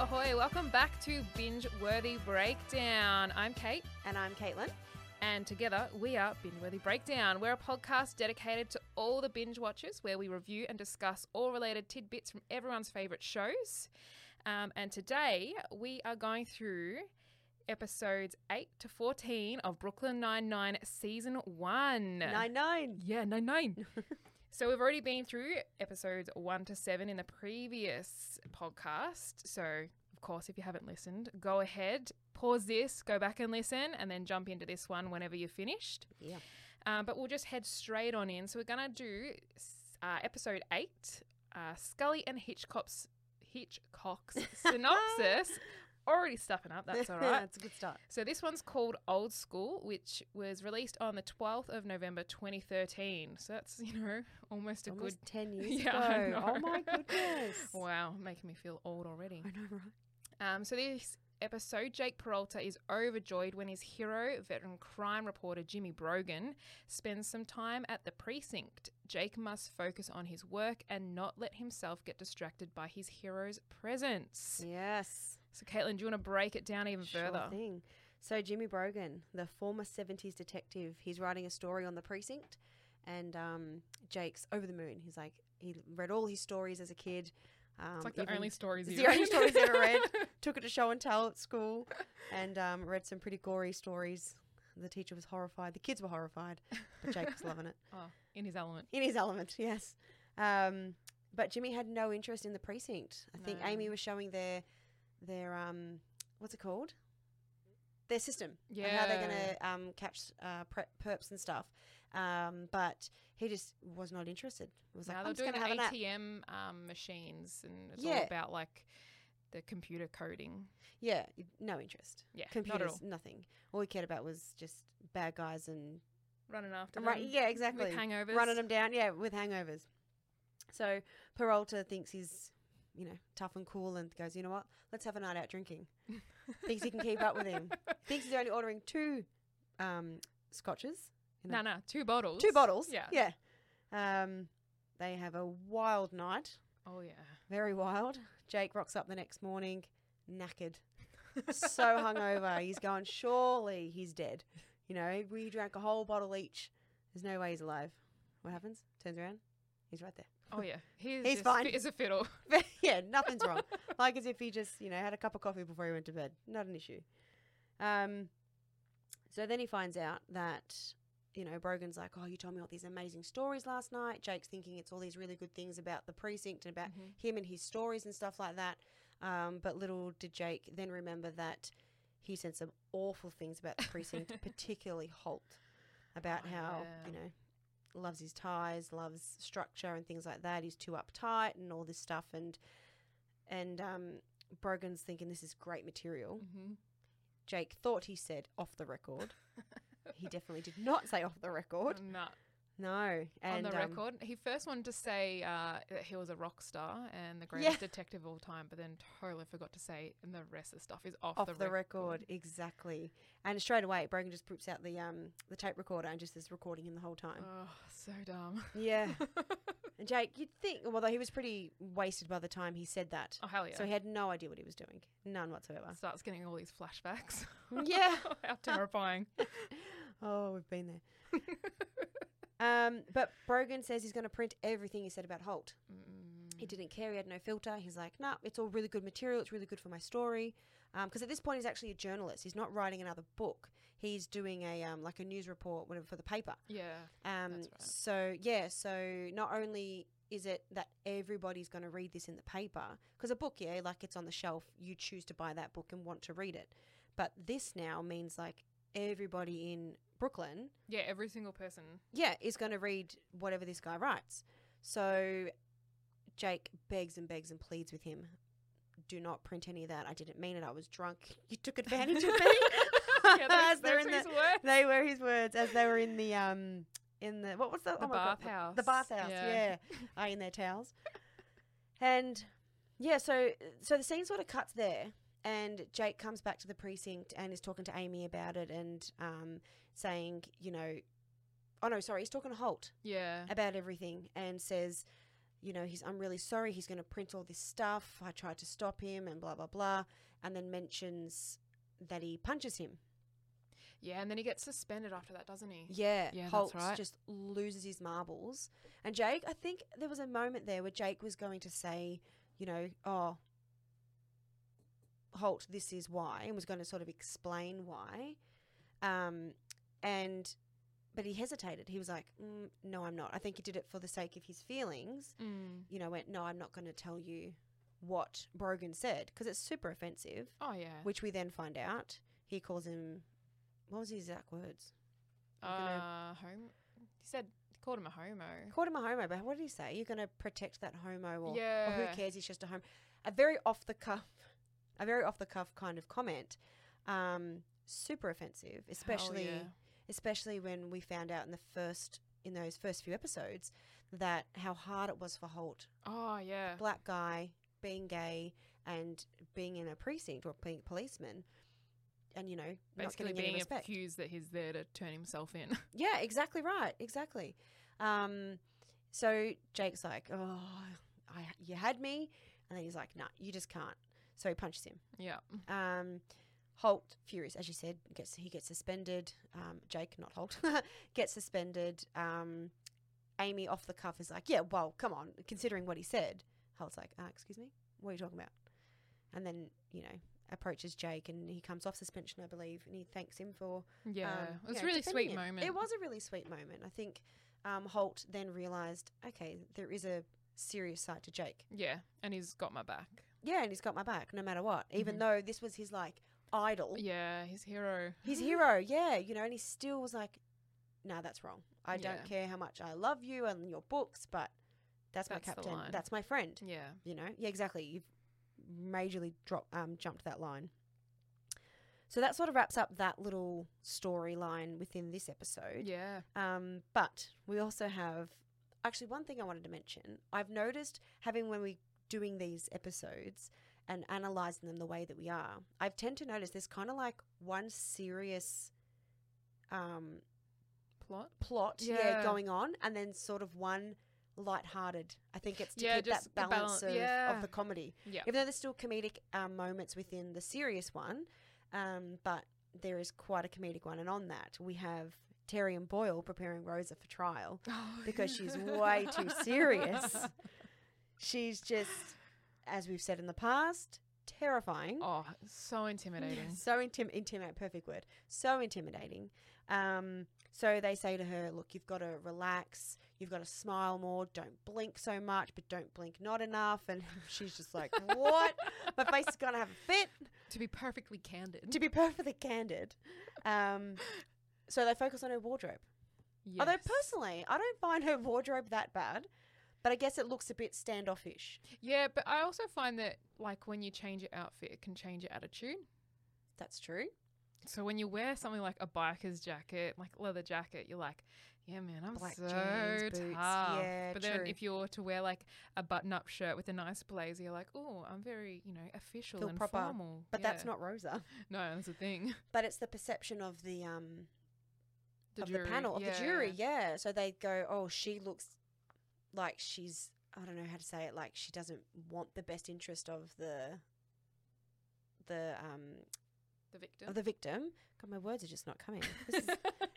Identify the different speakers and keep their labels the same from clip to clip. Speaker 1: Ahoy, welcome back to Binge Worthy Breakdown. I'm Kate,
Speaker 2: And I'm Caitlin.
Speaker 1: and together we are Binge Worthy Breakdown. We're a podcast dedicated to all the binge watchers where we review and discuss all related tidbits from everyone's favourite shows. Um, and today we are going through episodes 8 to 14 of Brooklyn Nine-Nine Season 1.
Speaker 2: Nine nine.
Speaker 1: Yeah, nine nine. so we've already been through episodes one to seven in the previous podcast. So of course, if you haven't listened, go ahead, pause this, go back and listen, and then jump into this one whenever you're finished.
Speaker 2: Yeah.
Speaker 1: Um, but we'll just head straight on in. So we're gonna do uh, episode eight, uh, Scully and Hitchcock's Hitchcock's synopsis. Already stuffing up. That's all right.
Speaker 2: That's a good start.
Speaker 1: So this one's called Old School, which was released on the 12th of November 2013. So that's, you know, almost a
Speaker 2: Almost
Speaker 1: good
Speaker 2: 10 years
Speaker 1: Yeah, I
Speaker 2: ago.
Speaker 1: know.
Speaker 2: Oh my goodness.
Speaker 1: Wow, making me feel old already.
Speaker 2: I know, right?
Speaker 1: Um, so this episode, Jake Peralta is overjoyed when his hero, veteran crime reporter Jimmy Brogan, spends some time at the precinct. Jake must focus on his work and not let himself get distracted by his hero's presence.
Speaker 2: Yes.
Speaker 1: So Caitlin, do you want to break it down even
Speaker 2: Sure
Speaker 1: further?
Speaker 2: thing. So Jimmy Brogan, the former '70s detective, he's writing a story on the precinct, and um, Jake's over the moon. He's like, he read all his stories as a kid. Um,
Speaker 1: It's like the only stories
Speaker 2: it's
Speaker 1: you
Speaker 2: the only
Speaker 1: read.
Speaker 2: stories he ever read. Took it to show and tell at school, and um, read some pretty gory stories. The teacher was horrified. The kids were horrified, but Jake was loving it
Speaker 1: Oh, in his element.
Speaker 2: in his element. Yes. Um, but Jimmy had no interest in the precinct. I think
Speaker 1: No.
Speaker 2: Amy was showing their their um, what's it called? Their system. and How they're
Speaker 1: Yeah.
Speaker 2: going to um, catch uh, pre- perps and stuff. Um, but he just was not interested. He was like,
Speaker 1: now
Speaker 2: I'm
Speaker 1: they're
Speaker 2: just
Speaker 1: doing
Speaker 2: going to have a nap.
Speaker 1: ATM um, machines, and it's all
Speaker 2: Yeah.
Speaker 1: about like the computer coding.
Speaker 2: Yeah, no interest.
Speaker 1: Yeah, not at
Speaker 2: Computers,
Speaker 1: all.
Speaker 2: nothing. All he cared about was just bad guys and
Speaker 1: Running after them.
Speaker 2: Right, yeah, exactly.
Speaker 1: hangovers.
Speaker 2: Running them down, yeah, with hangovers. So Peralta thinks he's, you know, tough and cool and goes, you know what, let's have a night out drinking. thinks he can keep up with him. Thinks he's only ordering two um, scotches, you know,
Speaker 1: No, no, two bottles.
Speaker 2: two bottles.
Speaker 1: Yeah.
Speaker 2: Yeah. Um, they have a wild night,
Speaker 1: Oh yeah.
Speaker 2: very wild. Jake rocks up the next morning, knackered, so hungover. He's going, surely he's dead. You know, we drank a whole bottle each. There's no way he's alive. What happens? Turns around, he's right there.
Speaker 1: Oh yeah. He's,
Speaker 2: He's
Speaker 1: just
Speaker 2: fine.
Speaker 1: fit as a fiddle.
Speaker 2: But yeah, nothing's wrong. like as if he just, you know, had a cup of coffee before he went to bed. Not an issue. Um, so then he finds out that, you know, Brogan's like, oh, you told me all these amazing stories last night. Jake's thinking it's all these really good things about the precinct and about him and his stories and stuff like that. Um, but little did Jake then remember that he said some awful things about the precinct, particularly Holt, about
Speaker 1: Oh,
Speaker 2: how,
Speaker 1: yeah.
Speaker 2: you know, loves his ties, loves structure and things like that. He's too uptight and all this stuff. And and um, Brogan's thinking this is great material.
Speaker 1: Mhm.
Speaker 2: Jake thought he said off the record. he definitely did not say off the record.
Speaker 1: No.
Speaker 2: No. And
Speaker 1: On the
Speaker 2: um,
Speaker 1: record, he first wanted to say uh, that he was a rock star and the greatest
Speaker 2: Yeah.
Speaker 1: detective of all time, but then totally forgot to say, and the rest of the stuff is off,
Speaker 2: off
Speaker 1: the,
Speaker 2: the, record. exactly. And straight away, Brogan just poops out the um the tape recorder and just is recording him the whole time. Eh.
Speaker 1: Oh, so dumb.
Speaker 2: Yeah. and Jake, you'd think, although he was pretty wasted by the time he said that,
Speaker 1: Oh hell yeah.
Speaker 2: so he had no idea what he was doing, none whatsoever.
Speaker 1: Starts getting all these flashbacks.
Speaker 2: yeah.
Speaker 1: How terrifying.
Speaker 2: Oh, we've been there. um, but Brogan says he's going to print everything he said about Holt.
Speaker 1: Mm.
Speaker 2: He didn't care. He had no filter. He's like, nah, it's all really good material. It's really good for my story. Because at this point, he's actually a journalist. He's not writing another book. He's doing a um, like a news report, whatever, for the paper.
Speaker 1: yeah.
Speaker 2: Um,
Speaker 1: That's right.
Speaker 2: So yeah, so not only is it that everybody's going to read this in the paper because a book, yeah, like it's on the shelf, you choose to buy that book and want to read it, but this now means like everybody in Brooklyn,
Speaker 1: Yeah. Every single person.
Speaker 2: yeah, is going to read whatever this guy writes. So Jake begs and begs and pleads with him. Do not print any of that. I didn't mean it. I was drunk. You took advantage of me.
Speaker 1: Yeah, that's,
Speaker 2: As they're
Speaker 1: that's
Speaker 2: in
Speaker 1: his
Speaker 2: the-
Speaker 1: work.
Speaker 2: they were his words as they were in the um in the what was the,
Speaker 1: The
Speaker 2: oh my God,
Speaker 1: bathhouse.
Speaker 2: the bathhouse
Speaker 1: Yeah.
Speaker 2: yeah, Uh, in their towels and yeah so so the scene sort of cuts there and Jake comes back to the precinct and is talking to Amy about it and um saying you know oh no sorry he's talking to Holt
Speaker 1: Yeah.
Speaker 2: about everything and says you know, he's I'm really sorry, he's going to print all this stuff. I tried to stop him and blah blah blah and then mentions that he punches him.
Speaker 1: Yeah, and then he gets suspended after that, doesn't he?
Speaker 2: Yeah,
Speaker 1: Yeah, that's
Speaker 2: Holtz
Speaker 1: right.
Speaker 2: just loses his marbles. And Jake, I think there was a moment there where Jake was going to say, you know, oh, Holt, this is why, and was going to sort of explain why. Um, and, but he hesitated. He was like, mm, no, I'm not. I think he did it for the sake of his feelings.
Speaker 1: Mm.
Speaker 2: You know, went, no, I'm not going to tell you what Brogan said because it's super offensive,
Speaker 1: Oh yeah.
Speaker 2: which we then find out. He calls him, what was his exact words?
Speaker 1: Uh,
Speaker 2: I'm gonna-
Speaker 1: home. He said he called him a homo.
Speaker 2: called him a homo, but what did he say? You're going to protect that homo, or, or
Speaker 1: Yeah.
Speaker 2: who cares? He's just a homo. A very off the cuff, a very off the cuff kind of comment. Um, super offensive,
Speaker 1: Hell
Speaker 2: especially
Speaker 1: yeah.
Speaker 2: especially when we found out in the first in those first few episodes that how hard it was for Holt,
Speaker 1: Oh yeah.
Speaker 2: black guy, being gay, and being in a precinct or being a policeman, and you know,
Speaker 1: Basically
Speaker 2: not getting any
Speaker 1: being
Speaker 2: respect.
Speaker 1: accused that he's there to turn himself in.
Speaker 2: Yeah, exactly right. Exactly. Um, so Jake's like, "Oh, I you had me," and then he's like, "No, you just can't." So he punches him.
Speaker 1: yeah.
Speaker 2: Um, Holt, furious, as you said, gets he gets suspended. Um, Jake, not Holt, gets suspended. Um, Amy, off the cuff, is like, "Yeah, well, come on, considering what he said." Holt's like, uh, "Excuse me, what are you talking about?" And then you know approaches Jake, and he comes off suspension, I believe, and he thanks him for
Speaker 1: Yeah.
Speaker 2: um,
Speaker 1: it was
Speaker 2: you
Speaker 1: a
Speaker 2: know,
Speaker 1: really
Speaker 2: defending
Speaker 1: sweet
Speaker 2: him.
Speaker 1: moment.
Speaker 2: It was a really sweet moment. I think um, Holt then realised, okay, there is a serious side to Jake.
Speaker 1: Yeah, and he's got my back.
Speaker 2: Yeah, and he's got my back no matter what. Even
Speaker 1: Mhm.
Speaker 2: though this was his like idol,
Speaker 1: Yeah, his hero.
Speaker 2: Oh. his hero, yeah, you know, and he still was like, nah, that's wrong. I
Speaker 1: Yeah.
Speaker 2: don't care how much I love you and your books, but
Speaker 1: That's
Speaker 2: that's,
Speaker 1: the
Speaker 2: my captain.
Speaker 1: line. Mm.
Speaker 2: That's my friend.
Speaker 1: Yeah.
Speaker 2: You know, yeah, exactly. You've majorly drop, um, jumped that line. So that sort of wraps up that little storyline within this episode.
Speaker 1: Yeah.
Speaker 2: Um, but we also have actually one thing I wanted to mention. I've noticed having when we doing these episodes and analyzing them the way that we are, I've tend to notice there's kind of like one serious um,
Speaker 1: Plot.
Speaker 2: plot yeah.
Speaker 1: Yeah.
Speaker 2: going on, and then sort of one lighthearted. I think it's to
Speaker 1: Yeah,
Speaker 2: keep that
Speaker 1: just the balan-
Speaker 2: balance of,
Speaker 1: yeah.
Speaker 2: of the comedy,
Speaker 1: Yeah.
Speaker 2: even though there's still comedic um, moments within the serious one, um, but there is quite a comedic one. And on that, we have Terry and Boyle preparing Rosa for trial. because she's way too serious. She's just, as we've said in the past, terrifying.
Speaker 1: Oh, so intimidating.
Speaker 2: So intim- intimidate, perfect word. So intimidating. Um, so they say to her, look, you've got to relax. You've got to smile more. Don't blink so much, but don't blink not enough. And she's just like, what? My face is going to have a fit.
Speaker 1: To be perfectly candid.
Speaker 2: To be perfectly candid. Um, so they focus on her wardrobe. Although
Speaker 1: Yes.
Speaker 2: personally, I don't find her wardrobe that bad, but I guess it looks a bit standoffish.
Speaker 1: Yeah, but I also find that like when you change your outfit, it can change your attitude.
Speaker 2: That's true.
Speaker 1: So when you wear something like a biker's jacket, like leather jacket, you're like, yeah, man, I'm
Speaker 2: Black
Speaker 1: so
Speaker 2: jeans, boots.
Speaker 1: tough.
Speaker 2: Yeah,
Speaker 1: but then
Speaker 2: true.
Speaker 1: if you're to wear like a button-up shirt with a nice blazer, you're like, oh, I'm very, you know, official
Speaker 2: Feel
Speaker 1: and
Speaker 2: proper.
Speaker 1: formal.
Speaker 2: But that's
Speaker 1: Yeah.
Speaker 2: not Rosa.
Speaker 1: no, that's the thing.
Speaker 2: But it's the perception of the um of
Speaker 1: jury,
Speaker 2: the panel of
Speaker 1: yeah.
Speaker 2: the jury. Yeah. So they go, oh, she looks like she's I don't know how to say it. Like she doesn't want the best interest of the the um
Speaker 1: the victim.
Speaker 2: of the victim. God, my words are just not coming. This is,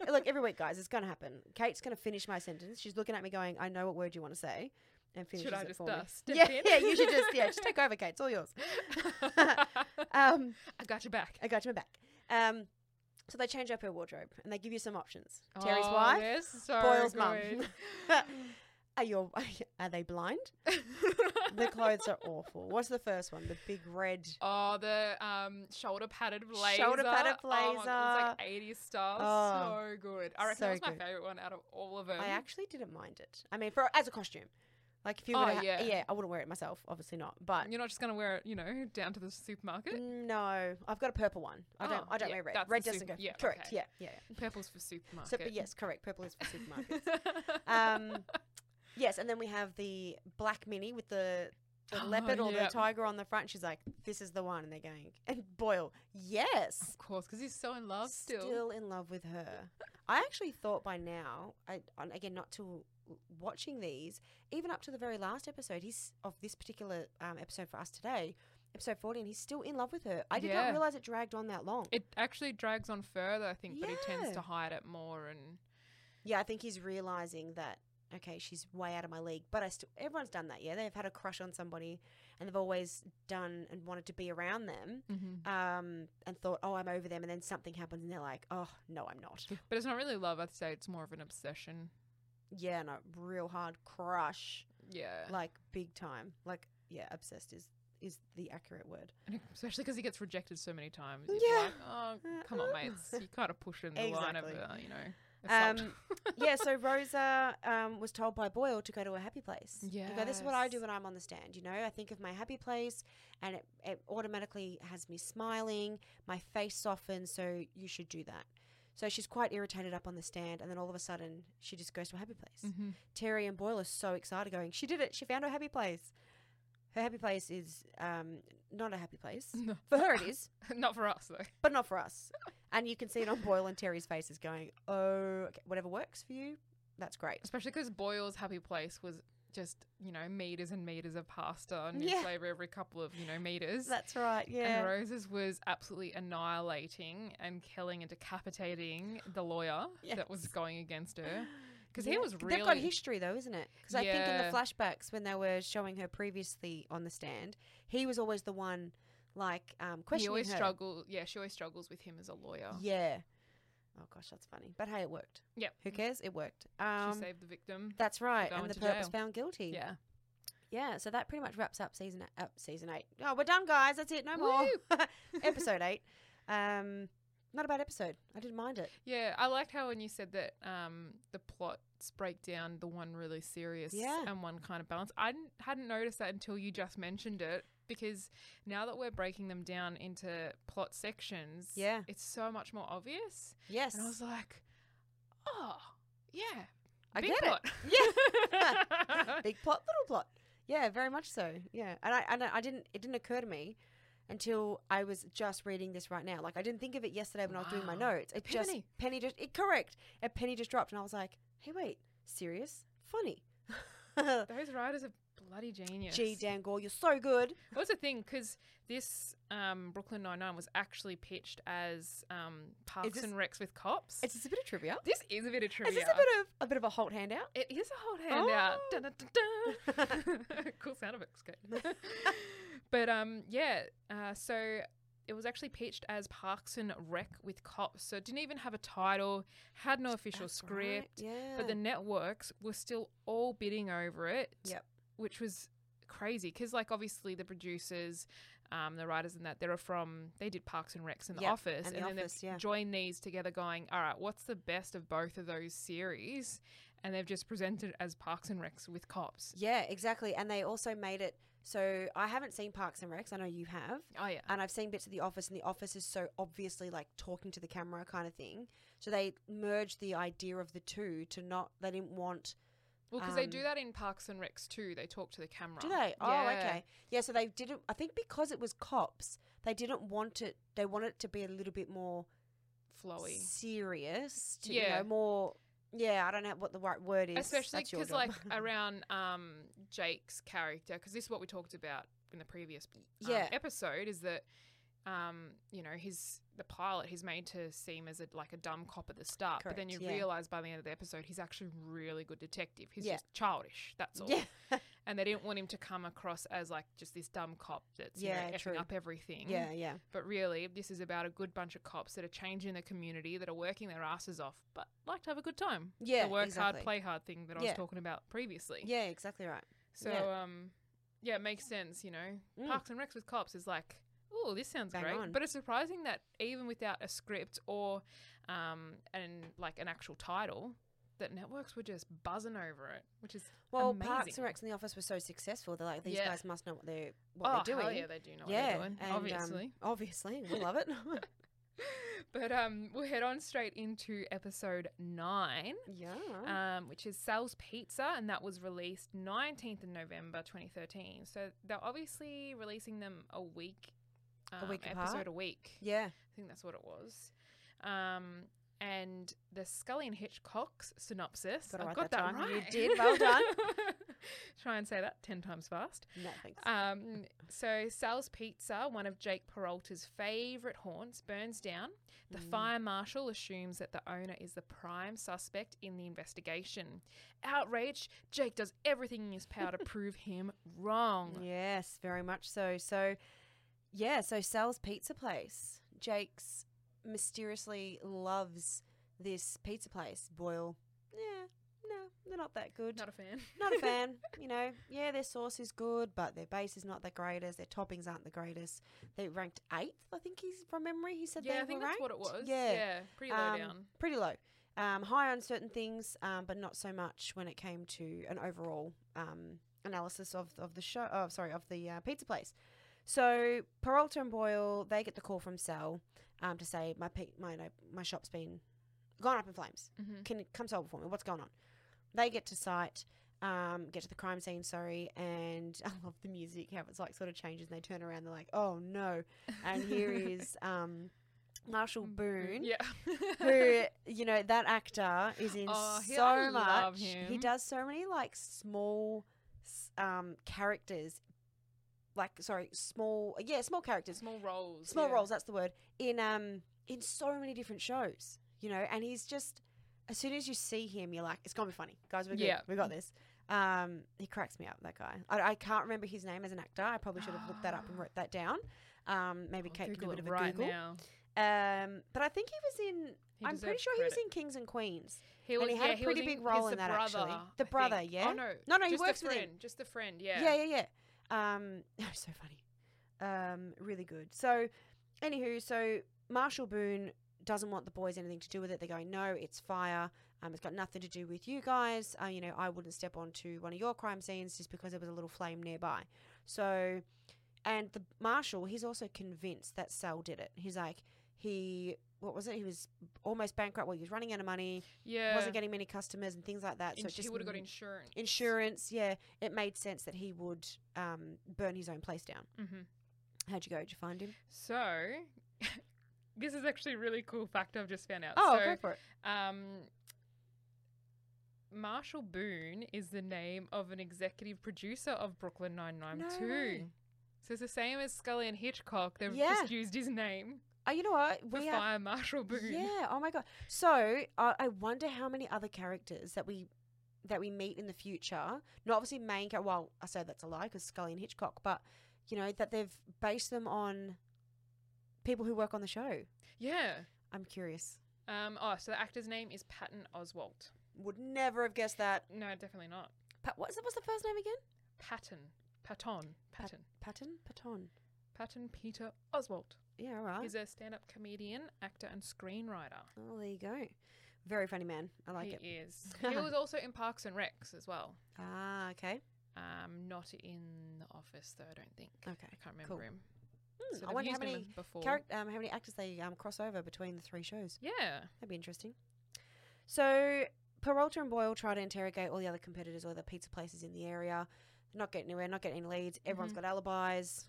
Speaker 2: look, every week, guys, it's gonna happen. Kate's gonna finish my sentence. She's looking at me, going, "I know what word you want to say," and finishes
Speaker 1: Should I
Speaker 2: it
Speaker 1: just
Speaker 2: for
Speaker 1: uh,
Speaker 2: me.
Speaker 1: step
Speaker 2: yeah,
Speaker 1: in?
Speaker 2: yeah, you should just yeah, just take over, Kate. It's all yours. Um,
Speaker 1: I got your back.
Speaker 2: I got you my back. Um, so they change up her wardrobe and they give you some options. Terry's
Speaker 1: Oh,
Speaker 2: wife,
Speaker 1: they're so
Speaker 2: Boyle's mum.
Speaker 1: good.
Speaker 2: are your are they blind? The clothes are awful. What's the first one? The big red.
Speaker 1: Oh, the um, shoulder padded blazer.
Speaker 2: Shoulder padded
Speaker 1: Oh my- it was
Speaker 2: blazer.
Speaker 1: like 80s style.
Speaker 2: Oh,
Speaker 1: so good. I reckon
Speaker 2: so
Speaker 1: that was my
Speaker 2: good.
Speaker 1: favorite one out of all of them.
Speaker 2: I actually didn't mind it. I mean, for as a costume, like if you
Speaker 1: Oh,
Speaker 2: were, to-
Speaker 1: yeah.
Speaker 2: yeah, I wouldn't wear it myself. Obviously not, but
Speaker 1: You're not just going to wear it, you know, down to the supermarket.
Speaker 2: No, I've got a purple one. I don't.
Speaker 1: Oh,
Speaker 2: I don't
Speaker 1: yeah,
Speaker 2: wear red.
Speaker 1: that's
Speaker 2: Red
Speaker 1: the
Speaker 2: doesn't
Speaker 1: super-
Speaker 2: go.
Speaker 1: yeah,
Speaker 2: correct.
Speaker 1: okay.
Speaker 2: Yeah, yeah. yeah.
Speaker 1: Purple's for
Speaker 2: Mm. So, but
Speaker 1: supermarket.
Speaker 2: yes, correct. Purple is for supermarkets. Um, yes, and then we have the black mini with the, the
Speaker 1: Oh,
Speaker 2: leopard or
Speaker 1: yeah.
Speaker 2: the tiger on the front. She's like, "This is the one," and they're going and Boyle. Yes,
Speaker 1: of course, because he's so in love still.
Speaker 2: in love with her. I actually thought by now, I on- again not till w- watching these, even up to the very last episode, he's of this particular um, episode for us today, episode 14, he's still in love with her. I did
Speaker 1: Yeah.
Speaker 2: not realize it dragged on that long.
Speaker 1: It actually drags on further, I think, but he tends
Speaker 2: Yeah.
Speaker 1: to hide it more. And
Speaker 2: Yeah, I think he's realizing that okay, she's way out of my league, but I still everyone's done that. Yeah, they've had a crush on somebody and they've always done and wanted to be around them. Um, and thought, oh, I'm over them, and then something happens, and they're like, oh, no, I'm not.
Speaker 1: uh, but it's not really love. I'd say it's more of an obsession.
Speaker 2: yeah, no, real hard crush,
Speaker 1: Yeah,
Speaker 2: like big time, like yeah, obsessed is is the accurate word.
Speaker 1: And especially because he gets rejected so many times. It's
Speaker 2: Yeah.
Speaker 1: like, oh,
Speaker 2: Uh,
Speaker 1: come on,
Speaker 2: uh.
Speaker 1: mate. It's- You kind of push in the line of,
Speaker 2: Exactly.
Speaker 1: uh, you know, assault.
Speaker 2: Um, yeah, so Rosa um, was told by Boyle to go to a happy place. You go, this is what I do
Speaker 1: Yes.
Speaker 2: when I'm on the stand. You know, I think of my happy place and it, it automatically has me smiling. My face softens, so you should do that. So she's quite irritated up on the stand, and then all of a sudden, she just goes to a happy place.
Speaker 1: Mhm.
Speaker 2: Terry and Boyle are so excited, going, She did it. She found her happy place. Her happy place is um, not a happy place.
Speaker 1: No.
Speaker 2: For her, it is,
Speaker 1: Not for us, though.
Speaker 2: but not for us. And you can see it on Boyle and Terry's faces going, Oh, okay, whatever works for you, that's great.
Speaker 1: Especially because Boyle's happy place was just, you know, meters and meters of pasta, new
Speaker 2: Yeah.
Speaker 1: flavour every couple of, you know, meters.
Speaker 2: That's right. Yeah.
Speaker 1: And Rose's was absolutely annihilating and killing and decapitating the lawyer that was
Speaker 2: Yes.
Speaker 1: going against her. Because he
Speaker 2: Yeah.
Speaker 1: was
Speaker 2: They've got
Speaker 1: really-
Speaker 2: history though, isn't it? Because I think in
Speaker 1: Yeah.
Speaker 2: the flashbacks when they were showing her previously on the stand, he was always the one like um, questioning
Speaker 1: he always
Speaker 2: her.
Speaker 1: struggles. Yeah, she always struggles with him as a lawyer.
Speaker 2: Yeah. Oh gosh, that's funny. But hey, it worked.
Speaker 1: Yep.
Speaker 2: Who cares? It worked. Um,
Speaker 1: she saved the victim.
Speaker 2: that's right.
Speaker 1: going
Speaker 2: And the
Speaker 1: to
Speaker 2: perp
Speaker 1: jail.
Speaker 2: was found guilty.
Speaker 1: Yeah.
Speaker 2: Yeah. So that pretty much wraps up season uh, season eight. Oh, we're done, guys. That's it. No more. episode eight. Um, not a bad episode. I didn't mind it.
Speaker 1: Yeah, I liked how when you said that um, the plots break down the one really serious
Speaker 2: Yeah.
Speaker 1: and one kind of balanced. I didn't, hadn't noticed that until you just mentioned it because now that we're breaking them down into plot sections,
Speaker 2: Yeah.
Speaker 1: it's so much more obvious.
Speaker 2: Yes.
Speaker 1: And I was like, oh, yeah,
Speaker 2: I
Speaker 1: big
Speaker 2: get it.
Speaker 1: plot.
Speaker 2: Yeah. big plot, little plot. Yeah, very much so. Yeah, and I and I I didn't it didn't occur to me until I was just reading this right now. Like I didn't think of it yesterday when I was doing my
Speaker 1: Wow.
Speaker 2: notes. It just
Speaker 1: Epiphany.
Speaker 2: penny just it correct. A penny just dropped, and I was like, hey, wait, serious, funny.
Speaker 1: Those writers are bloody genius.
Speaker 2: Gee, Dan Gore, you're so good.
Speaker 1: That was the thing because this um, Brooklyn Nine Nine was actually pitched as um, Parks
Speaker 2: this-
Speaker 1: and Recs with cops.
Speaker 2: It's just a bit of trivia.
Speaker 1: this is a bit of
Speaker 2: Is
Speaker 1: trivia.
Speaker 2: this a bit of a bit of a Holt handout?
Speaker 1: It is a whole handout.
Speaker 2: Oh.
Speaker 1: Dun, dun, dun, dun. cool sound effects, Kate. but um, yeah. Uh, so it was actually pitched as Parks and Rec with cops. So it didn't even have a title, had no official
Speaker 2: That's right,
Speaker 1: script.
Speaker 2: Yeah.
Speaker 1: But the networks were still all bidding over it.
Speaker 2: Yep.
Speaker 1: Which was crazy because, like, obviously the producers. Um, the writers and that they're from they did Parks and Recs and The
Speaker 2: Yep,
Speaker 1: Office,
Speaker 2: and The
Speaker 1: then
Speaker 2: Office,
Speaker 1: they've
Speaker 2: yeah.
Speaker 1: joined these together, going, all right, what's the best of both of those series? and they've just presented as Parks and Recs with cops.
Speaker 2: yeah, exactly. And they also made it so I haven't seen Parks and Recs. I know you have.
Speaker 1: Oh yeah,
Speaker 2: and I've seen bits of The Office, and The Office is so obviously like talking to the camera kind of thing. So they merged the idea of the two to not. They didn't want.
Speaker 1: well, because they do
Speaker 2: um,
Speaker 1: that in Parks and Recs too. They talk to the camera.
Speaker 2: Do they? Oh,
Speaker 1: Yeah.
Speaker 2: okay. Yeah. So they didn't. I think because it was cops, they didn't want it. They wanted it to be a little bit more
Speaker 1: Flowy.
Speaker 2: serious. To,
Speaker 1: Yeah.
Speaker 2: You know, more. Yeah, I don't know what the right word is.
Speaker 1: Especially
Speaker 2: That's your
Speaker 1: because
Speaker 2: job.
Speaker 1: like around um, Jake's character, because this is what we talked about in the previous um,
Speaker 2: Yeah.
Speaker 1: episode, is that um, you know his the pilot he's made to seem as a, like a dumb cop at the start, but then you
Speaker 2: Correct, yeah.
Speaker 1: realize by the end of the episode he's actually a really good detective. He's
Speaker 2: Yeah.
Speaker 1: just childish. That's all.
Speaker 2: yeah,
Speaker 1: And they didn't want him to come across as like just this dumb cop that's
Speaker 2: Yeah,
Speaker 1: you know, effing
Speaker 2: true.
Speaker 1: up everything.
Speaker 2: yeah, yeah.
Speaker 1: But really, this is about a good bunch of cops that are changing the community, that are working their asses off, but like to have a good time.
Speaker 2: Yeah,
Speaker 1: the work
Speaker 2: exactly.
Speaker 1: hard, play hard thing that I
Speaker 2: Yeah.
Speaker 1: was talking about previously.
Speaker 2: Yeah, exactly right.
Speaker 1: So,
Speaker 2: yeah.
Speaker 1: um, yeah, it makes sense, you know.
Speaker 2: Mm.
Speaker 1: Parks and Recs with cops is like, oh, this sounds
Speaker 2: Bang
Speaker 1: great.
Speaker 2: on.
Speaker 1: But it's surprising that even without a script or um, an like an actual title, that networks were just buzzing over it, which is
Speaker 2: Well,
Speaker 1: amazing.
Speaker 2: Parks and Recs in the office were so successful. They're like, these
Speaker 1: Yeah.
Speaker 2: guys must know what they're what
Speaker 1: Oh,
Speaker 2: they're doing.
Speaker 1: hell yeah, they do know what they're doing,
Speaker 2: and, um,
Speaker 1: obviously.
Speaker 2: obviously, we love it.
Speaker 1: But um, we'll head on straight into episode nine.
Speaker 2: yeah.
Speaker 1: um, which is Sal's Pizza, and that was released 19th of November 2013. So they're obviously releasing them a week,
Speaker 2: A week
Speaker 1: um,
Speaker 2: apart?
Speaker 1: episode a week.
Speaker 2: yeah.
Speaker 1: I think that's what it was. Um, and the Scully and Hitchcock's synopsis.
Speaker 2: Gotta
Speaker 1: I
Speaker 2: write
Speaker 1: got
Speaker 2: that
Speaker 1: that,
Speaker 2: time.
Speaker 1: right.
Speaker 2: You did. Well done.
Speaker 1: Try and say that 10 times fast.
Speaker 2: No, thanks.
Speaker 1: Um, so Sal's Pizza, one of Jake Peralta's favourite haunts, burns down. The
Speaker 2: Mm.
Speaker 1: fire marshal assumes that the owner is the prime suspect in the investigation. Outraged, Jake does everything in his power to prove him wrong.
Speaker 2: Yes, very much so. So, yeah, so Sal's Pizza Place. Jake's mysteriously loves this pizza place. Boyle, yeah, no, they're not that good.
Speaker 1: Not a fan.
Speaker 2: Not a fan. you know, yeah, their sauce is good, but their base is not the greatest. Their toppings aren't the greatest. They ranked eighth, I think he's from memory. He said
Speaker 1: yeah,
Speaker 2: they
Speaker 1: I think
Speaker 2: were
Speaker 1: that's what it
Speaker 2: ranked.
Speaker 1: was.
Speaker 2: Yeah,
Speaker 1: pretty low
Speaker 2: Um,
Speaker 1: down.
Speaker 2: pretty low. Um, high on certain things, um, but not so much when it came to an overall um, analysis of, of the show. Oh, sorry, of the uh, pizza place. So Peralta and Boyle, they get the call from Sal um, to say my pi- my no, my shop's been gone up in flames.
Speaker 1: Mhm.
Speaker 2: Can you come solve it for me? What's going on? They get to site, um, get to the crime scene. Sorry, and I love the music. How it's like sort of changes, and they turn around. They're like, oh no, and here is um, Marshall Boone
Speaker 1: Yeah.
Speaker 2: who you know that actor is in
Speaker 1: Oh, he-
Speaker 2: so
Speaker 1: I
Speaker 2: much.
Speaker 1: love
Speaker 2: He
Speaker 1: him.
Speaker 2: does so many like small s- um characters, like sorry, small yeah, small characters,
Speaker 1: Small roles.
Speaker 2: small
Speaker 1: yeah.
Speaker 2: roles. That's the word in um in so many different shows, you know. And he's just as soon as you see him, you're like, it's gonna be funny, guys. We're good.
Speaker 1: Yeah.
Speaker 2: we got this. Um, he cracks me up. That guy. I, I can't remember his name as an actor. I probably should have looked that up and wrote that down. Um, maybe
Speaker 1: I'll
Speaker 2: Kate could do
Speaker 1: Google
Speaker 2: a
Speaker 1: it
Speaker 2: bit of a
Speaker 1: right
Speaker 2: Google.
Speaker 1: now.
Speaker 2: Um, but I think he was in
Speaker 1: He
Speaker 2: I'm pretty
Speaker 1: deserves
Speaker 2: sure he was
Speaker 1: credit.
Speaker 2: in Kings and Queens.
Speaker 1: He
Speaker 2: and
Speaker 1: was,
Speaker 2: he had
Speaker 1: yeah,
Speaker 2: a pretty
Speaker 1: was
Speaker 2: big role
Speaker 1: he's
Speaker 2: in
Speaker 1: the
Speaker 2: that, actually.
Speaker 1: brother,
Speaker 2: The
Speaker 1: I think.
Speaker 2: brother, yeah?
Speaker 1: Oh no,
Speaker 2: No, no, he
Speaker 1: just
Speaker 2: works
Speaker 1: the
Speaker 2: with him.
Speaker 1: friend, just the friend, yeah.
Speaker 2: Yeah, yeah, yeah. Um, oh, so funny. Um, really good. So, anywho, so Marshall Boone doesn't want the boys anything to do with it. They're going, no, it's fire. Um, it's got nothing to do with you guys. Uh, you know, I wouldn't step onto one of your crime scenes just because there was a little flame nearby. So, and the marshal, he's also convinced that Sal did it. He's like, he, what was it? He was almost bankrupt. Well, he was running out of money.
Speaker 1: yeah.
Speaker 2: wasn't getting many customers and things like that. So
Speaker 1: Ins-
Speaker 2: it just
Speaker 1: he would have got
Speaker 2: m-
Speaker 1: insurance.
Speaker 2: insurance. Yeah, it made sense that he would um, burn his own place down.
Speaker 1: hmm
Speaker 2: How'd you go? Did you find him?
Speaker 1: So, this is actually a really cool fact I've just found out.
Speaker 2: Oh, go
Speaker 1: so,
Speaker 2: for it.
Speaker 1: um, Marshall Boone is the name of an executive producer of Brooklyn Nine Nine
Speaker 2: No
Speaker 1: Two.
Speaker 2: way.
Speaker 1: So it's the same as Scully and Hitchcock. They've
Speaker 2: Yeah.
Speaker 1: just used his name
Speaker 2: Oh, you know what?
Speaker 1: for
Speaker 2: We are.
Speaker 1: Fire Marshal Boone.
Speaker 2: Yeah. Oh my god. So I I wonder how many other characters that we that we meet in the future. Not obviously main. Char- well, I say that's a lie because Scully and Hitchcock, but you know that they've based them on people who work on the show.
Speaker 1: Yeah.
Speaker 2: I'm curious.
Speaker 1: Um, oh, so the actor's name is Patton Oswalt.
Speaker 2: Would never have guessed that.
Speaker 1: No, definitely not.
Speaker 2: Pat, what's, what's the first name again?
Speaker 1: Patton. Patton.
Speaker 2: Pat-
Speaker 1: Patton.
Speaker 2: Patton. Patton.
Speaker 1: Patton Peter Oswalt.
Speaker 2: Yeah. All right.
Speaker 1: He's a stand up comedian, actor, and screenwriter.
Speaker 2: Oh, there you go. Very funny man. I like
Speaker 1: he
Speaker 2: it.
Speaker 1: is. He was also in Parks and Recs as well.
Speaker 2: Ah, okay.
Speaker 1: Um, not in The Office, though, I don't think.
Speaker 2: Okay,
Speaker 1: I can't remember
Speaker 2: cool.
Speaker 1: him.
Speaker 2: Hmm,
Speaker 1: So
Speaker 2: I
Speaker 1: they've
Speaker 2: wonder how
Speaker 1: used him
Speaker 2: many
Speaker 1: in- before.
Speaker 2: charac- um, how many actors they um, cross over between the three shows.
Speaker 1: yeah.
Speaker 2: That'd be interesting. So Peralta and Boyle try to interrogate all the other competitors or the pizza places in the area. They're not getting anywhere. Not getting any leads. Everyone's
Speaker 1: Mhm.
Speaker 2: got alibis.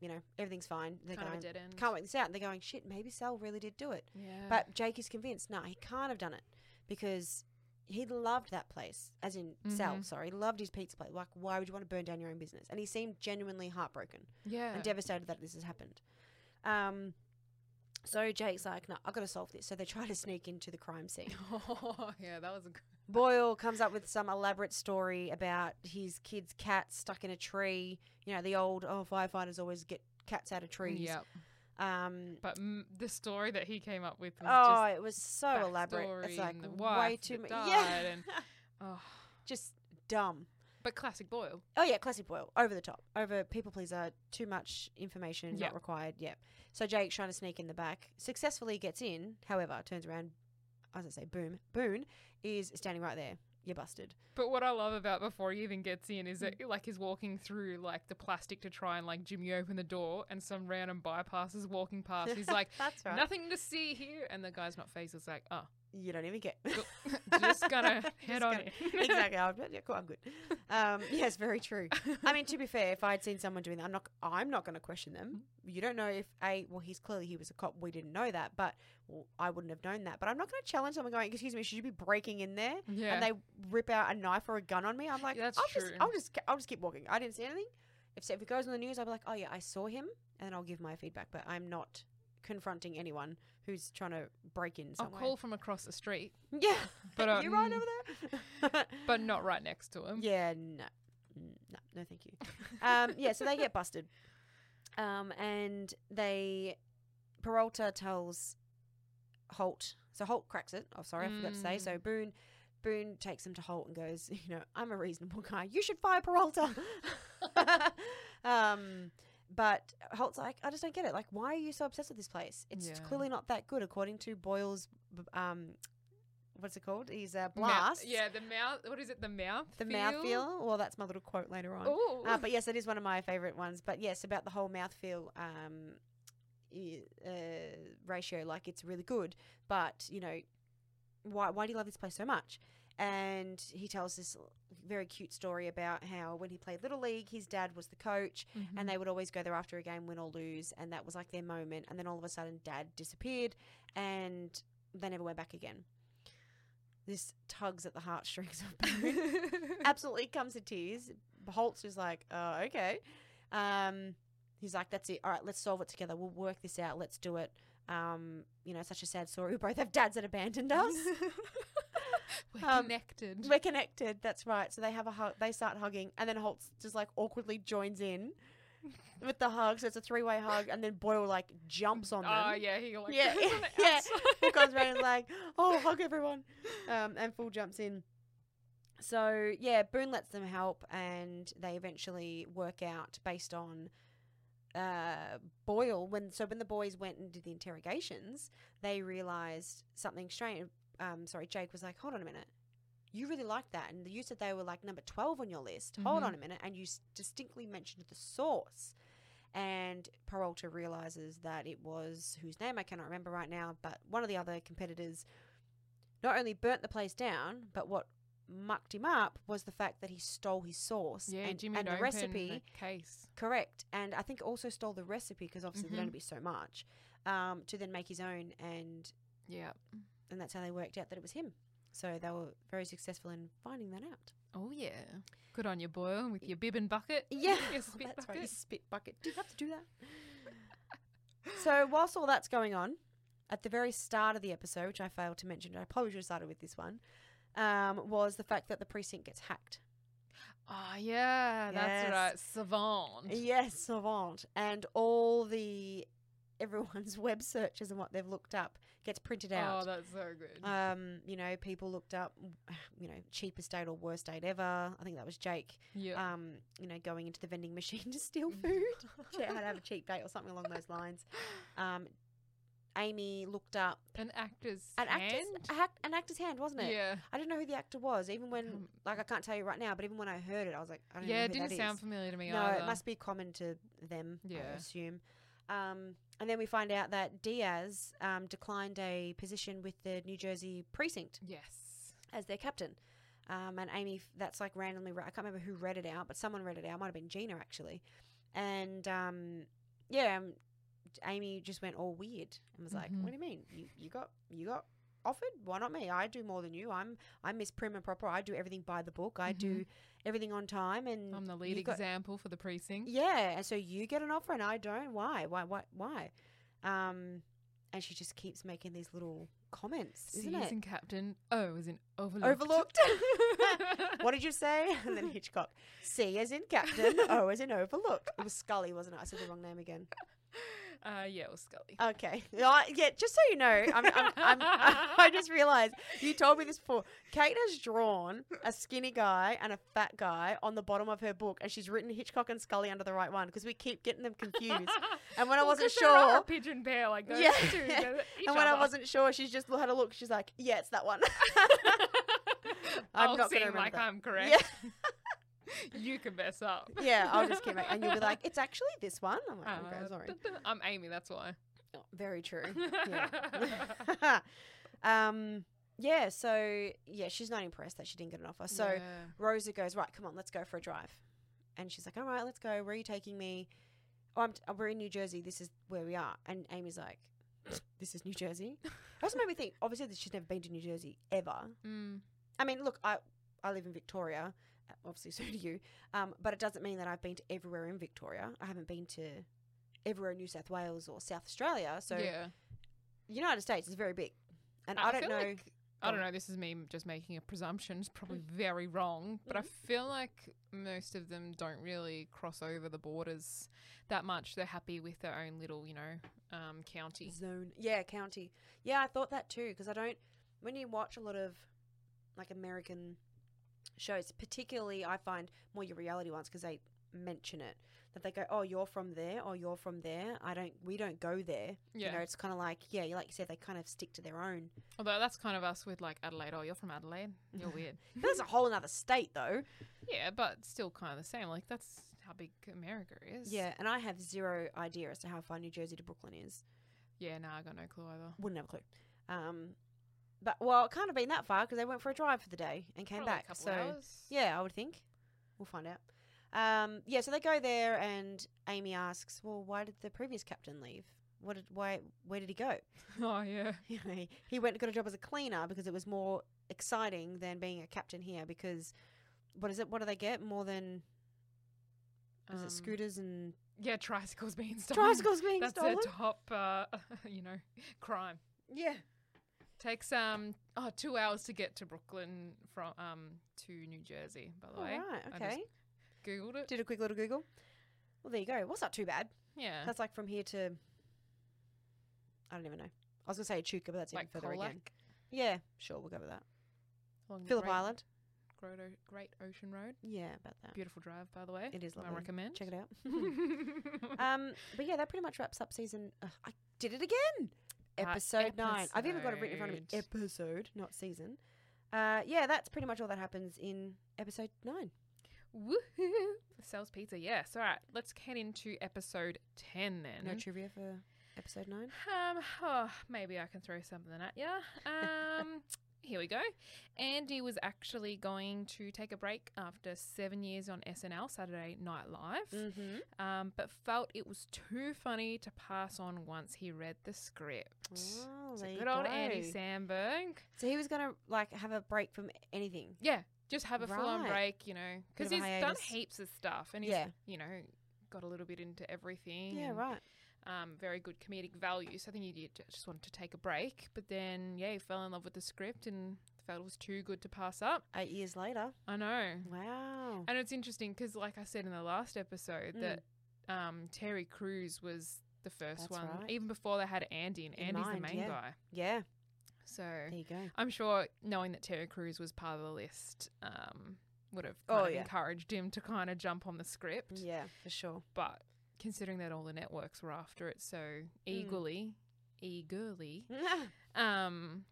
Speaker 2: You know, everything's fine. They're
Speaker 1: kind of a
Speaker 2: going.
Speaker 1: dead end.
Speaker 2: Can't work this out. And they're going. Shit, maybe Sal really did do it.
Speaker 1: Yeah.
Speaker 2: But Jake is convinced, no, he can't have done it because he loved that place, as in Sal,
Speaker 1: Mhm.
Speaker 2: sorry, loved his pizza place. Like, why would you want to burn down your own business? And he seemed genuinely heartbroken
Speaker 1: yeah.
Speaker 2: and devastated that this has happened. Um, so Jake's like, no, I've got to solve this. So they try to sneak into the crime scene.
Speaker 1: oh, yeah, that was a good.
Speaker 2: Boyle comes up with some elaborate story about his kid's cat stuck in a tree. You know, the old, oh, firefighters always get cats out of trees.
Speaker 1: Yep.
Speaker 2: Um,
Speaker 1: But m- the story that he came up with was
Speaker 2: Oh,
Speaker 1: just.
Speaker 2: it was so elaborate.
Speaker 1: backstory
Speaker 2: It's like
Speaker 1: and the
Speaker 2: way
Speaker 1: wife
Speaker 2: too
Speaker 1: that
Speaker 2: much.
Speaker 1: died
Speaker 2: Yeah,
Speaker 1: and- Oh.
Speaker 2: just dumb.
Speaker 1: But classic Boyle.
Speaker 2: Oh yeah, classic Boyle, over the top, over people pleaser, too much information,
Speaker 1: Yeah.
Speaker 2: not required. Yep. So Jake's trying to sneak in the back, successfully gets in. However, turns around, as I say, boom, Boone is standing right there. You're busted.
Speaker 1: But what I love about before he even gets in is that
Speaker 2: Mm.
Speaker 1: like he's walking through like the plastic to try and like Jimmy open the door and some random bypass is walking past. He's Oh, like
Speaker 2: That's right.
Speaker 1: nothing to see here and the guy's not phased is like, oh
Speaker 2: you don't even get.
Speaker 1: Just gonna head
Speaker 2: Just
Speaker 1: on
Speaker 2: gonna-
Speaker 1: in.
Speaker 2: exactly. I'm, yeah, cool. I'm good. Um, yes, very true. I mean, to be fair, if I'd seen someone doing that, I'm not. I'm not going to question them.
Speaker 1: Mm-hmm.
Speaker 2: You don't know if a. Well, he's clearly he was a cop. We didn't know that, but well, I wouldn't have known that. But I'm not going to challenge someone going, "Excuse me, should you be breaking in there?"
Speaker 1: yeah.
Speaker 2: And they rip out a knife or a gun on me. I'm like,
Speaker 1: Yeah, that's
Speaker 2: I'll
Speaker 1: true.
Speaker 2: just, I'll just, I'll just keep walking. I didn't see anything. If, if it goes on the news, I'll be like, "Oh yeah, I saw him," and then I'll give my feedback. But I'm not confronting anyone who's trying to break in
Speaker 1: I'll
Speaker 2: somewhere.
Speaker 1: call from across the street,
Speaker 2: Yeah,
Speaker 1: but uh,
Speaker 2: you right
Speaker 1: mm,
Speaker 2: over there.
Speaker 1: but not right next to him.
Speaker 2: Yeah, no, Mm, no, no, thank you. Um, yeah, so they get busted, um, and they Peralta tells Holt. So Holt cracks it. Oh, sorry, I forgot to say. So
Speaker 1: Mm.
Speaker 2: Boone, Boone takes him to Holt and goes, you know, I'm a reasonable guy. You should fire Peralta. um, but Holt's like, I just don't get it. Like, why are you so obsessed with this place? It's
Speaker 1: Yeah.
Speaker 2: clearly not that good, according to Boyle's. b- Um, what's it called? He's a
Speaker 1: Mou-
Speaker 2: blast.
Speaker 1: yeah, the mouth. What is it? The mouth.
Speaker 2: The mouth feel. Well, that's my little quote later on.
Speaker 1: Oh,
Speaker 2: Uh, but yes, it is one of my favourite ones. But yes, about the whole mouth feel um, i- uh, ratio, like it's really good. But you know, why why do you love this place so much? And he tells this l- very cute story about how when he played little league, his dad was the coach,
Speaker 1: Mm-hmm.
Speaker 2: and they would always go there after a game, win or lose, and that was like their moment. And then all of a sudden, dad disappeared, and they never went back again. This tugs at the heartstrings of Boone absolutely comes to tears. Holtz is like, oh, okay. Um, he's like, that's it. All right, let's solve it together. We'll work this out. Let's do it. Um, you know, such a sad story. We both have dads that abandoned us.
Speaker 1: We're
Speaker 2: um,
Speaker 1: connected.
Speaker 2: We're connected. That's right. So they have a hug. They start hugging, and then Holtz just like awkwardly joins in with the hug. So it's a three way hug, and then Boyle like jumps on them.
Speaker 1: Oh yeah, he like
Speaker 2: Yeah,
Speaker 1: goes on the
Speaker 2: yeah.
Speaker 1: outside.
Speaker 2: Paul comes around and is like, "Oh, hug everyone," um, and Paul jumps in. So yeah, Boone lets them help, and they eventually work out based on uh, Boyle. When so when the boys went and did the interrogations, they realized something strange. Um, sorry, Jake was like, "Hold on a minute." You really liked that, and you said they were like number twelve on your list. Hold
Speaker 1: Mhm.
Speaker 2: on a minute, and you s- distinctly mentioned the source and Peralta realizes that it was whose name I cannot remember right now, but one of the other competitors not only burnt the place down, but what mucked him up was the fact that he stole his sauce
Speaker 1: Yeah,
Speaker 2: and,
Speaker 1: Jimmy
Speaker 2: and the
Speaker 1: Dopen,
Speaker 2: recipe.
Speaker 1: case.
Speaker 2: Correct, and I think also stole the recipe because obviously
Speaker 1: Mhm.
Speaker 2: there'd only be so much um, to then make his own, and
Speaker 1: Yeah.
Speaker 2: and that's how they worked out that it was him. So they were very successful in finding that out.
Speaker 1: Oh yeah. Good on you, Boyle, with your bib and bucket.
Speaker 2: Yeah,
Speaker 1: Your spit
Speaker 2: that's right.
Speaker 1: bucket.
Speaker 2: your Spit bucket. Do you have to do that? so whilst all that's going on, at the very start of the episode, which I failed to mention, I probably should have started with this one, um, was the fact that the precinct gets hacked.
Speaker 1: Oh yeah, that's
Speaker 2: Yes.
Speaker 1: right. Savant.
Speaker 2: Yes, savant, and all the everyone's web searches and what they've looked up gets printed
Speaker 1: Oh,
Speaker 2: out.
Speaker 1: that's so good.
Speaker 2: um, you know, people looked up, you know, cheapest date or worst date ever. I think that was Jake.
Speaker 1: yeah. Mm.
Speaker 2: um, you know, going into the vending machine to steal food, Che- how to have a cheap date or something along those lines. Um, Amy looked up
Speaker 1: an actor's
Speaker 2: an actor's
Speaker 1: hand.
Speaker 2: a hac- an actor's hand, wasn't it?
Speaker 1: Yeah.
Speaker 2: I didn't know who the actor was, even when
Speaker 1: Um,
Speaker 2: like I can't tell you right now, but even when I heard it, I was like, I don't
Speaker 1: Yeah, it
Speaker 2: know
Speaker 1: didn't
Speaker 2: who that
Speaker 1: sound
Speaker 2: is.
Speaker 1: familiar to me
Speaker 2: No,
Speaker 1: either.
Speaker 2: it must be common to them. I
Speaker 1: Yeah.
Speaker 2: assume. Um, and then we find out that Diaz um, declined a position with the New Jersey precinct
Speaker 1: Yes.
Speaker 2: as their captain. Um, and Amy, f- that's like randomly, re- I can't remember who read it out, but someone read it out. Might have been Gina actually. And um, yeah, um, Amy just went all weird and was like,
Speaker 1: Mhm.
Speaker 2: "What do you mean? You, you got you got offered? Why not me? I do more than you. I'm I'm Miss Prim and Proper. I do everything by the book. I
Speaker 1: Mhm.
Speaker 2: do everything on time. And
Speaker 1: I'm the
Speaker 2: Mm, you
Speaker 1: lead
Speaker 2: got-
Speaker 1: example for the precinct.
Speaker 2: yeah, and so you get an offer and I don't. Why? Why? Why? Why? Um, and she just keeps making these little comments, isn't it?
Speaker 1: Season captain. Oh, as in overlooked.
Speaker 2: Overlooked. what did you say? And then Hitchcock. C as in captain, O as in overlook. It was Scully, wasn't it? I said the wrong name again.
Speaker 1: Uh, yeah, it was Scully.
Speaker 2: Okay. Uh, yeah, just so you know, I'm, I'm, I'm, I just realised you told me this before. Kate has drawn a skinny guy and a fat guy on the bottom of her book, and she's written Hitchcock and Scully under the right one because we keep getting them confused. And when I
Speaker 1: Well,
Speaker 2: wasn't
Speaker 1: 'cause there are
Speaker 2: sure,
Speaker 1: Pigeon pair like those
Speaker 2: Yeah.
Speaker 1: two. they're each
Speaker 2: and when I
Speaker 1: other.
Speaker 2: wasn't sure, she's just had a look. She's like, yeah, it's that one. I'm
Speaker 1: I'll
Speaker 2: not gonna
Speaker 1: seem
Speaker 2: remember
Speaker 1: like
Speaker 2: that.
Speaker 1: I'm correct.
Speaker 2: yeah.
Speaker 1: You can mess up.
Speaker 2: Yeah, I'll just keep it. And you'll be like, it's actually this one. I'm like, "Oh, okay,
Speaker 1: Uh,
Speaker 2: sorry.
Speaker 1: duh, duh. I'm Amy. That's why.
Speaker 2: Very true. Yeah. um, yeah, so yeah, she's not impressed that she didn't get an offer. So
Speaker 1: Yeah.
Speaker 2: Rosa goes, right, come on, let's go for a drive. And she's like, all right, let's go. Where are you taking me? Oh, I'm t- we're in New Jersey. This is where we are. And Amy's like, this is New Jersey. It also made me think, obviously, that she's never been to New Jersey ever.
Speaker 1: Mm.
Speaker 2: I mean, look, I, I live in Victoria. uh, Obviously, so do you. Um, but it doesn't mean that I've been to everywhere in Victoria. I haven't been to everywhere in New South Wales or South Australia. So
Speaker 1: yeah.
Speaker 2: United States is very big. And I, don't
Speaker 1: feel
Speaker 2: know. Mm.
Speaker 1: Like, I
Speaker 2: Oh.
Speaker 1: don't know. This is me m- just making a presumption. It's probably very wrong, but I
Speaker 2: Mm-hmm.
Speaker 1: feel like most of them don't really cross over the borders that much. They're happy with their own little, you know, um, county.
Speaker 2: zone. Yeah, county. Yeah, I thought that too because I don't. When you watch a lot of like American shows, particularly I find more your reality ones because they mention it that they go, "Oh, you're from there, or you're from there." I don't. We don't go there.
Speaker 1: Yeah.
Speaker 2: You know, it's kind of like yeah, like you said, they kind of stick to their own.
Speaker 1: Although that's kind of us with like Adelaide. Oh, you're from Adelaide. You're weird.
Speaker 2: But that's a whole other state though.
Speaker 1: yeah, but still kind of the same. Like that's how big America is.
Speaker 2: Yeah, and I have zero idea as to how far New Jersey to Brooklyn is.
Speaker 1: Yeah. No, I got no clue either.
Speaker 2: Wouldn't have a clue. Um, but well, it can't have been that far because they went for a drive for the day and came
Speaker 1: Probably
Speaker 2: back.
Speaker 1: A couple
Speaker 2: so.
Speaker 1: hours.
Speaker 2: Yeah, I would think. We'll find out. Um, yeah, so they go there, and Amy asks, "Well, why did the previous captain leave? What did why? Where did he go?
Speaker 1: Oh yeah.
Speaker 2: You know, he- he went and got a job as a cleaner because it was more exciting than being a captain here. Because what is it? What do they get more than? Is
Speaker 1: Um,
Speaker 2: it scooters and
Speaker 1: Yeah, tricycles being stolen.
Speaker 2: tricycles being
Speaker 1: That's
Speaker 2: stolen?
Speaker 1: their top, uh, you know, crime.
Speaker 2: yeah,
Speaker 1: Takes um oh two hours to get to Brooklyn from um to New Jersey. By the
Speaker 2: all
Speaker 1: way,
Speaker 2: right,
Speaker 1: I
Speaker 2: okay.
Speaker 1: just googled it.
Speaker 2: Did a quick little Google. Well, there you go. What's not too bad?
Speaker 1: Yeah,
Speaker 2: That's like from here to. I don't even know. I was gonna say Chuka, but that's
Speaker 1: like
Speaker 2: even further again.
Speaker 1: Colac
Speaker 2: Yeah, sure, we'll go with that.
Speaker 1: along the
Speaker 2: Phillip
Speaker 1: Great-
Speaker 2: Island.
Speaker 1: Great, O- Great Ocean Road.
Speaker 2: Yeah, about that.
Speaker 1: Beautiful drive, by the way.
Speaker 2: It is
Speaker 1: I
Speaker 2: lovely.
Speaker 1: recommend.
Speaker 2: Check it out. um, but yeah, that pretty much wraps up season. Ugh, I did it again.
Speaker 1: Uh,
Speaker 2: Episode nine. I've even got it written in front of me.
Speaker 1: episode.
Speaker 2: Episode, not season. Uh, yeah, that's pretty much all that happens in episode nine.
Speaker 1: Woohoo! Sells pizza. Yes. All right. Let's head into episode ten then.
Speaker 2: No trivia for episode nine.
Speaker 1: Um, oh, maybe I can throw something at ya. Um, here we go. Andy was actually going to take a break after seven years on SNL, Saturday Night Live,
Speaker 2: Mm-hmm.
Speaker 1: um, but felt it was too funny to pass on once he read the script.
Speaker 2: Oh,
Speaker 1: so
Speaker 2: there you
Speaker 1: good old Andy
Speaker 2: go.
Speaker 1: Sandberg.
Speaker 2: So he was gonna like have a break from anything.
Speaker 1: Yeah, just have a full-on
Speaker 2: Right.
Speaker 1: break, you know, because
Speaker 2: Bit
Speaker 1: he's
Speaker 2: of a
Speaker 1: done
Speaker 2: hiatus.
Speaker 1: heaps of stuff, and he's,
Speaker 2: Yeah.
Speaker 1: you know, got a little bit into everything.
Speaker 2: Yeah,
Speaker 1: and-
Speaker 2: right.
Speaker 1: um, very good comedic value. So I think he did just wanted to take a break, but then yeah, he fell in love with the script and felt it was too good to pass up.
Speaker 2: Eight years later.
Speaker 1: I know,
Speaker 2: Mm. Mm-hmm. Wow.
Speaker 1: and it's interesting because, like I said in the last episode,
Speaker 2: Mm.
Speaker 1: that um, Terry Crews was the first
Speaker 2: That's
Speaker 1: one,
Speaker 2: right.
Speaker 1: even before they had Andy, and
Speaker 2: In
Speaker 1: Andy's
Speaker 2: mind,
Speaker 1: the main
Speaker 2: yeah.
Speaker 1: guy.
Speaker 2: Yeah.
Speaker 1: So
Speaker 2: There you go.
Speaker 1: I'm sure knowing that Terry Crews was part of the list. Um, would have
Speaker 2: Oh,
Speaker 1: kind of
Speaker 2: yeah.
Speaker 1: encouraged him to kind of jump on the script,
Speaker 2: Yeah, for sure.
Speaker 1: but considering that all the networks were after it so
Speaker 2: Hmm.
Speaker 1: eagerly, eagerly, um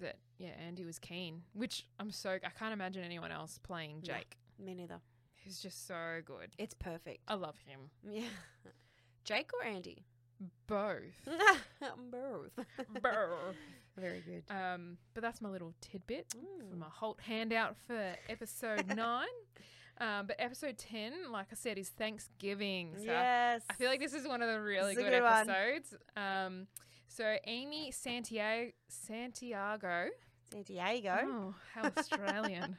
Speaker 1: that yeah andy was keen which i'm so i can't imagine anyone else playing
Speaker 2: Yeah.
Speaker 1: jake
Speaker 2: Me neither. Oh.
Speaker 1: he's just so good
Speaker 2: It's perfect.
Speaker 1: i love him
Speaker 2: Yeah. Jake or Andy?
Speaker 1: both
Speaker 2: Both.
Speaker 1: Brr.
Speaker 2: Very good.
Speaker 1: um but that's my little tidbit for
Speaker 2: Mm.
Speaker 1: my holt handout for episode 9 um but episode 10 like i said is thanksgiving so I
Speaker 2: Yes.
Speaker 1: I feel like this is one of the really
Speaker 2: This
Speaker 1: good,
Speaker 2: is a good one.
Speaker 1: episodes. Um, so Amy Santiago, Santiago,
Speaker 2: San Diego.
Speaker 1: Oh, how Australian.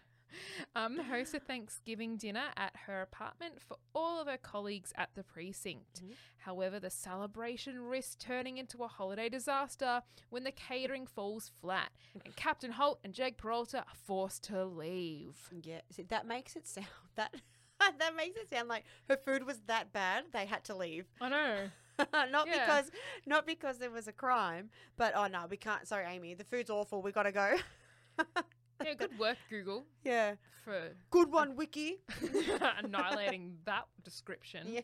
Speaker 1: um, the host of Thanksgiving dinner at her apartment for all of her colleagues at the precinct.
Speaker 2: Mhm.
Speaker 1: However, the celebration risks turning into a holiday disaster when the catering falls flat and Captain Holt and Jake Peralta are forced to leave.
Speaker 2: Yeah. See, that makes it sound that that makes it sound like her food was that bad they had to leave.
Speaker 1: I know.
Speaker 2: not
Speaker 1: Yeah.
Speaker 2: because not because there was a crime, but oh no, we can't. Sorry, Amy, the food's awful. We gotta go.
Speaker 1: Yeah, good work, Google,
Speaker 2: yeah.
Speaker 1: for
Speaker 2: Good one, Wiki.
Speaker 1: annihilating that description.
Speaker 2: Yeah.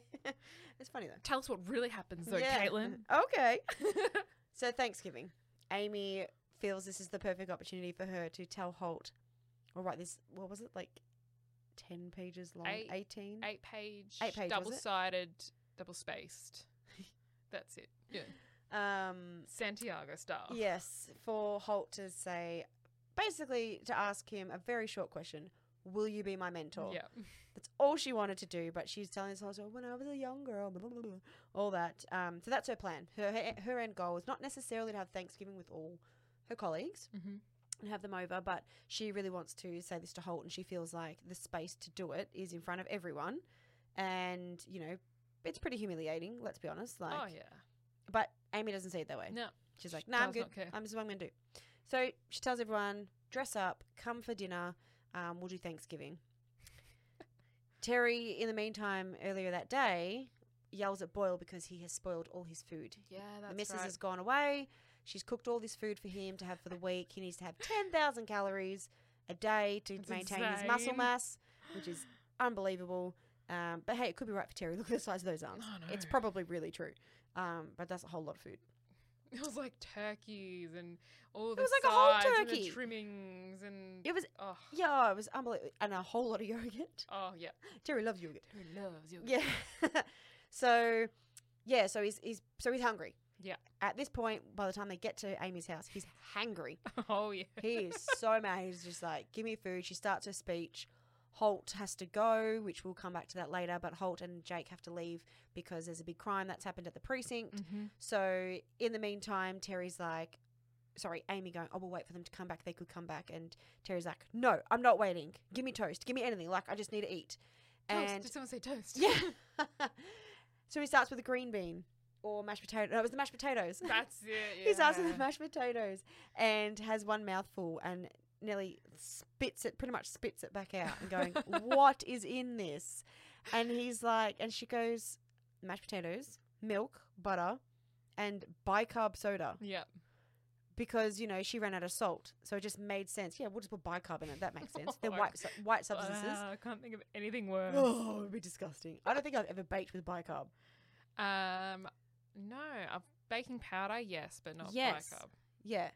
Speaker 2: It's funny though.
Speaker 1: Tell us what really happens, though,
Speaker 2: Yeah.
Speaker 1: Caitlin.
Speaker 2: Okay. So Thanksgiving, Amy feels this is the perfect opportunity for her to tell Holt, or write this. What was it like? Ten pages long.
Speaker 1: Eight-
Speaker 2: Eighteen.
Speaker 1: eight page,
Speaker 2: Eight page, was it?
Speaker 1: double sided, double spaced. That's it. Yeah.
Speaker 2: Um.
Speaker 1: Santiago style.
Speaker 2: Yes, for Holt to say, basically to ask him a very short question Will you be my mentor?
Speaker 1: Yeah.
Speaker 2: That's all she wanted to do, but she's telling us also when I was a young girl, blah, blah, blah, blah," all that. Um, so that's her plan. Her, her her end goal is not necessarily to have Thanksgiving with all her colleagues
Speaker 1: Mm-hmm.
Speaker 2: and have them over, but she really wants to say this to Holt, and she feels like the space to do it is in front of everyone, and you know it's pretty humiliating. Let's be honest. Like,
Speaker 1: oh yeah.
Speaker 2: but Amy doesn't see it that way.
Speaker 1: No.
Speaker 2: She's
Speaker 1: She
Speaker 2: like, nah, I'm
Speaker 1: does
Speaker 2: good.
Speaker 1: not care."
Speaker 2: I'm, this is what I'm going to do. So she tells everyone, dress up, come for dinner. Um, we'll do Thanksgiving. Terry, in the meantime, earlier that day, yells at Boyle because he has spoiled all his food.
Speaker 1: Yeah, that's
Speaker 2: the missus
Speaker 1: right.
Speaker 2: has gone away. She's cooked all this food for him to have for the week. He needs to have 10,000 calories a day to
Speaker 1: That's
Speaker 2: maintain his muscle
Speaker 1: insane.
Speaker 2: mass, which is unbelievable. Um, but hey, it could be right for Terry. Look at the size of those arms.
Speaker 1: Oh,
Speaker 2: It's
Speaker 1: no.
Speaker 2: probably really true. Um, but that's a whole lot of food.
Speaker 1: It was like turkeys and all the
Speaker 2: was like a whole
Speaker 1: sides and the
Speaker 2: turkey.
Speaker 1: trimmings and
Speaker 2: It was
Speaker 1: oh
Speaker 2: Yeah, it was unbelievable. And a whole lot of yogurt.
Speaker 1: oh yeah.
Speaker 2: Terry loves yogurt.
Speaker 1: Who loves you?
Speaker 2: Yeah. so, yeah, so he's, he's so he's hungry.
Speaker 1: Yeah.
Speaker 2: At this point, by the time they get to Amy's house, he's hangry.
Speaker 1: Oh yeah.
Speaker 2: He is so mad. He's just like, give me food. She starts her speech. Holt has to go, which we'll come back to that later. But Holt and Jake have to leave because there's a big crime that's happened at the precinct.
Speaker 1: Mm-hmm.
Speaker 2: So in the meantime, Terry's like, sorry, Amy going, oh, we'll wait for them to come back. They could come back. And Terry's like, no, I'm not waiting. Give me toast. Give me anything. Like, I just need to eat.
Speaker 1: Toast.
Speaker 2: And
Speaker 1: Did someone say toast?
Speaker 2: yeah. so he starts with a green bean or mashed potato. No, it was the mashed potatoes.
Speaker 1: That's it. Yeah.
Speaker 2: He's after the mashed potatoes and has one mouthful and nearly spits it, pretty much spits it back out and going, What is in this? And he's like, and she goes, Mashed potatoes, milk, butter, and bicarb soda
Speaker 1: Yeah.
Speaker 2: because, you know, she ran out of salt. So it just made sense. Yeah, we'll just put bicarb in it. That makes sense. They're
Speaker 1: Oh my
Speaker 2: white, su- white substances.
Speaker 1: Wow, Ah, I can't think of anything worse.
Speaker 2: Oh, it would be disgusting. I don't think I've ever baked with bicarb.
Speaker 1: Um, no, uh, baking powder, yes, but not
Speaker 2: Yes.
Speaker 1: bicarb.
Speaker 2: Yeah.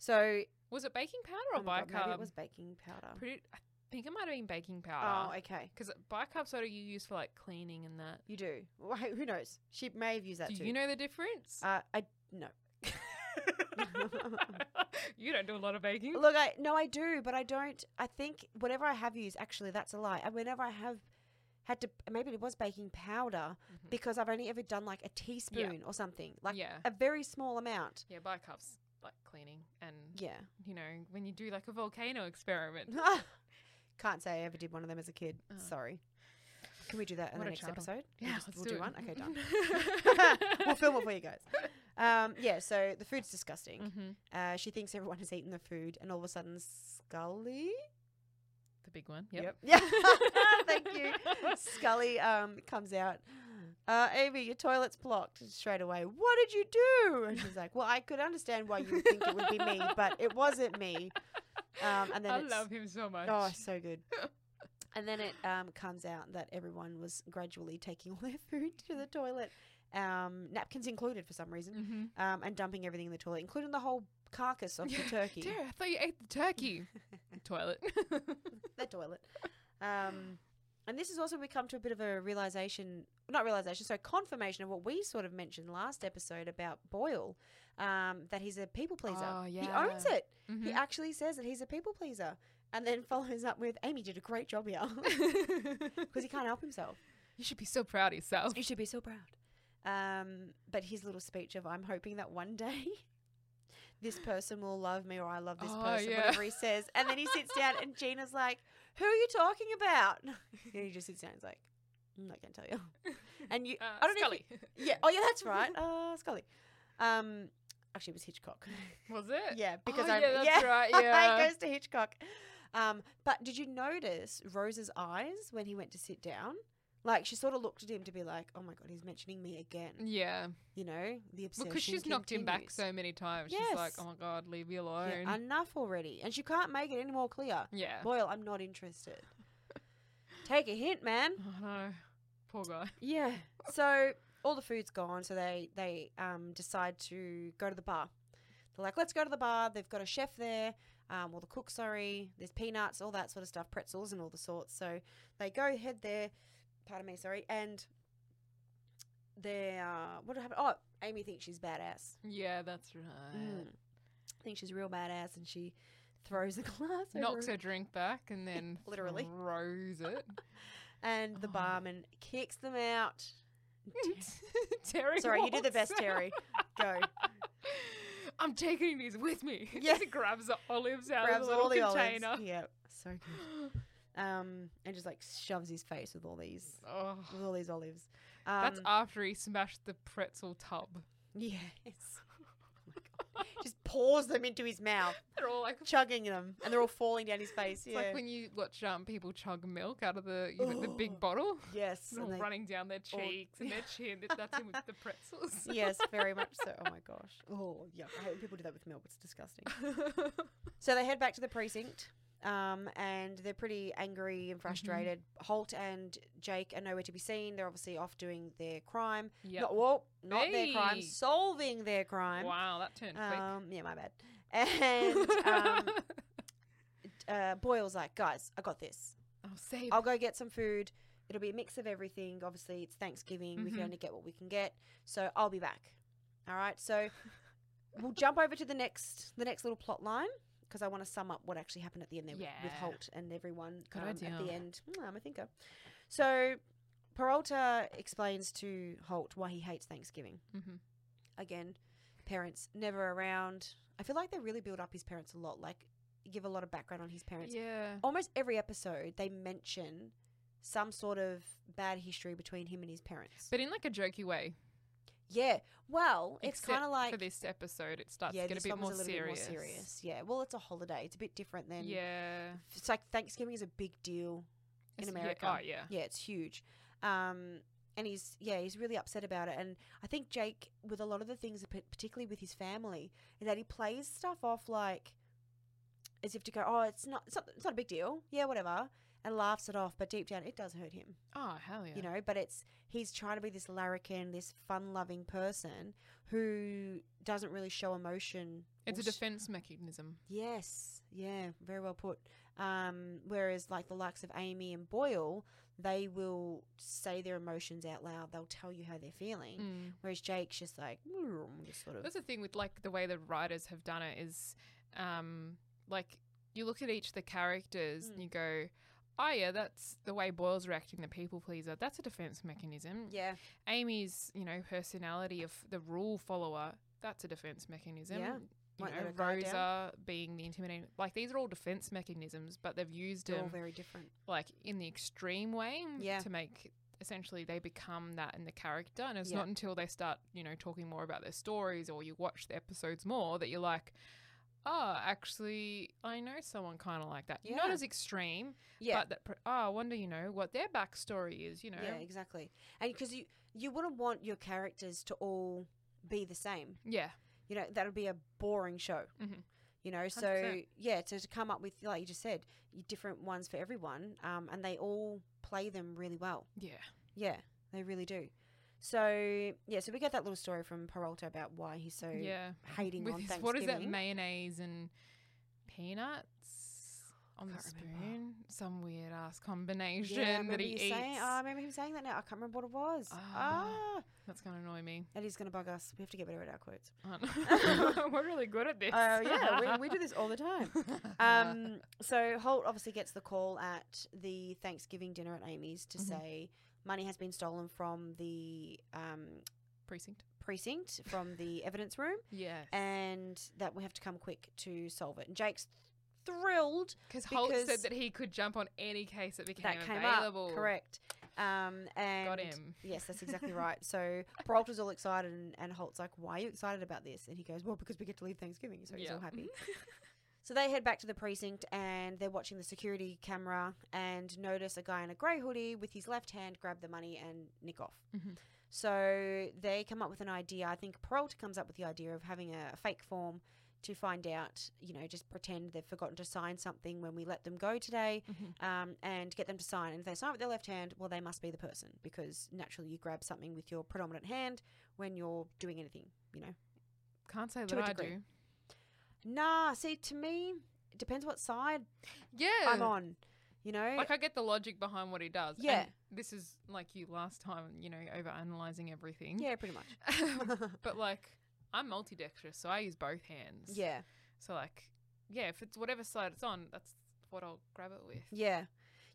Speaker 2: So,
Speaker 1: Was it baking powder
Speaker 2: oh
Speaker 1: or
Speaker 2: my God,
Speaker 1: bicarb?
Speaker 2: maybe it was baking powder.
Speaker 1: Pretty, I think it might have been baking
Speaker 2: Oh,
Speaker 1: powder.
Speaker 2: okay.
Speaker 1: Because bicarb soda you use for like cleaning and that.
Speaker 2: You do. Well, hey, who knows? She may have used that
Speaker 1: Do
Speaker 2: too.
Speaker 1: you know the difference?
Speaker 2: Uh, I no.
Speaker 1: you don't do a lot of baking.
Speaker 2: Look, I no, I do, but I don't. I think whatever I have used, actually, that's a lie. And whenever I have had to, maybe it was baking powder
Speaker 1: Mhm.
Speaker 2: because I've only ever done like a teaspoon or something, like
Speaker 1: yeah,
Speaker 2: a very small amount.
Speaker 1: yeah, bicarb's like cleaning and
Speaker 2: Yeah.
Speaker 1: you know when you do like a volcano experiment.
Speaker 2: Can't say I ever did one of them as a kid.
Speaker 1: Oh.
Speaker 2: Sorry. Can we do that in
Speaker 1: What
Speaker 2: the
Speaker 1: a
Speaker 2: next
Speaker 1: child.
Speaker 2: episode? We'll
Speaker 1: Yeah,
Speaker 2: just-
Speaker 1: let's
Speaker 2: we'll
Speaker 1: do
Speaker 2: do
Speaker 1: it.
Speaker 2: one. Okay, done. we'll film it for you guys. Um, yeah, so the food's disgusting.
Speaker 1: hmm
Speaker 2: Uh, she thinks everyone has eaten the food, and all of a sudden, Scully.
Speaker 1: The big one. Yep.
Speaker 2: Yeah. Thank you. Scully um, comes out. Uh, Amy, your toilet's blocked And straight away. What did you do? And she's like, Well, I could understand why you would think it would be me, but it wasn't me. Um, and then
Speaker 1: I
Speaker 2: it's,
Speaker 1: love him so much.
Speaker 2: Oh, so good. and then it um, comes out that everyone was gradually taking all their food to the toilet, um, napkins included for some reason,
Speaker 1: mm-hmm.
Speaker 2: um, and dumping everything in the toilet, including the whole carcass of the
Speaker 1: Yeah.
Speaker 2: turkey.
Speaker 1: Tara, I thought you ate the turkey. Toilet.
Speaker 2: the toilet. Um, and this is also we come to a bit of a realization, not realization, so confirmation of what we sort of mentioned last episode about Boyle, um, that he's a people pleaser.
Speaker 1: Oh,
Speaker 2: He owns
Speaker 1: yeah.
Speaker 2: it. He
Speaker 1: Mhm.
Speaker 2: actually says that he's a people pleaser, and then follows up with Amy did a great job here because he can't help himself.
Speaker 1: you should be so proud of yourself.
Speaker 2: You should be so proud. Um, but his little speech of I'm hoping that one day. This person will love me, or I love this
Speaker 1: Oh,
Speaker 2: person,
Speaker 1: yeah.
Speaker 2: whatever he says. And then he sits down, and Gina's like, Who are you talking about? And he just sits down. He's like, I'm not going to tell you. And you,
Speaker 1: Uh,
Speaker 2: I don't know.
Speaker 1: Scully.
Speaker 2: If you- yeah. Oh, yeah, that's right. Uh, Scully. Um, actually, it was Hitchcock.
Speaker 1: Was it?
Speaker 2: yeah, because
Speaker 1: oh,
Speaker 2: I'm.
Speaker 1: yeah, that's right.
Speaker 2: it
Speaker 1: Yeah.
Speaker 2: goes to Hitchcock. Um, but did you notice Rose's eyes when he went to sit down? Like she sort of looked at him to be like, "Oh my god, he's mentioning me again."
Speaker 1: yeah.
Speaker 2: You know the obsession.
Speaker 1: Mm. Because she's knocked him back
Speaker 2: continues.
Speaker 1: so many times. She's like,
Speaker 2: Yes.
Speaker 1: oh my God, leave me alone.
Speaker 2: Yeah,
Speaker 1: Yeah.
Speaker 2: enough already, and she can't make it any more clear. Boyle, I'm not interested. Take a hint, man.
Speaker 1: Oh no. Poor guy.
Speaker 2: Yeah. So all the food's gone, so they they um, decide to go to the bar. They're like, let's go to the bar. They've got a chef there, um, or the cook, sorry. There's peanuts, all that sort of stuff, pretzels and all the sorts. So they go head there. Pardon me, sorry. And they uh, what happened? Oh, Amy thinks she's badass. Hmm.
Speaker 1: Yeah, that's right.
Speaker 2: Mm. Thinks she's real badass, and she throws the glass over
Speaker 1: knocks
Speaker 2: him,
Speaker 1: her drink back and then
Speaker 2: Literally.
Speaker 1: throws it.
Speaker 2: and the
Speaker 1: Oh.
Speaker 2: barman kicks them out.
Speaker 1: Terry,
Speaker 2: Sorry, you do the
Speaker 1: walks
Speaker 2: best,
Speaker 1: out.
Speaker 2: Terry. Go.
Speaker 1: I'm taking these with me.
Speaker 2: Yeah.
Speaker 1: Just grabs the olives out
Speaker 2: Grabs
Speaker 1: of Oh, the little
Speaker 2: all the
Speaker 1: container.
Speaker 2: olives. Yeah, so good. Um, and just like shoves his face with all these
Speaker 1: Oh,
Speaker 2: with all these olives. Um,
Speaker 1: that's after he smashed the pretzel tub.
Speaker 2: yes. Oh my God. Just pours them into his mouth,
Speaker 1: They're all like
Speaker 2: chugging them, and they're all falling down his face.
Speaker 1: It's
Speaker 2: yeah.
Speaker 1: like when you watch um, people chug milk out of the you know, the big bottle,
Speaker 2: yes.
Speaker 1: It's
Speaker 2: and
Speaker 1: all
Speaker 2: they-
Speaker 1: running down their
Speaker 2: all-
Speaker 1: cheeks and their chin. That- That's him with the pretzels.
Speaker 2: yes, very much so. Oh my gosh. Oh, yeah. I hate when people do that with milk. It's disgusting. So they head back to the precinct, um, and they're pretty angry
Speaker 1: Mm-hmm.
Speaker 2: and frustrated. Holt and Jake are nowhere to be seen. They're obviously off doing their crime.
Speaker 1: yeah.
Speaker 2: Not, well, not their
Speaker 1: Hey.
Speaker 2: crime, solving their crime.
Speaker 1: Wow, that turned
Speaker 2: Um, yeah, my bad.
Speaker 1: quick.
Speaker 2: And um, uh, Boyle's like, guys, I got this.
Speaker 1: oh, save.
Speaker 2: I'll go get some food. It'll be a mix of everything. Obviously, it's Thanksgiving. We can
Speaker 1: Mhm.
Speaker 2: only get what we can get. So I'll be back. All right. So we'll jump over to the next the next little plot line because I want to sum up what actually happened at the end there with- with
Speaker 1: Yeah.
Speaker 2: Holt and everyone
Speaker 1: Good
Speaker 2: um, at the
Speaker 1: idea.
Speaker 2: end. Mm, I'm a thinker. So Peralta explains to Holt why he hates Thanksgiving.
Speaker 1: Mm-hmm.
Speaker 2: Again, parents never around. I feel like they really build up his parents a lot. Like give a lot of background on his parents
Speaker 1: Yeah.
Speaker 2: almost every episode they mention some sort of bad history between him and his parents.
Speaker 1: But in like a jokey way.
Speaker 2: yeah. Well, it's
Speaker 1: Except
Speaker 2: kind of like
Speaker 1: for this episode, it starts
Speaker 2: yeah,
Speaker 1: to get
Speaker 2: this
Speaker 1: a bit
Speaker 2: one
Speaker 1: more
Speaker 2: was a little
Speaker 1: serious.
Speaker 2: bit more serious. Yeah. Well, it's a holiday. It's a bit different than
Speaker 1: yeah.
Speaker 2: It's like Thanksgiving is a big deal. in
Speaker 1: It's- yeah,
Speaker 2: America.
Speaker 1: Oh yeah.
Speaker 2: Yeah, it's huge. Um and he's yeah, he's really upset about it and I think Jake with a lot of the things pa- particularly with his family is that he plays stuff off like as if to go, "Oh, it's not it's not, it's not a big deal. Yeah, whatever." And laughs it off, but deep down it does hurt him.
Speaker 1: Oh hell yeah.
Speaker 2: you know but it's he's trying to be this larrikin this fun loving person who doesn't really show emotion
Speaker 1: it's a
Speaker 2: or sh-
Speaker 1: defense mechanism.
Speaker 2: yes yeah very well put um whereas like the likes of amy and boyle they will say their emotions out loud they'll tell you how they're feeling
Speaker 1: Mm.
Speaker 2: whereas jake's just like "Mm," just sort of
Speaker 1: That's the thing with like the way the writers have done it is, um, like you look at each of the characters and
Speaker 2: Mm.
Speaker 1: you go, oh yeah, that's the way Boyle's reacting, the people pleaser. That's a defense mechanism.
Speaker 2: yeah
Speaker 1: Amy's, you know, personality of the rule follower. That's a defense mechanism.
Speaker 2: Yeah.
Speaker 1: You
Speaker 2: Won't let
Speaker 1: know,
Speaker 2: her guard down.
Speaker 1: Rosa being the intimidating, like these are all defense mechanisms, but they've used
Speaker 2: they're all
Speaker 1: them
Speaker 2: very different
Speaker 1: like in the extreme way
Speaker 2: Yeah.
Speaker 1: to make essentially they become that in the character and it's
Speaker 2: Yeah.
Speaker 1: not until they start you know talking more about their stories or you watch the episodes more that you're like oh actually i know someone kind of like that not
Speaker 2: Yeah.
Speaker 1: as extreme
Speaker 2: yeah
Speaker 1: but that pr- oh i wonder you know what their backstory is you know
Speaker 2: yeah exactly and because you you wouldn't want your characters to all be the same
Speaker 1: yeah
Speaker 2: you know that would be a boring show
Speaker 1: Mhm.
Speaker 2: you know so
Speaker 1: 100%.
Speaker 2: yeah to, to come up with like you just said y- different ones for everyone um, and they all play them really well
Speaker 1: yeah
Speaker 2: yeah they really do so yeah so we get that little story from Peralta about why he's so
Speaker 1: yeah
Speaker 2: hating
Speaker 1: with
Speaker 2: on
Speaker 1: his, what
Speaker 2: Thanksgiving
Speaker 1: is that mayonnaise and peanuts on the
Speaker 2: Can't
Speaker 1: spoon
Speaker 2: remember.
Speaker 1: some weird ass
Speaker 2: Yeah,
Speaker 1: combination
Speaker 2: I
Speaker 1: that
Speaker 2: remember
Speaker 1: he
Speaker 2: you
Speaker 1: eats
Speaker 2: saying, oh, I remember him saying that now. I can't remember what it was. Ah,
Speaker 1: Ah. that's gonna annoy me
Speaker 2: and he's going to bug us. We have to get better at our quotes.
Speaker 1: Um, We're really good at this.
Speaker 2: Oh, yeah. We, we do this all the time.
Speaker 1: Uh.
Speaker 2: Um, so Holt obviously gets the call at the Thanksgiving dinner at Amy's to
Speaker 1: Mhm.
Speaker 2: say money has been stolen from the um,
Speaker 1: precinct.
Speaker 2: precinct, from the evidence room,
Speaker 1: Yeah,
Speaker 2: and that we have to come quick to solve it. And Jake's thrilled
Speaker 1: because Holt
Speaker 2: Because-
Speaker 1: said that he could jump on any case that became
Speaker 2: that came
Speaker 1: available.
Speaker 2: up correct. Um, and
Speaker 1: Got him.
Speaker 2: Yes, that's exactly right. So Peralta's all excited, and, and Holt's like, "Why are you excited about this?" And he goes, "Well, because we get to leave Thanksgiving, so he's all
Speaker 1: Yeah.
Speaker 2: happy." So they head back to the precinct and they're watching the security camera and notice a guy in a grey hoodie with his left hand grab the money and nick off.
Speaker 1: Mhm.
Speaker 2: So they come up with an idea. I think Peralta comes up with the idea of having a fake form to find out, you know, just pretend they've forgotten to sign something when we let them go today
Speaker 1: Mhm.
Speaker 2: um, and get them to sign. And if they sign with their left hand, well, they must be the person because naturally you grab something with your predominant hand when you're doing anything, you know.
Speaker 1: Can't say
Speaker 2: To
Speaker 1: that
Speaker 2: a
Speaker 1: I
Speaker 2: degree.
Speaker 1: do.
Speaker 2: Nah, see, to me, it depends what side
Speaker 1: Yeah,
Speaker 2: I'm on. You know,
Speaker 1: like I get the logic behind what he does. and
Speaker 2: Yeah.
Speaker 1: this is like you last time. You know, over analyzing everything.
Speaker 2: yeah, pretty much.
Speaker 1: but like, I'm multi-dexterous, so I use both hands.
Speaker 2: yeah,
Speaker 1: So like, yeah, if it's whatever side it's on, that's what I'll grab it with.
Speaker 2: Yeah.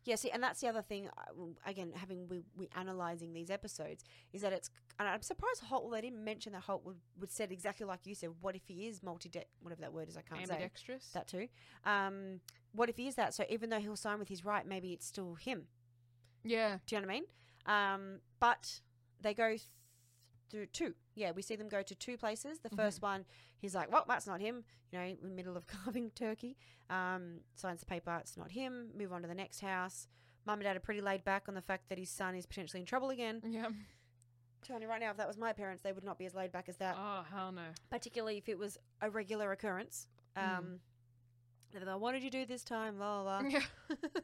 Speaker 2: Yeah, see, and that's the other thing. uh, w- Again, having we we analyzing these episodes is that it's. And I'm surprised Holt. Well, they didn't mention that Holt would, would said exactly like you said. What if he is multi whatever that word is? I can't say
Speaker 1: Ambidextrous.
Speaker 2: that too. Um, what if he is that? So even though he'll sign with his right, maybe it's still him.
Speaker 1: yeah.
Speaker 2: Do you know what I mean? Um, but they go th- through two. Yeah, we see them go to two places. The 1st one, he's like, well, that's not him. You know, in the middle of carving turkey. Um, signs the paper, it's not him. Move on to the next house. Mum and dad are pretty laid back on the fact that his son is potentially in trouble again.
Speaker 1: Yeah.
Speaker 2: Telling you right now, if that was my parents, they would not be as laid back as that,
Speaker 1: Oh, hell no.
Speaker 2: particularly if it was a regular occurrence. Um, they're like, What did you do this time? La la la.
Speaker 1: Yeah.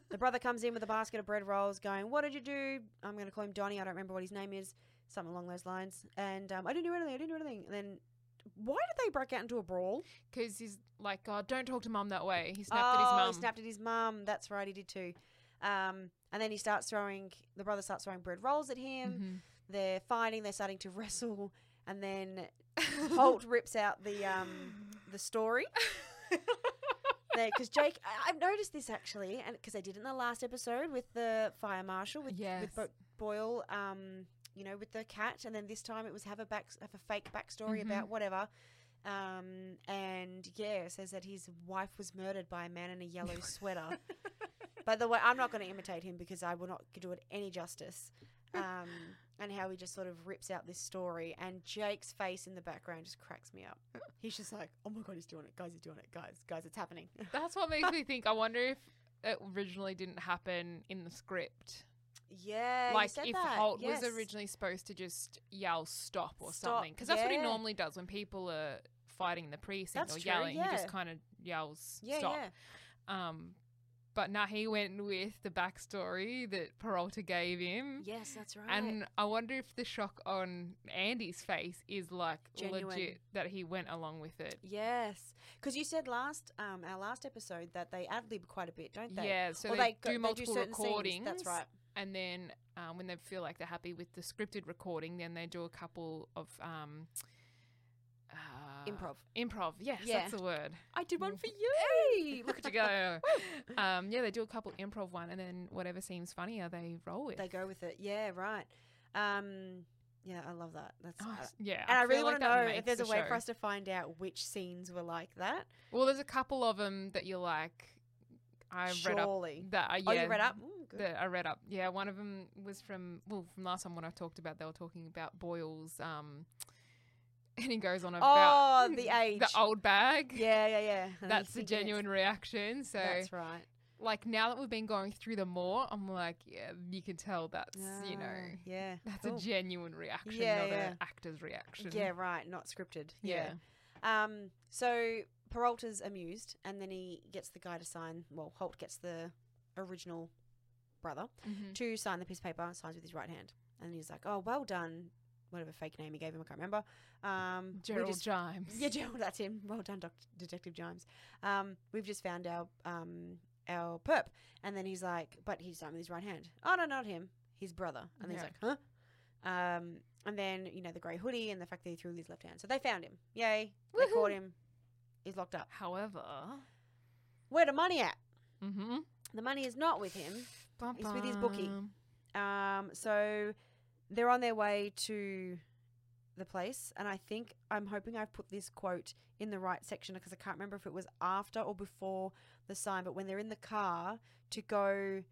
Speaker 2: The brother comes in with a basket of bread rolls, going, "What did you do?" I'm going to call him Donnie. I don't remember what his name is, something along those lines. And um, I didn't do anything. I didn't do anything. And then, why did they break out into a brawl?
Speaker 1: Because he's like, oh, don't talk to mum that way. He snapped at his mum.
Speaker 2: Oh, He snapped at his mum. That's right, he did too. Um, and then he starts throwing. The brother starts throwing bread rolls at him.
Speaker 1: Mhm.
Speaker 2: They're fighting. They're starting to wrestle. And then Holt rips out the
Speaker 1: Mm-hmm.
Speaker 2: um, the story. because Jake, I- I've noticed this actually, and because I did it in the last episode with the fire marshal with
Speaker 1: Yes.
Speaker 2: with Bo- Boyle, um, you know, with the cat, and then this time it was have a back have a fake backstory
Speaker 1: Mhm.
Speaker 2: about whatever, um, and yeah, it says that his wife was murdered by a man in a yellow sweater. By the way, I'm not going to imitate him because I will not do it any justice. Um, and how he just sort of rips out this story, and Jake's face in the background just cracks me up. He's just like, "Oh my god, he's doing it, guys! He's doing it, guys! Guys, it's happening!"
Speaker 1: That's what makes me think. I wonder if it originally didn't happen in the script.
Speaker 2: Yeah,
Speaker 1: like
Speaker 2: you said
Speaker 1: if
Speaker 2: that.
Speaker 1: Holt
Speaker 2: yes.
Speaker 1: was originally supposed to just yell stop or
Speaker 2: Stop,
Speaker 1: something. Because that's what he
Speaker 2: yeah.
Speaker 1: normally does when people are fighting in the precinct
Speaker 2: That's
Speaker 1: or
Speaker 2: true,
Speaker 1: yelling. He
Speaker 2: yeah.
Speaker 1: just kind of yells
Speaker 2: yeah,
Speaker 1: stop.
Speaker 2: yeah,
Speaker 1: Um, but now he went with the backstory that Peralta gave him.
Speaker 2: yes, that's right.
Speaker 1: And I wonder if the shock on Andy's face is like
Speaker 2: Genuine.
Speaker 1: legit that he went along with it.
Speaker 2: yes, because you said last um our last episode that they ad lib quite a bit, don't they?
Speaker 1: yeah, so
Speaker 2: Or
Speaker 1: they,
Speaker 2: go-
Speaker 1: do multiple
Speaker 2: certain scenes,
Speaker 1: recordings.
Speaker 2: That's right.
Speaker 1: And then um, when they feel like they're happy with the scripted recording, then they do a couple of um, uh,
Speaker 2: Improv.
Speaker 1: Improv, yes,
Speaker 2: Yeah.
Speaker 1: that's the word.
Speaker 2: I did
Speaker 1: one
Speaker 2: one
Speaker 1: for
Speaker 2: for you.
Speaker 1: Hey, look at you go. um, yeah, they do a couple improv one, and then whatever seems funnier, they roll with.
Speaker 2: They go with it. Yeah, right. Um, yeah, I love that. That's.
Speaker 1: Oh,
Speaker 2: uh,
Speaker 1: s- yeah,
Speaker 2: and I, really
Speaker 1: feel
Speaker 2: want
Speaker 1: like
Speaker 2: to
Speaker 1: that
Speaker 2: know
Speaker 1: makes
Speaker 2: if there's
Speaker 1: the
Speaker 2: a way
Speaker 1: show.
Speaker 2: for us to find out which scenes were like that.
Speaker 1: Well, there's a couple of them that you're like, I read up
Speaker 2: Surely.
Speaker 1: that. Uh, yeah,
Speaker 2: Oh, you read up? Mm, good.
Speaker 1: That I read up. Yeah, one of them was from well, from last time when I talked about, they were talking about Boyle's. Um, and he goes on about
Speaker 2: oh, the age.
Speaker 1: the old bag.
Speaker 2: yeah, yeah, yeah. And then you
Speaker 1: That's the
Speaker 2: think it's-
Speaker 1: genuine reaction. So,
Speaker 2: That's right.
Speaker 1: like now that we've been going through them more, I'm like, yeah, you can tell that's you know
Speaker 2: Ah, Yeah.
Speaker 1: that's
Speaker 2: cool.
Speaker 1: a genuine reaction,
Speaker 2: Yeah,
Speaker 1: not
Speaker 2: yeah.
Speaker 1: an actor's reaction.
Speaker 2: Yeah, right. Not scripted.
Speaker 1: yeah,
Speaker 2: Yeah. Um. So Peralta's amused, and then he gets the guy to sign. Well, Holt gets the original brother
Speaker 1: Mhm.
Speaker 2: to sign the piece of paper. Signs with his right hand, and he's like, "Oh, well done." Whatever fake name he gave him, I can't remember. Um, we
Speaker 1: Gerald
Speaker 2: just-
Speaker 1: Gimes.
Speaker 2: yeah, Gerald, that's him. Well done, Doc- Detective Jones. Um, we've just found our um, our perp. And then he's like, but he's done with his right hand. Oh, no, not him. His brother. And
Speaker 1: Yeah.
Speaker 2: he's like, huh? Um, and then, you know, the grey hoodie and the fact that he threw with his left hand. So they found him. Yay. They
Speaker 1: Woohoo.
Speaker 2: caught him. He's locked up.
Speaker 1: However,
Speaker 2: Where the money at?
Speaker 1: mm-hmm.
Speaker 2: The money is not with him. He's with his bookie. Um, so they're on their way to the place, and I think I'm hoping I've put this quote in the right section because I can't remember if it was after or before the sign. But when they're in the car to go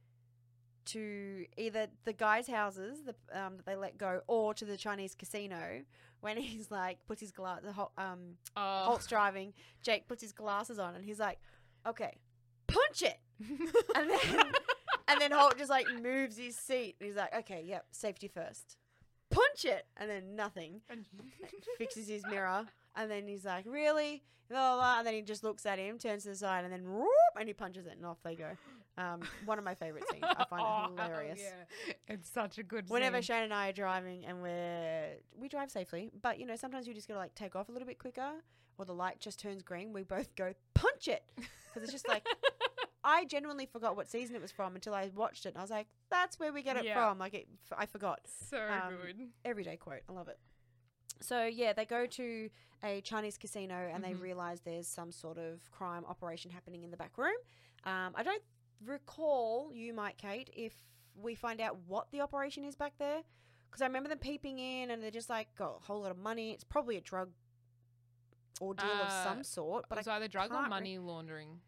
Speaker 2: to either the guys' houses the, um, that they let go, or to the Chinese casino, when he's like puts his glass, um,
Speaker 1: Oh.
Speaker 2: Holt's driving, Jake puts his glasses on, and he's like, "Okay, punch it." And then- And then Holt just like moves his seat. And he's like, okay, yep, safety first. Punch it. And then nothing. Fixes his mirror. And then he's like, really? Blah, blah, blah. And then he just looks at him, turns to the side, and then whoop, and he punches it, and off they go. Um, one of my favorite scenes. I find
Speaker 1: Oh,
Speaker 2: it
Speaker 1: hell
Speaker 2: hilarious.
Speaker 1: yeah. It's such a good.
Speaker 2: Whenever
Speaker 1: scene.
Speaker 2: Shane and I are driving and we're we drive safely, but you know sometimes you just gotta like take off a little bit quicker, or the light just turns green. We both go punch it because it's just like I genuinely forgot what season it was from until I watched it. And I was like, that's where we get it
Speaker 1: Yeah.
Speaker 2: from. Like it, f- I forgot
Speaker 1: so
Speaker 2: um,
Speaker 1: good.
Speaker 2: everyday quote. I love it. So yeah, they go to a Chinese casino and they
Speaker 1: Mhm.
Speaker 2: realize there's some sort of crime operation happening in the back room. Um, I don't recall you might, Kate, if we find out what the operation is back there, because I remember them peeping in and they're just like got a whole lot of money. It's probably a drug ordeal of
Speaker 1: Uh,
Speaker 2: some sort,
Speaker 1: But
Speaker 2: but I,
Speaker 1: it's either drug or
Speaker 2: can't re-
Speaker 1: money laundering.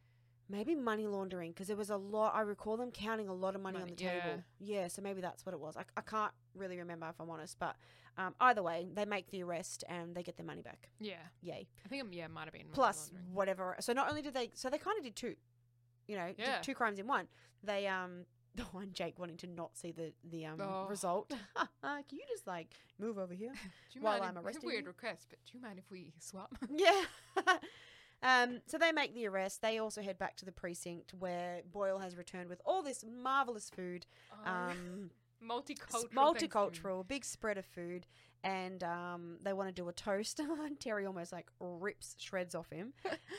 Speaker 2: maybe money laundering because there was a lot. I recall them counting a lot of money,
Speaker 1: Money,
Speaker 2: on the
Speaker 1: yeah.
Speaker 2: table. Yeah, so maybe that's what it was. I, I can't really remember if I'm honest, but um, either way, they make the arrest and they get their money back.
Speaker 1: Yeah,
Speaker 2: Yay.
Speaker 1: I think it, yeah, it might have been money
Speaker 2: plus
Speaker 1: laundering.
Speaker 2: whatever. So not only did they, so they kind of did two, you know, did
Speaker 1: Yeah.
Speaker 2: two crimes in one. They um the one Jake wanting to not see the the um
Speaker 1: Oh.
Speaker 2: result. Can you just like move over here?
Speaker 1: Do you
Speaker 2: while
Speaker 1: mind
Speaker 2: I'm
Speaker 1: if-
Speaker 2: arresting
Speaker 1: Weird
Speaker 2: you.
Speaker 1: request, but do you mind if we swap?
Speaker 2: yeah. um. So they make the arrest. They also head back to the precinct where Boyle has returned with all this marvelous food. Um. s-
Speaker 1: multicultural.
Speaker 2: multicultural, big spread of food, and um, they want to do a toast. Terry almost like rips shreds off him,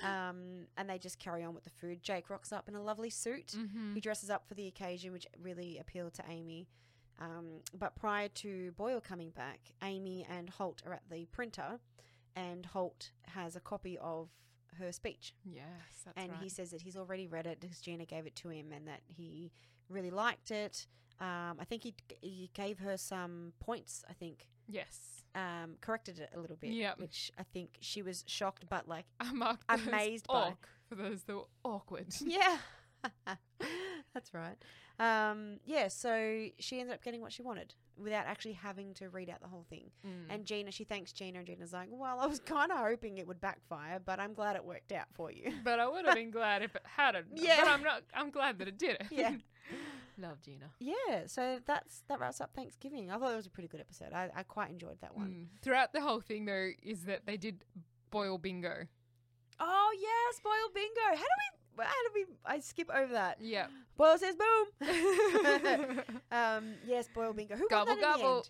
Speaker 2: um, and they just carry on with the food. Jake rocks up in a lovely suit.
Speaker 1: Mm-hmm.
Speaker 2: He dresses up for the occasion, which really appealed to Amy. Um, but prior to Boyle coming back, Amy and Holt are at the printer, and Holt has a copy of her speech.
Speaker 1: Yes, that's
Speaker 2: and
Speaker 1: right.
Speaker 2: he says that he's already read it because Gina gave it to him and that he really liked it. Um, I think he, he gave her some points, I think,
Speaker 1: yes,
Speaker 2: um, corrected it a little bit,
Speaker 1: Yep.
Speaker 2: which I think she was shocked, but like,
Speaker 1: I marked those
Speaker 2: amazed by.
Speaker 1: awk for those that were awkward.
Speaker 2: yeah, that's right. Um, yeah, so she ended up getting what she wanted without actually having to read out the whole thing.
Speaker 1: Mm.
Speaker 2: And Gina, she thanks Gina, and Gina's like, well, I was kind of hoping it would backfire, but I'm glad it worked out for you.
Speaker 1: But I would have been glad if it hadn't.
Speaker 2: Yeah.
Speaker 1: But I'm not. I'm glad that it did it.
Speaker 2: Yeah.
Speaker 1: Love Gina.
Speaker 2: Yeah, so that's that wraps up Thanksgiving. I thought it was a pretty good episode. I, I quite enjoyed that one.
Speaker 1: Mm. Throughout the whole thing, though, is that they did boil bingo.
Speaker 2: Oh yes, Boyle Bingo. How do we? How do we? I skip over that.
Speaker 1: Yeah.
Speaker 2: Boyle Mm. says boom. um, yes, Boyle Bingo. Who
Speaker 1: Gobble,
Speaker 2: won that
Speaker 1: gobble.
Speaker 2: In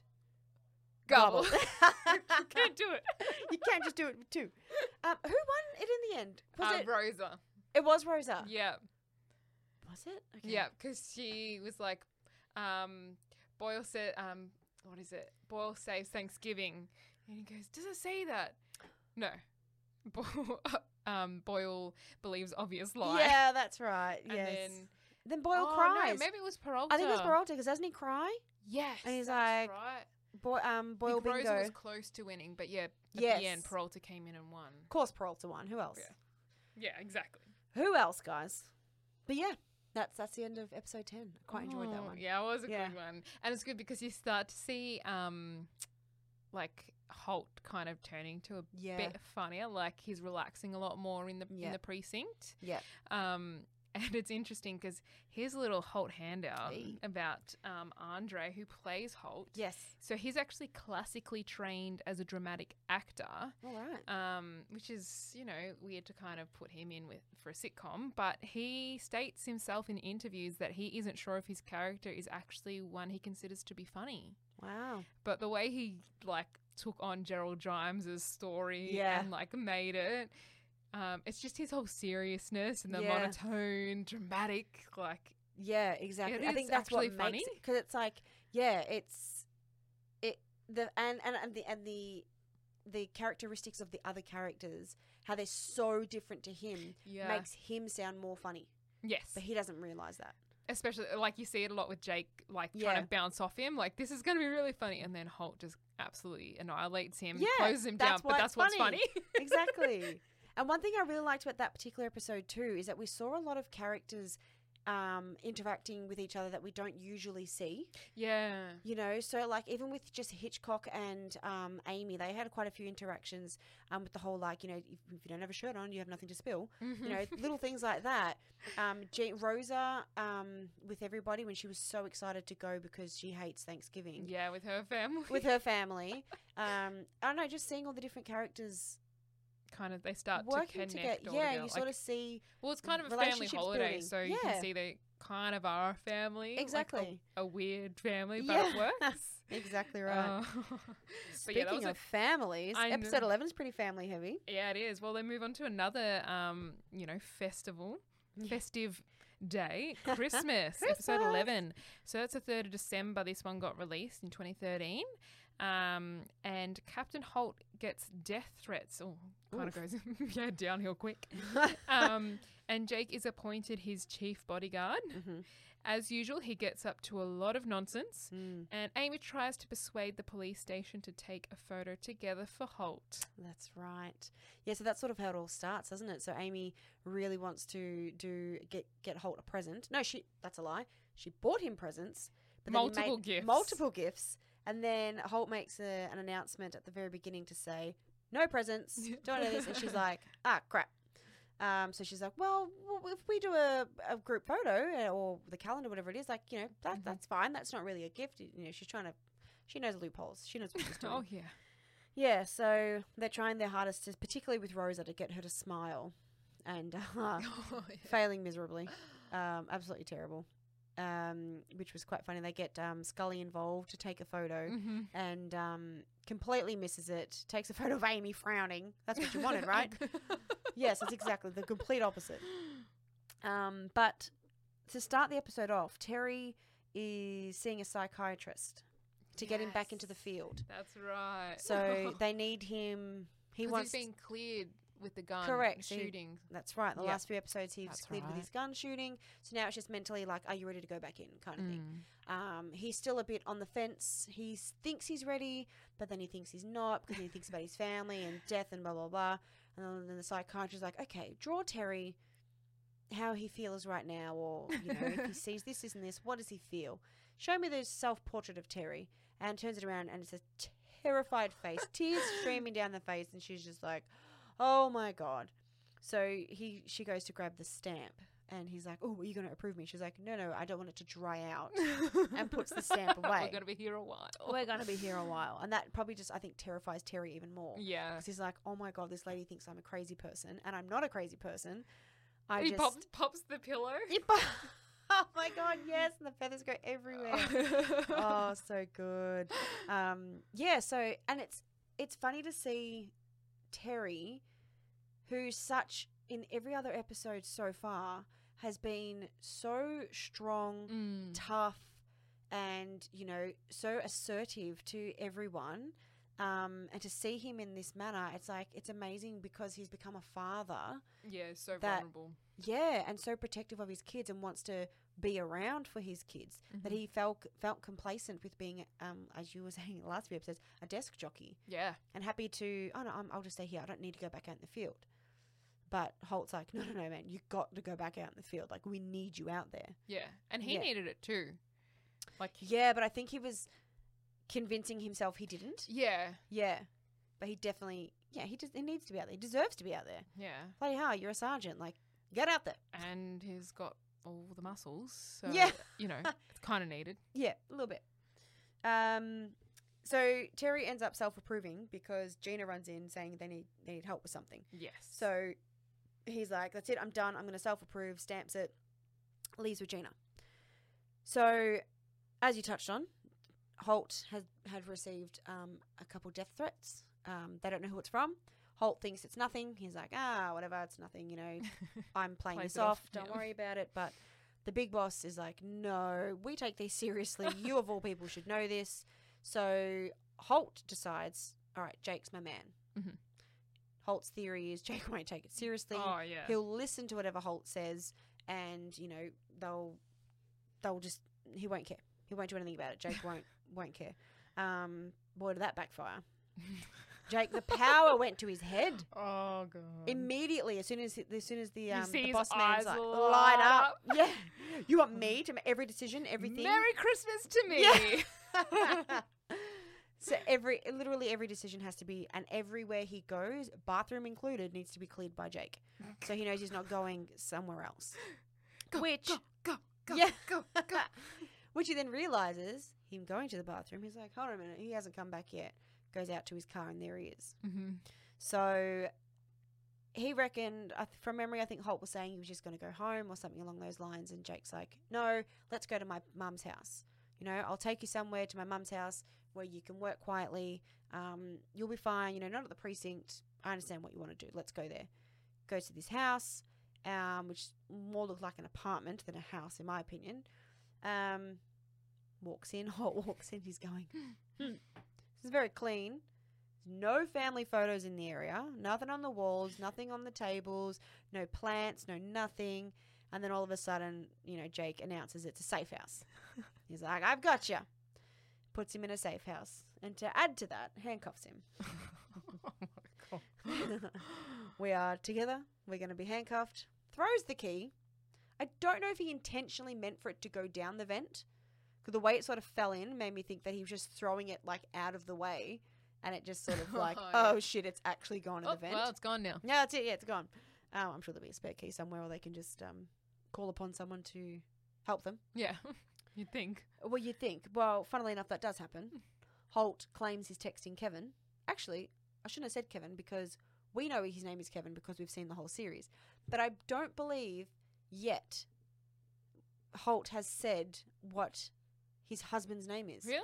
Speaker 1: Gobble.
Speaker 2: the end?
Speaker 1: Can't do it.
Speaker 2: you can't just do it with two. Um, who won it in the end? Was
Speaker 1: Uh,
Speaker 2: it?
Speaker 1: Rosa.
Speaker 2: It was Rosa.
Speaker 1: Yeah.
Speaker 2: Was it? Okay.
Speaker 1: Yeah, because she was like, um, Boyle said, um, what is it? Boyle saves Thanksgiving, and he goes, "Does it say that?" No. Boyle, um, Boyle believes obvious lie.
Speaker 2: Yeah, that's right.
Speaker 1: And
Speaker 2: Yes.
Speaker 1: then
Speaker 2: Then Boyle
Speaker 1: oh,
Speaker 2: cries.
Speaker 1: No, maybe it was Peralta.
Speaker 2: I think it was Peralta because doesn't he cry?
Speaker 1: Yes.
Speaker 2: And he's
Speaker 1: that's
Speaker 2: like,
Speaker 1: right.
Speaker 2: Boy, um, Boyle
Speaker 1: Nick
Speaker 2: Bingo.
Speaker 1: Rosa was close to winning, but yeah, at
Speaker 2: Yes.
Speaker 1: the end, Peralta came in and won.
Speaker 2: Of course, Peralta won. Who else?
Speaker 1: Yeah. Yeah, exactly.
Speaker 2: Who else, guys? But yeah, that's that's the end of episode ten. I quite enjoyed that
Speaker 1: Oh,
Speaker 2: one.
Speaker 1: Yeah, it was a
Speaker 2: Yeah.
Speaker 1: good one, and it's good because you start to see, um, like Holt kind of turning to a
Speaker 2: Yeah,
Speaker 1: bit funnier. Like he's relaxing a lot more in the in
Speaker 2: Yeah.
Speaker 1: the precinct.
Speaker 2: yeah.
Speaker 1: Um, and it's interesting because here's a little Holt handout
Speaker 2: Hey.
Speaker 1: about um, Andre, who plays Holt.
Speaker 2: Yes.
Speaker 1: So he's actually classically trained as a dramatic actor,
Speaker 2: All right.
Speaker 1: um, which is you know weird to kind of put him in with for a sitcom. But he states himself in interviews that he isn't sure if his character is actually one he considers to be funny.
Speaker 2: Wow.
Speaker 1: But the way he like took on Gerald Gimes's story
Speaker 2: Yeah.
Speaker 1: and like made it, um, it's just his whole seriousness and the
Speaker 2: Yeah.
Speaker 1: monotone, dramatic, like
Speaker 2: Yeah, exactly. I
Speaker 1: is
Speaker 2: think that's what
Speaker 1: actually funny.
Speaker 2: makes because it's like yeah, it's it the and and and the and the the characteristics of the other characters how they're so different to him
Speaker 1: yeah,
Speaker 2: makes him sound more funny,
Speaker 1: yes,
Speaker 2: but he doesn't realize that.
Speaker 1: especially like you see it a lot with Jake, like
Speaker 2: Yeah.
Speaker 1: trying to bounce off him, like this is going to be really funny, and then Holt just absolutely annihilates him,
Speaker 2: Yeah,
Speaker 1: closes him down,
Speaker 2: that's
Speaker 1: but
Speaker 2: why
Speaker 1: that's
Speaker 2: it's
Speaker 1: what's
Speaker 2: funny.
Speaker 1: funny.
Speaker 2: exactly. And one thing I really liked about that particular episode too is that we saw a lot of characters um, interacting with each other that we don't usually see.
Speaker 1: yeah,
Speaker 2: You know, so like even with just Hitchcock and um, Amy, they had quite a few interactions um, with the whole like you know if, if you don't have a shirt on, you have nothing to spill. You
Speaker 1: Mm-hmm.
Speaker 2: know, little things like that. Um, Je- Rosa um, with everybody when she was so excited to go because she hates Thanksgiving
Speaker 1: yeah, with her family,
Speaker 2: with her family. Um, I don't know, just seeing all the different characters
Speaker 1: kind of they start to
Speaker 2: working
Speaker 1: connect.
Speaker 2: together.
Speaker 1: all
Speaker 2: Yeah,
Speaker 1: together,
Speaker 2: you
Speaker 1: like-
Speaker 2: sort of see
Speaker 1: Well, it's kind of a family
Speaker 2: relationships
Speaker 1: holiday,
Speaker 2: building.
Speaker 1: so you can
Speaker 2: Yeah.
Speaker 1: see they kind of are a family. like a-
Speaker 2: exactly,
Speaker 1: a, weird family, but it
Speaker 2: Yeah.
Speaker 1: works.
Speaker 2: exactly
Speaker 1: Uh, but yeah, that
Speaker 2: Speaking
Speaker 1: was a-
Speaker 2: of families,
Speaker 1: I
Speaker 2: episode
Speaker 1: know.
Speaker 2: eleven is pretty family heavy.
Speaker 1: yeah, it is. Well, they move on to another, um, you know, festival,
Speaker 2: Yeah.
Speaker 1: festive Day, Christmas, episode
Speaker 2: Christmas.
Speaker 1: 11. So that's the 3rd of December. This one got released in 2013. Um, and Captain Holt gets death threats. Oh, kind of goes yeah, downhill quick.
Speaker 2: Mm-hmm.
Speaker 1: um, and Jake is appointed his chief bodyguard.
Speaker 2: Mhm.
Speaker 1: As usual, he gets up to a lot of nonsense.
Speaker 2: Mm,
Speaker 1: And Amy tries to persuade the police station to take a photo together for Holt.
Speaker 2: that's right. Yeah, so that's sort of how it all starts, doesn't it? So Amy really wants to do get get Holt a present. No, she that's a lie. She bought him presents, but then he
Speaker 1: Multiple
Speaker 2: made
Speaker 1: gifts.
Speaker 2: multiple gifts, and then Holt makes a, an announcement at the very beginning to say no presents, don't know this, and she's like, ah, crap. Um, so she's like, well, w- if we do a, a group photo uh, or the calendar, whatever it is, like you know, that
Speaker 1: Mhm.
Speaker 2: that's fine. That's not really a gift. You know, she's trying to. She knows loopholes. She knows what she's doing.
Speaker 1: Oh, yeah.
Speaker 2: Yeah, so they're trying their hardest, to, particularly with Rosa, to get her to smile, and uh,
Speaker 1: Oh, yeah.
Speaker 2: failing miserably. Um, absolutely terrible. Um, which was quite funny. They get um, Scully involved to take a photo,
Speaker 1: Mhm.
Speaker 2: and um, completely misses it. Takes a photo of Amy frowning. That's what you wanted, right? yes, that's exactly the complete opposite. Um, but to start the episode off, Terry is seeing a psychiatrist to get him back into the
Speaker 1: Yes.
Speaker 2: field.
Speaker 1: That's right.
Speaker 2: So they need him. He
Speaker 1: 'Cause
Speaker 2: wants
Speaker 1: he's being cleared with the gun.
Speaker 2: Correct, so he-
Speaker 1: Shooting.
Speaker 2: That's right. The
Speaker 1: Yeah.
Speaker 2: last few episodes he was
Speaker 1: That's
Speaker 2: cleared with his gun shooting. So now it's just mentally like, are you ready to go back in kind of thing.
Speaker 1: Mm.
Speaker 2: Um, he's still a bit on the fence. He s- thinks he's ready, but then he thinks he's not because he thinks about his family and death and blah, blah, blah. And then- then the psychiatrist's like, okay, draw Terry how he feels right now or, you know, if he sees this, this and this, what does he feel? Show me the self-portrait of Terry. And turns it around and it's a terrified face, tears streaming down the face. And she's just like, oh my God. So he she goes to grab the stamp and he's like, Oh, are you gonna approve me? She's like, No, no, I don't want it to dry out. and puts the stamp away.
Speaker 1: Mm. We're gonna be here a while.
Speaker 2: We're gonna be here a while. And that probably just I think terrifies Terry even more.
Speaker 1: Yeah.
Speaker 2: 'Cause he's like, Oh my god, this lady thinks I'm a crazy person and I'm not a crazy person. I
Speaker 1: he
Speaker 2: just
Speaker 1: pops, pops the pillow.
Speaker 2: He pop- Oh my god, yes, and the feathers go everywhere. oh, so good. Um, yeah. So, and it's it's funny to see Terry, who's such in every other episode so far, has been so strong,
Speaker 1: Mm.
Speaker 2: tough, and you know, so assertive to everyone. Um, and to see him in this manner, it's like it's amazing because he's become a father.
Speaker 1: Yeah, so
Speaker 2: That-
Speaker 1: vulnerable.
Speaker 2: Yeah, and so protective of his kids and wants to be around for his kids
Speaker 1: Mm-hmm.
Speaker 2: that he felt felt complacent with being, um, as you were saying in the last few episodes, a desk jockey
Speaker 1: Yeah.
Speaker 2: and happy to. Oh no, I'm, I'll just stay here. I don't need to go back out in the field. But Holt's like, no, no, no, man, you got to go back out in the field. Like we need you out there.
Speaker 1: Yeah. And he
Speaker 2: Yeah.
Speaker 1: needed it too. Like he-
Speaker 2: Yeah, but I think he was convincing himself he didn't.
Speaker 1: Yeah.
Speaker 2: Yeah, but he definitely, yeah, he just he needs to be out there. He deserves to be out there.
Speaker 1: Yeah.
Speaker 2: Bloody hell, you're a sergeant. Like get out there.
Speaker 1: and he's got all the muscles. So,
Speaker 2: Yeah.
Speaker 1: you know, it's kind of needed.
Speaker 2: Yeah, a little bit. Um, so Terry ends up self-approving because Gina runs in saying they need they need help with something.
Speaker 1: Yes.
Speaker 2: So he's like, "That's it, I'm done. I'm going to self-approve." Stamps it. Leaves with Gina. So, as you touched on, Holt has had received um, a couple death threats. Um, they don't know who it's from. Holt thinks it's nothing. He's like, "Ah, whatever. It's nothing. You know, I'm playing
Speaker 1: Plays
Speaker 2: this
Speaker 1: it off,
Speaker 2: off. Don't
Speaker 1: yeah.
Speaker 2: worry about it. But the big boss is like, no, we take these seriously. you of all people should know this. So Holt decides, all right, Jake's my man.
Speaker 1: Mhm.
Speaker 2: Holt's theory is Jake won't take it seriously.
Speaker 1: oh yeah.
Speaker 2: He'll listen to whatever Holt says, and you know they'll they'll just he won't care. He won't do anything about it. Jake won't won't care. Um, boy, did that backfire. Jake, the power went to his head
Speaker 1: oh god.
Speaker 2: immediately as soon as he- as soon as the
Speaker 1: You
Speaker 2: um
Speaker 1: see
Speaker 2: the
Speaker 1: his
Speaker 2: boss
Speaker 1: eyes
Speaker 2: man's like
Speaker 1: light
Speaker 2: light up.
Speaker 1: up.
Speaker 2: yeah, you want me to make every decision, everything.
Speaker 1: Merry Christmas to me.
Speaker 2: Yeah. so every literally every decision has to be, and everywhere he goes, bathroom included, needs to be cleared by Jake, so he knows he's not going somewhere else.
Speaker 1: Go,
Speaker 2: which
Speaker 1: go, go, go,
Speaker 2: Yeah.
Speaker 1: go, go.
Speaker 2: which he then realizes him going to the bathroom. He's like, hold on a minute, he hasn't come back yet. Goes out to his car, and there he is.
Speaker 1: Mhm.
Speaker 2: So he reckoned, I th- from memory, I think Holt was saying he was just going to go home or something along those lines. And Jake's like, no, let's go to my mum's house. You know, I'll take you somewhere to my mum's house where you can work quietly. Um, you'll be fine. You know, not at the precinct. I understand what you want to do. Let's go there. Goes to this house um, which more looked like an apartment than a house, in my opinion. Um, walks in, Holt walks in, he's going, hmm. This is very clean. No family photos in the area, nothing on the walls, nothing on the tables, no plants, no nothing. And then all of a sudden, you know, Jake announces it's a safe house. He's like, I've got you. Puts him in a safe house. And to add to that, handcuffs him.
Speaker 1: oh my god.
Speaker 2: we are together. We're going to be handcuffed. Throws the key. I don't know if he intentionally meant for it to go down the vent. 'cause The way it sort of fell in made me think that he was just throwing it like out of the way, and it just sort of like,
Speaker 1: Oh, yeah.
Speaker 2: oh, shit, it's actually gone in
Speaker 1: oh,
Speaker 2: the vent.
Speaker 1: well, it's gone now.
Speaker 2: No, that's it. Yeah, it's gone. Um, I'm sure there'll be a spare key somewhere, or they can just um, call upon someone to help them.
Speaker 1: Yeah. You'd think.
Speaker 2: Well, you'd think. Well, funnily enough, that does happen. Holt claims he's texting Kevin. Actually, I shouldn't have said Kevin because we know his name is Kevin because we've seen the whole series. But I don't believe yet Holt has said what his husband's name is.
Speaker 1: Really?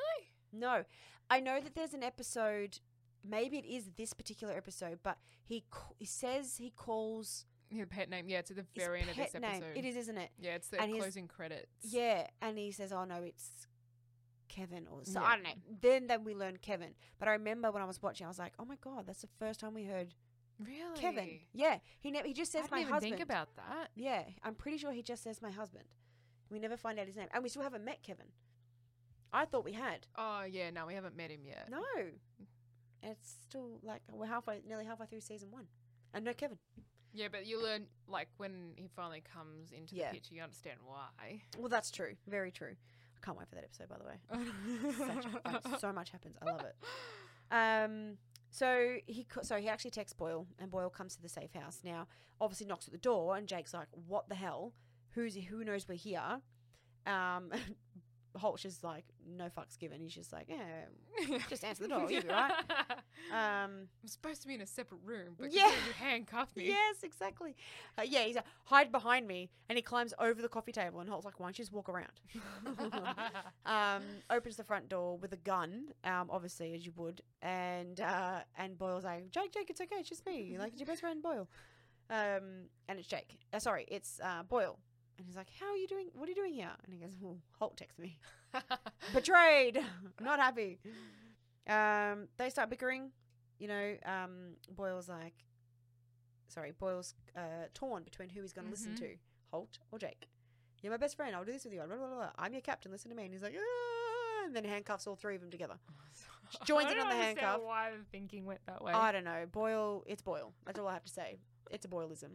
Speaker 2: No. I know that there's an episode, maybe it is this particular episode, but he, ca- he says he calls
Speaker 1: Yeah, pet name. Yeah, it's at the
Speaker 2: his
Speaker 1: very end of this
Speaker 2: pet name.
Speaker 1: episode.
Speaker 2: It is, isn't it?
Speaker 1: Yeah, it's the
Speaker 2: And his-
Speaker 1: closing credits.
Speaker 2: Yeah, and he says, "Oh no, it's Kevin," or so
Speaker 1: Yeah.
Speaker 2: I don't know. Then then we learn Kevin. But I remember when I was watching, I was like, "Oh my god, that's the first time we heard
Speaker 1: Really?
Speaker 2: Kevin." Yeah, he never he just
Speaker 1: Oh, I
Speaker 2: says
Speaker 1: didn't
Speaker 2: my
Speaker 1: even
Speaker 2: husband.
Speaker 1: think about that.
Speaker 2: yeah, I'm pretty sure he just says my husband. We never find out his name, and we still haven't met Kevin. I thought we had.
Speaker 1: Oh yeah, no, we haven't met him yet.
Speaker 2: No, it's still like we're halfway, nearly halfway through season one, and no Kevin.
Speaker 1: Yeah, but you learn like when he finally comes into
Speaker 2: Yeah.
Speaker 1: the picture, you understand why.
Speaker 2: Well, that's true. Very true. I can't wait for that episode, by the way. Such, like, so much happens. I love it. Um, so he co- so he actually texts Boyle, and Boyle comes to the safe house. Now, obviously, knocks at the door, and Jake's like, "What the hell? Who's who knows we're here?" Um, Holt's just like, "No fucks given." He's just like, "Yeah." Just answer the door, you'll be right. Um,
Speaker 1: I'm supposed to be in a separate room, but
Speaker 2: Yeah.
Speaker 1: yeah. you handcuffed me.
Speaker 2: yes, exactly. Uh, yeah, he's like, "Hide behind me," and he climbs over the coffee table, and Holt's like, "Why don't you just walk around?" um, opens the front door with a gun, um, obviously as you would, and uh, and Boyle's like, Jake, Jake, it's okay, it's just me, like it's your best friend Boyle, um, and it's Jake. Uh, sorry, it's uh, Boyle, and he's like, how are you doing? What are you doing here? And he goes, well, Holt texts me, betrayed, not happy. Um, they start bickering, you know. Um, Boyle's like, sorry, Boyle's uh, torn between who he's going to listen
Speaker 1: Mhm.
Speaker 2: to, Holt or Jake. You're my best friend. I'll do this with you. Blah, blah, blah, blah. I'm your captain. Listen to me. And he's like, ah, and then handcuffs all three of them together.
Speaker 1: I
Speaker 2: joins in
Speaker 1: don't
Speaker 2: on the
Speaker 1: understand
Speaker 2: handcuff.
Speaker 1: Why the thinking went that way?
Speaker 2: I don't know. Boyle. It's Boyle. That's all I have to say. It's a Boyleism.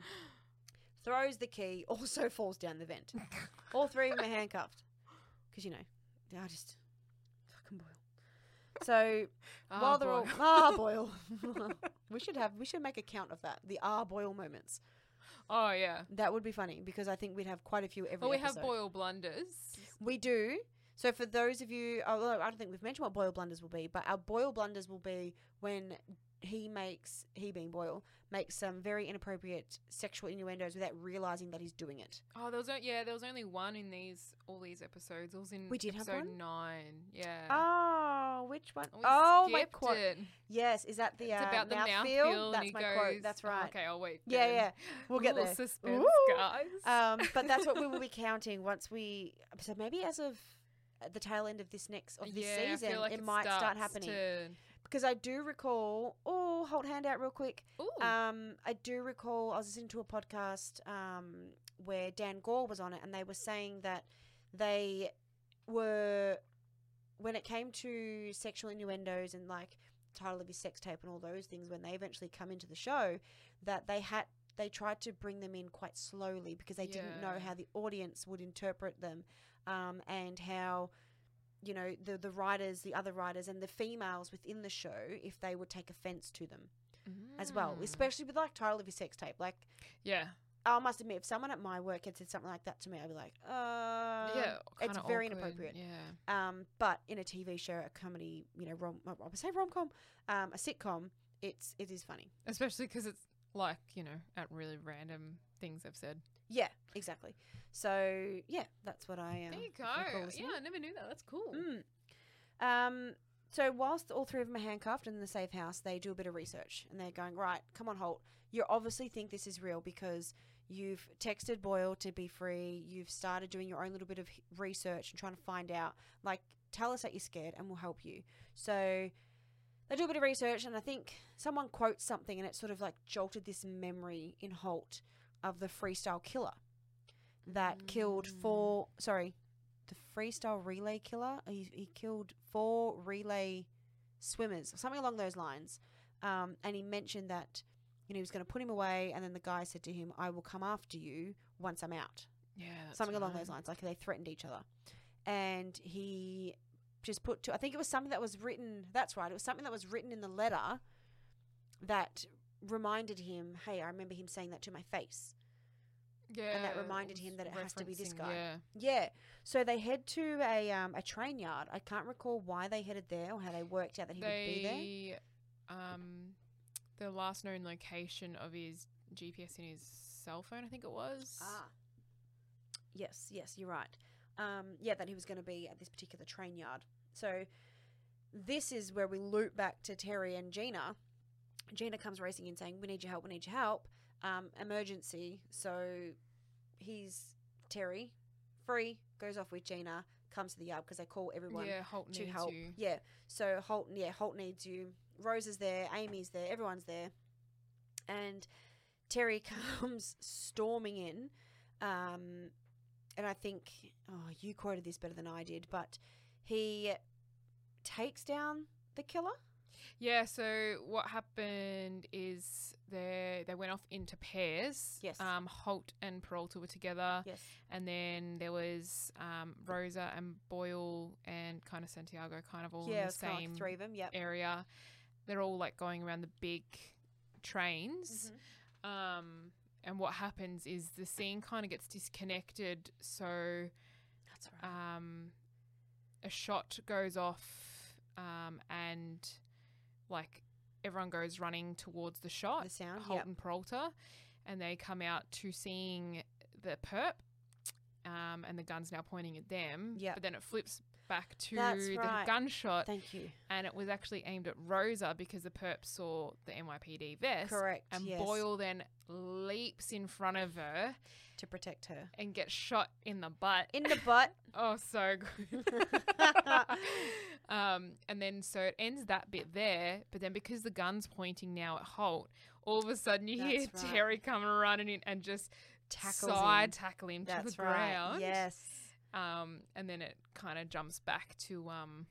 Speaker 2: Throws the key. Also falls down the vent. All three of them are handcuffed. Because you know, they are just fucking Boyle. So
Speaker 1: Ah,
Speaker 2: while they're all
Speaker 1: boy.
Speaker 2: ah Boyle, we should have we should make a count of that. The ah Boyle moments.
Speaker 1: oh yeah.
Speaker 2: That would be funny because I think we'd have quite a few every.
Speaker 1: Well, we
Speaker 2: episode.
Speaker 1: have boil blunders.
Speaker 2: We do. So for those of you, although I don't think we've mentioned what boil blunders will be, but our boil blunders will be when he makes, he being Boyle, makes some very inappropriate sexual innuendos without realizing that he's doing it.
Speaker 1: Oh, there was o- yeah, there was only one in these all these episodes. It was in
Speaker 2: We did have
Speaker 1: episode
Speaker 2: one?
Speaker 1: nine. Yeah.
Speaker 2: Oh, which one?
Speaker 1: And we
Speaker 2: Oh, my
Speaker 1: skipped
Speaker 2: quote.
Speaker 1: it.
Speaker 2: Yes, is that the
Speaker 1: it's
Speaker 2: uh,
Speaker 1: about the
Speaker 2: mouth
Speaker 1: mouth
Speaker 2: feel?
Speaker 1: feel, and he
Speaker 2: That's my
Speaker 1: goes,
Speaker 2: quote. That's
Speaker 1: "Oh,
Speaker 2: right.
Speaker 1: Okay, I'll wait.
Speaker 2: Yeah,
Speaker 1: then."
Speaker 2: yeah. We'll get
Speaker 1: Little
Speaker 2: there.
Speaker 1: Suspense,
Speaker 2: Ooh.
Speaker 1: guys.
Speaker 2: Um, but that's what we will be counting once we. So maybe as of at the tail end of this next of this
Speaker 1: yeah, I
Speaker 2: season,
Speaker 1: feel like
Speaker 2: it, might start
Speaker 1: starts
Speaker 2: happening
Speaker 1: To,
Speaker 2: because I do recall. Oh, hold hand out real quick.
Speaker 1: ooh,
Speaker 2: Um, I do recall I was listening to a podcast um, where Dan Gore was on it, and they were saying that they were when it came to sexual innuendos and like title of his sex tape and all those things when they eventually come into the show that they had they tried to bring them in quite slowly because they didn't know
Speaker 1: Yeah.
Speaker 2: how the audience would interpret them um, and how you know the the writers the other writers and the females within the show if they would take offense to them as well,
Speaker 1: Mm.
Speaker 2: especially with like title of his sex tape. Like,
Speaker 1: yeah,
Speaker 2: I must admit, if someone at my work had said something like that to me, I'd be like, uh,
Speaker 1: yeah,
Speaker 2: it's
Speaker 1: kinda
Speaker 2: very
Speaker 1: awkward,
Speaker 2: inappropriate.
Speaker 1: Yeah,
Speaker 2: Um, but in a TV show, a comedy, you know, rom, I would say rom com, um, a sitcom, it's it is funny.
Speaker 1: especially because it's like you know at really random things I've said.
Speaker 2: Yeah, exactly. So yeah, that's what I. Uh,
Speaker 1: there you go.
Speaker 2: recall
Speaker 1: Yeah,
Speaker 2: listening.
Speaker 1: I never knew that. That's cool.
Speaker 2: Mm. Um, so whilst all three of them are handcuffed in the safe house, they do a bit of research and they're going, right, come on, Holt, you obviously think this is real because You've texted Boyle to be free. You've started doing your own little bit of h- research and trying to find out. Like, tell us that you're scared and we'll help you. So they do a bit of research, and I think someone quotes something, and it sort of like jolted this memory in Holt of the freestyle killer that killed four. Sorry, the freestyle relay killer. He, he killed four relay swimmers, something along those lines. Um, and he mentioned that you know he was going to put him away, and then the guy said to him, "I will come after you once I'm out."
Speaker 1: Yeah. that's
Speaker 2: something along
Speaker 1: right.
Speaker 2: those lines. Like they threatened each other, and he just put to. I think it was something that was written. That's right. It was something that was written in the letter that reminded him, "Hey, I remember him saying that to my face."
Speaker 1: Yeah.
Speaker 2: that reminded him that it has to be this
Speaker 1: referencing-
Speaker 2: guy.
Speaker 1: Yeah.
Speaker 2: Yeah. So they head to a um, a train yard. I can't recall why they headed there or how they worked out that he would be there.
Speaker 1: they, um, the last known location of his GPS in his cell phone, I think it was.
Speaker 2: Ah, Yes, yes, you're right. Um, yeah, that he was going to be at this particular train yard. So this is where we loop back to Terry and Gina. Gina comes racing in saying, "We need your help. We need your help. Um, emergency." So he's Terry, free, goes off with Gina, comes to the yard because they call everyone
Speaker 1: yeah, Holt
Speaker 2: to
Speaker 1: needs
Speaker 2: help.
Speaker 1: you.
Speaker 2: Yeah. So Holt, yeah, Holt needs you. Rose is there. Amy's there. Everyone's there. And Terry comes storming in, um, and I think oh, you quoted this better than I did, but he takes down the killer.
Speaker 1: Yeah, so what happened is they they went off into pairs.
Speaker 2: Yes.
Speaker 1: Um, Holt and Peralta were together,
Speaker 2: Yes.
Speaker 1: and then there was um, Rosa and Boyle and kind of Santiago, kind of all
Speaker 2: yeah,
Speaker 1: in the
Speaker 2: it's kind of
Speaker 1: same
Speaker 2: like three of them. Yep.
Speaker 1: area. They're all like going around the big trains.
Speaker 2: Mm-hmm.
Speaker 1: Um, and what happens is the scene kind of gets disconnected. So
Speaker 2: That's all right.
Speaker 1: um, a shot goes off um, and like everyone goes running towards the shot.
Speaker 2: the sound.
Speaker 1: Holt
Speaker 2: Yep.
Speaker 1: and Peralta, and they come out to seeing the perp, um, and the gun's now pointing at them.
Speaker 2: Yep.
Speaker 1: But then it flips back to
Speaker 2: That's
Speaker 1: the
Speaker 2: right.
Speaker 1: gunshot,
Speaker 2: Thank you.
Speaker 1: and it was actually aimed at Rosa because the perp saw the NYPD vest.
Speaker 2: Correct.
Speaker 1: And
Speaker 2: yes.
Speaker 1: Boyle then leaps in front of her
Speaker 2: to protect her
Speaker 1: and gets shot in the butt.
Speaker 2: in the butt.
Speaker 1: Oh, so good. um, and then so it ends that bit there, but then because the gun's pointing now at Holt, all of a sudden you hear
Speaker 2: That's right.
Speaker 1: Terry coming running in and just
Speaker 2: Tackles
Speaker 1: side
Speaker 2: him.
Speaker 1: tackle him to
Speaker 2: That's
Speaker 1: the
Speaker 2: right.
Speaker 1: ground.
Speaker 2: Yes.
Speaker 1: Um, and then it kind of jumps back to um,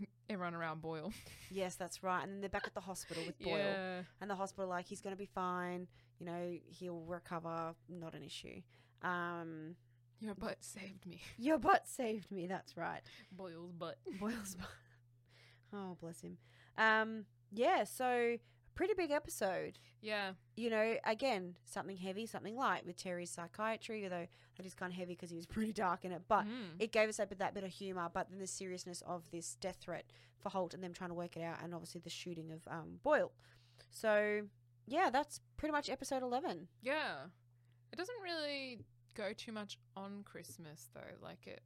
Speaker 1: everyone around Boyle.
Speaker 2: Yes, that's right. And then they're back at the hospital with Boyle.
Speaker 1: Yeah.
Speaker 2: And the hospital like, he's going to be fine. You know, he'll recover. Not an issue. Um,
Speaker 1: Your butt saved me.
Speaker 2: your butt saved me. That's right.
Speaker 1: Boyle's butt.
Speaker 2: Boyle's butt. Oh, bless him. Um, yeah, so pretty big episode.
Speaker 1: Yeah.
Speaker 2: You know, again, something heavy, something light with Terry's psychiatry, although that is kind of heavy because he was pretty dark in it. But
Speaker 1: Mm.
Speaker 2: it gave us that bit, that bit of humor, but then the seriousness of this death threat for Holt and them trying to work it out, and obviously the shooting of um, Boyle. So yeah, that's pretty much episode eleven.
Speaker 1: Yeah. It doesn't really go too much on Christmas though. Like it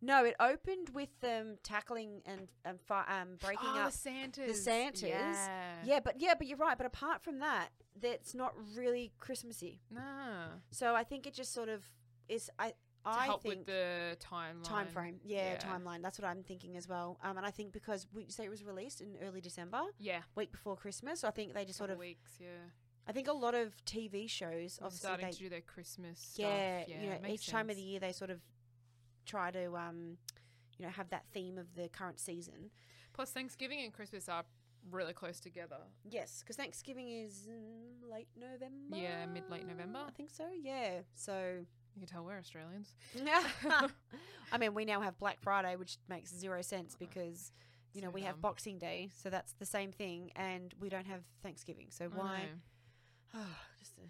Speaker 2: No, it opened with them tackling and and fi- um, breaking
Speaker 1: oh,
Speaker 2: up.
Speaker 1: the Santas.
Speaker 2: Santas.
Speaker 1: Yeah.
Speaker 2: Yeah, but yeah, but you're right. But apart from that, that's not really Christmassy.
Speaker 1: Nah.
Speaker 2: So I think it just sort of is. I
Speaker 1: To
Speaker 2: I
Speaker 1: help
Speaker 2: think
Speaker 1: with the timeline.
Speaker 2: time frame. Yeah,
Speaker 1: Yeah.
Speaker 2: timeline. That's what I'm thinking as well. Um, and I think because we say it was released in early December,
Speaker 1: Yeah.
Speaker 2: week before Christmas, so I think they just sort
Speaker 1: Sort
Speaker 2: of
Speaker 1: weeks. Yeah.
Speaker 2: I think a lot of TV shows,
Speaker 1: We're
Speaker 2: obviously,
Speaker 1: starting
Speaker 2: they,
Speaker 1: to do their Christmas stuff.
Speaker 2: yeah, you know,
Speaker 1: it
Speaker 2: each
Speaker 1: makes
Speaker 2: time of the
Speaker 1: sense.
Speaker 2: year they sort of try to, um, you know, have that theme of the current season.
Speaker 1: Plus, Thanksgiving and Christmas are really close together.
Speaker 2: Yes, because Thanksgiving is mm, late November.
Speaker 1: Yeah, mid late November.
Speaker 2: I think so. Yeah. So,
Speaker 1: You can tell we're Australians.
Speaker 2: I mean, we now have Black Friday, which makes zero sense because. You
Speaker 1: So
Speaker 2: know, we have
Speaker 1: dumb.
Speaker 2: Boxing Day, so that's the same thing, and we don't have Thanksgiving. So
Speaker 1: I
Speaker 2: why?
Speaker 1: know.
Speaker 2: just a,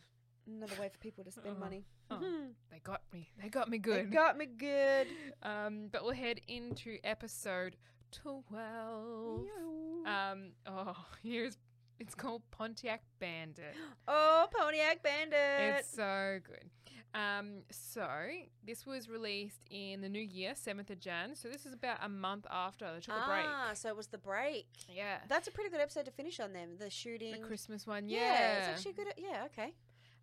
Speaker 2: another way for people to spend
Speaker 1: Oh,
Speaker 2: money.
Speaker 1: oh, They got me. They got me
Speaker 2: They
Speaker 1: good.
Speaker 2: got me good.
Speaker 1: um, but we'll head into episode twelve. Um, oh, here's it's called Pontiac Bandit.
Speaker 2: oh, Pontiac Bandit.
Speaker 1: It's so good. Um, so this was released in the new year, seventh of Jan. So this is about a month after they took
Speaker 2: ah, so it was the break.
Speaker 1: a break. Yeah,
Speaker 2: That's a pretty good episode to finish on them. The shooting.
Speaker 1: the Christmas one.
Speaker 2: e, yeah.
Speaker 1: Yeah,
Speaker 2: it's actually good. Yeah, okay.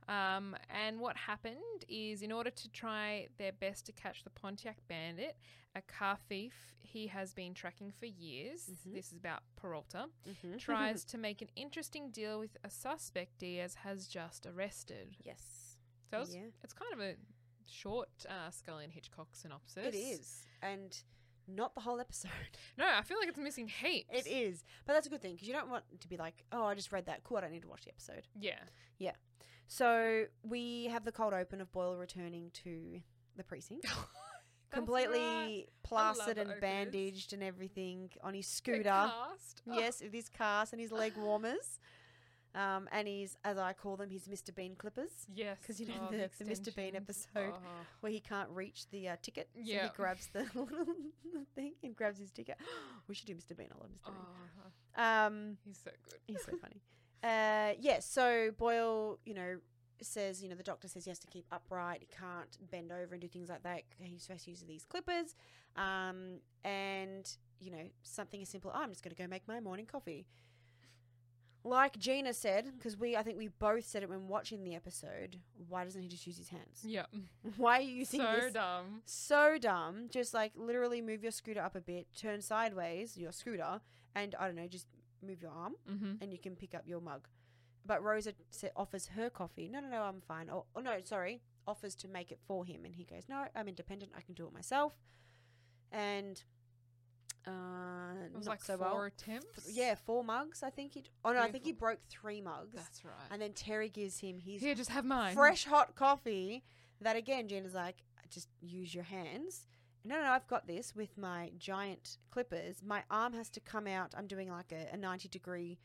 Speaker 1: Um, and what happened is, in order to try their best to catch the Pontiac bandit, a car thief he has been tracking for years,
Speaker 2: Mhm.
Speaker 1: this is about Peralta,
Speaker 2: Mm-hmm.
Speaker 1: tries to make an interesting deal with a suspect Diaz has just arrested.
Speaker 2: yes.
Speaker 1: So it's,
Speaker 2: Yeah.
Speaker 1: it's kind of a short uh, Scully and Hitchcock synopsis.
Speaker 2: It is. And not the whole episode.
Speaker 1: No, I feel like it's missing heaps.
Speaker 2: It is. But that's a good thing because you don't want to be like, oh, I just read that. Cool, I don't need to watch the episode.
Speaker 1: Yeah.
Speaker 2: So we have the cold open of Boyle returning to the precinct.
Speaker 1: That's
Speaker 2: completely
Speaker 1: right. love
Speaker 2: plastered and
Speaker 1: opus.
Speaker 2: bandaged and everything on his
Speaker 1: Get
Speaker 2: scooter.
Speaker 1: cast. Oh,
Speaker 2: Yes, with his cast and his leg warmers. Um, and his, as I call them, his Mr. Bean clippers,
Speaker 1: Yes.
Speaker 2: 'Cause you know
Speaker 1: oh,
Speaker 2: the- the Mr. Bean
Speaker 1: extensions.
Speaker 2: episode.
Speaker 1: Oh.
Speaker 2: where he can't reach the uh, ticket. So he
Speaker 1: Yeah.
Speaker 2: grabs the little thing and grabs his ticket. We should do Mr. Bean. I love Mr.
Speaker 1: Oh,
Speaker 2: Bean. Um,
Speaker 1: he's so good.
Speaker 2: He's so funny. Uh, yeah, so Boyle, you know, says, you know, the doctor says he has to keep upright. He can't bend over and do things like that. He's supposed to use these clippers. Um, and, you know, something as simple, "Oh, I'm just going to go make my morning coffee. Like Gina said, because we, I think we both said it when watching the episode, why doesn't he just use his hands?
Speaker 1: Yeah.
Speaker 2: Why are you using
Speaker 1: So
Speaker 2: this?
Speaker 1: dumb.
Speaker 2: so dumb. Just like literally move your scooter up a bit, turn sideways, your scooter, and I don't know, just move your arm
Speaker 1: Mm-hmm.
Speaker 2: and you can pick up your mug. But Rosa sa- offers her coffee. No, no, no, I'm fine. Oh, oh, no, sorry. Offers to make it for him, and he goes, "No, I'm independent. I can do it myself." And uh,
Speaker 1: It was
Speaker 2: not
Speaker 1: like
Speaker 2: so
Speaker 1: four
Speaker 2: well.
Speaker 1: attempts.
Speaker 2: Yeah, four mugs. I think he. Oh no, I think he broke three mugs.
Speaker 1: That's right.
Speaker 2: and then Terry gives him his
Speaker 1: Here, just have mine.
Speaker 2: fresh hot coffee. That again, Gina's like, just use your hands. No, no, no, I've got this with my giant clippers. My arm has to come out. I'm doing like a, a 90 degree,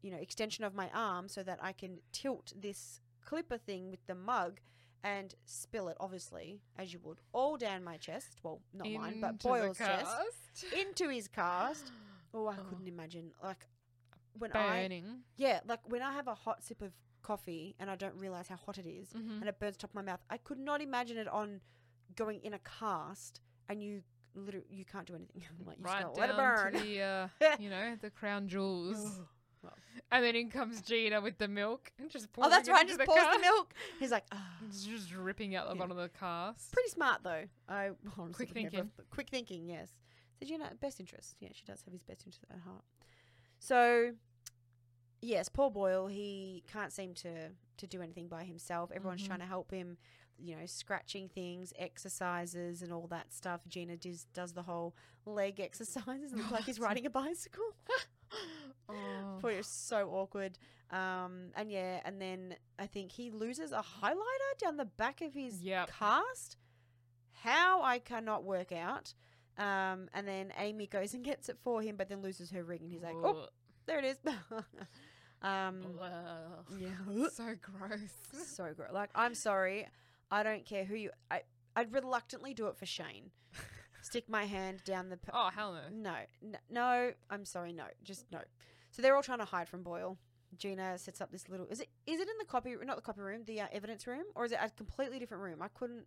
Speaker 2: you know, extension of my arm so that I can tilt this clipper thing with the mug and spill it, obviously, as you would, all down my chest. Well, not mine, but
Speaker 1: Into the
Speaker 2: Boyle's chest.
Speaker 1: cast.
Speaker 2: Into his cast. Oh, I
Speaker 1: Oh.
Speaker 2: couldn't imagine. Like, when I
Speaker 1: Burning.
Speaker 2: yeah, like when I have a hot sip of coffee and I don't realize how hot it is
Speaker 1: Mhm.
Speaker 2: and it burns top of my mouth, I could not imagine it on going in a cast and you literally you can't do anything. like you
Speaker 1: Right
Speaker 2: just
Speaker 1: down
Speaker 2: gotta let it burn.
Speaker 1: to the, uh, you know, the crown jewels.
Speaker 2: Well.
Speaker 1: And then in comes Gina with the milk and just pours
Speaker 2: oh, that's
Speaker 1: it
Speaker 2: right.
Speaker 1: into
Speaker 2: Just
Speaker 1: the
Speaker 2: pours
Speaker 1: cast.
Speaker 2: the milk. He's like, ah.
Speaker 1: It's just ripping out the
Speaker 2: Yeah.
Speaker 1: bottom of the cast.
Speaker 2: Pretty smart though. I honestly
Speaker 1: Quick
Speaker 2: would never
Speaker 1: thinking.
Speaker 2: have- quick thinking, yes. So you know, best interest. Yeah, she does have his best interest at heart. So yes, poor Boyle, he can't seem to to do anything by himself. Everyone's
Speaker 1: Mhm.
Speaker 2: trying to help him, you know, scratching things, exercises and all that stuff. Gina does does the whole leg exercises. It looks like he's riding a bicycle.
Speaker 1: oh.
Speaker 2: Thought it was so awkward. Um and yeah, and then I think he loses a highlighter down the back of his
Speaker 1: Yep.
Speaker 2: cast. How I cannot work out. Um, and then Amy goes and gets it for him, but then loses her ring, and he's like, "Oh, there it is." um,
Speaker 1: Oh, Ugh.
Speaker 2: yeah,
Speaker 1: so gross.
Speaker 2: so gross. Like, I'm sorry, I don't care who you. I I'd reluctantly do it for Shane. Stick my hand down the. P-
Speaker 1: Oh hell no.
Speaker 2: no, n- no, I'm sorry, no, just no. So they're all trying to hide from Boyle. Gina sets up this little. Is it is it in the copy? Not the copy room, the uh, evidence room, or is it a completely different room? I couldn't.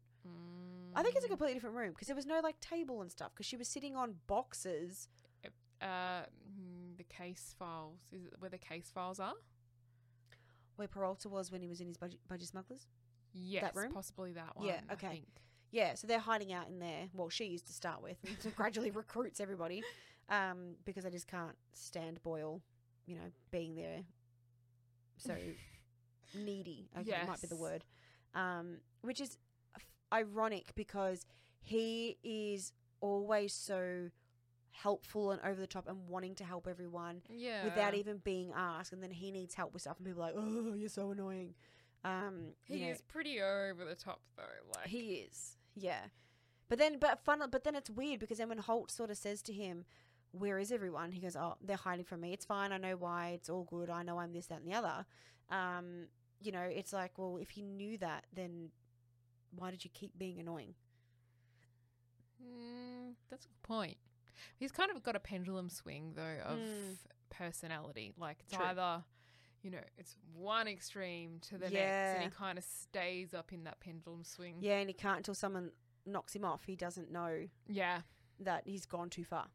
Speaker 2: I think it's a
Speaker 1: Mm,
Speaker 2: completely different room because there was no like table and stuff because she was sitting on boxes.
Speaker 1: uh, mm, the case files. Is it where the case files are?
Speaker 2: Where Peralta was when he was in his budget, budget smugglers.
Speaker 1: Yes,
Speaker 2: room?
Speaker 1: possibly that one.
Speaker 2: Yeah,
Speaker 1: I
Speaker 2: okay.
Speaker 1: think.
Speaker 2: Yeah, so they're hiding out in there. Well, she used to start with, and so gradually recruits everybody um, because I just can't stand Boyle, you know, being there. So needy, I think might be the
Speaker 1: Yes.
Speaker 2: word. Um, which is f- ironic because he is always so helpful and over the top and wanting to help everyone
Speaker 1: Yeah.
Speaker 2: without even being asked, and then he needs help with stuff, and people are like, "Oh, you're so annoying." Um,
Speaker 1: He
Speaker 2: you know,
Speaker 1: is pretty over the top though. Like
Speaker 2: he is, yeah. But then, but fun, but then it's weird because then when Holt sort of says to him, "Where is everyone?" He goes, "Oh, they're hiding from me. It's fine. I know why. It's all good. I know I'm this, that, and the other." Um, you know, it's like, well, if he knew that, then why did you keep being annoying?
Speaker 1: Mm, that's a good point. He's kind of got a pendulum swing though of
Speaker 2: Mm.
Speaker 1: personality. Like it's
Speaker 2: True.
Speaker 1: either, you know, it's one extreme to the next, and he kind of stays up in that pendulum swing.
Speaker 2: Yeah, and he can't until someone knocks him off. He doesn't know
Speaker 1: Yeah.
Speaker 2: that he's gone too far.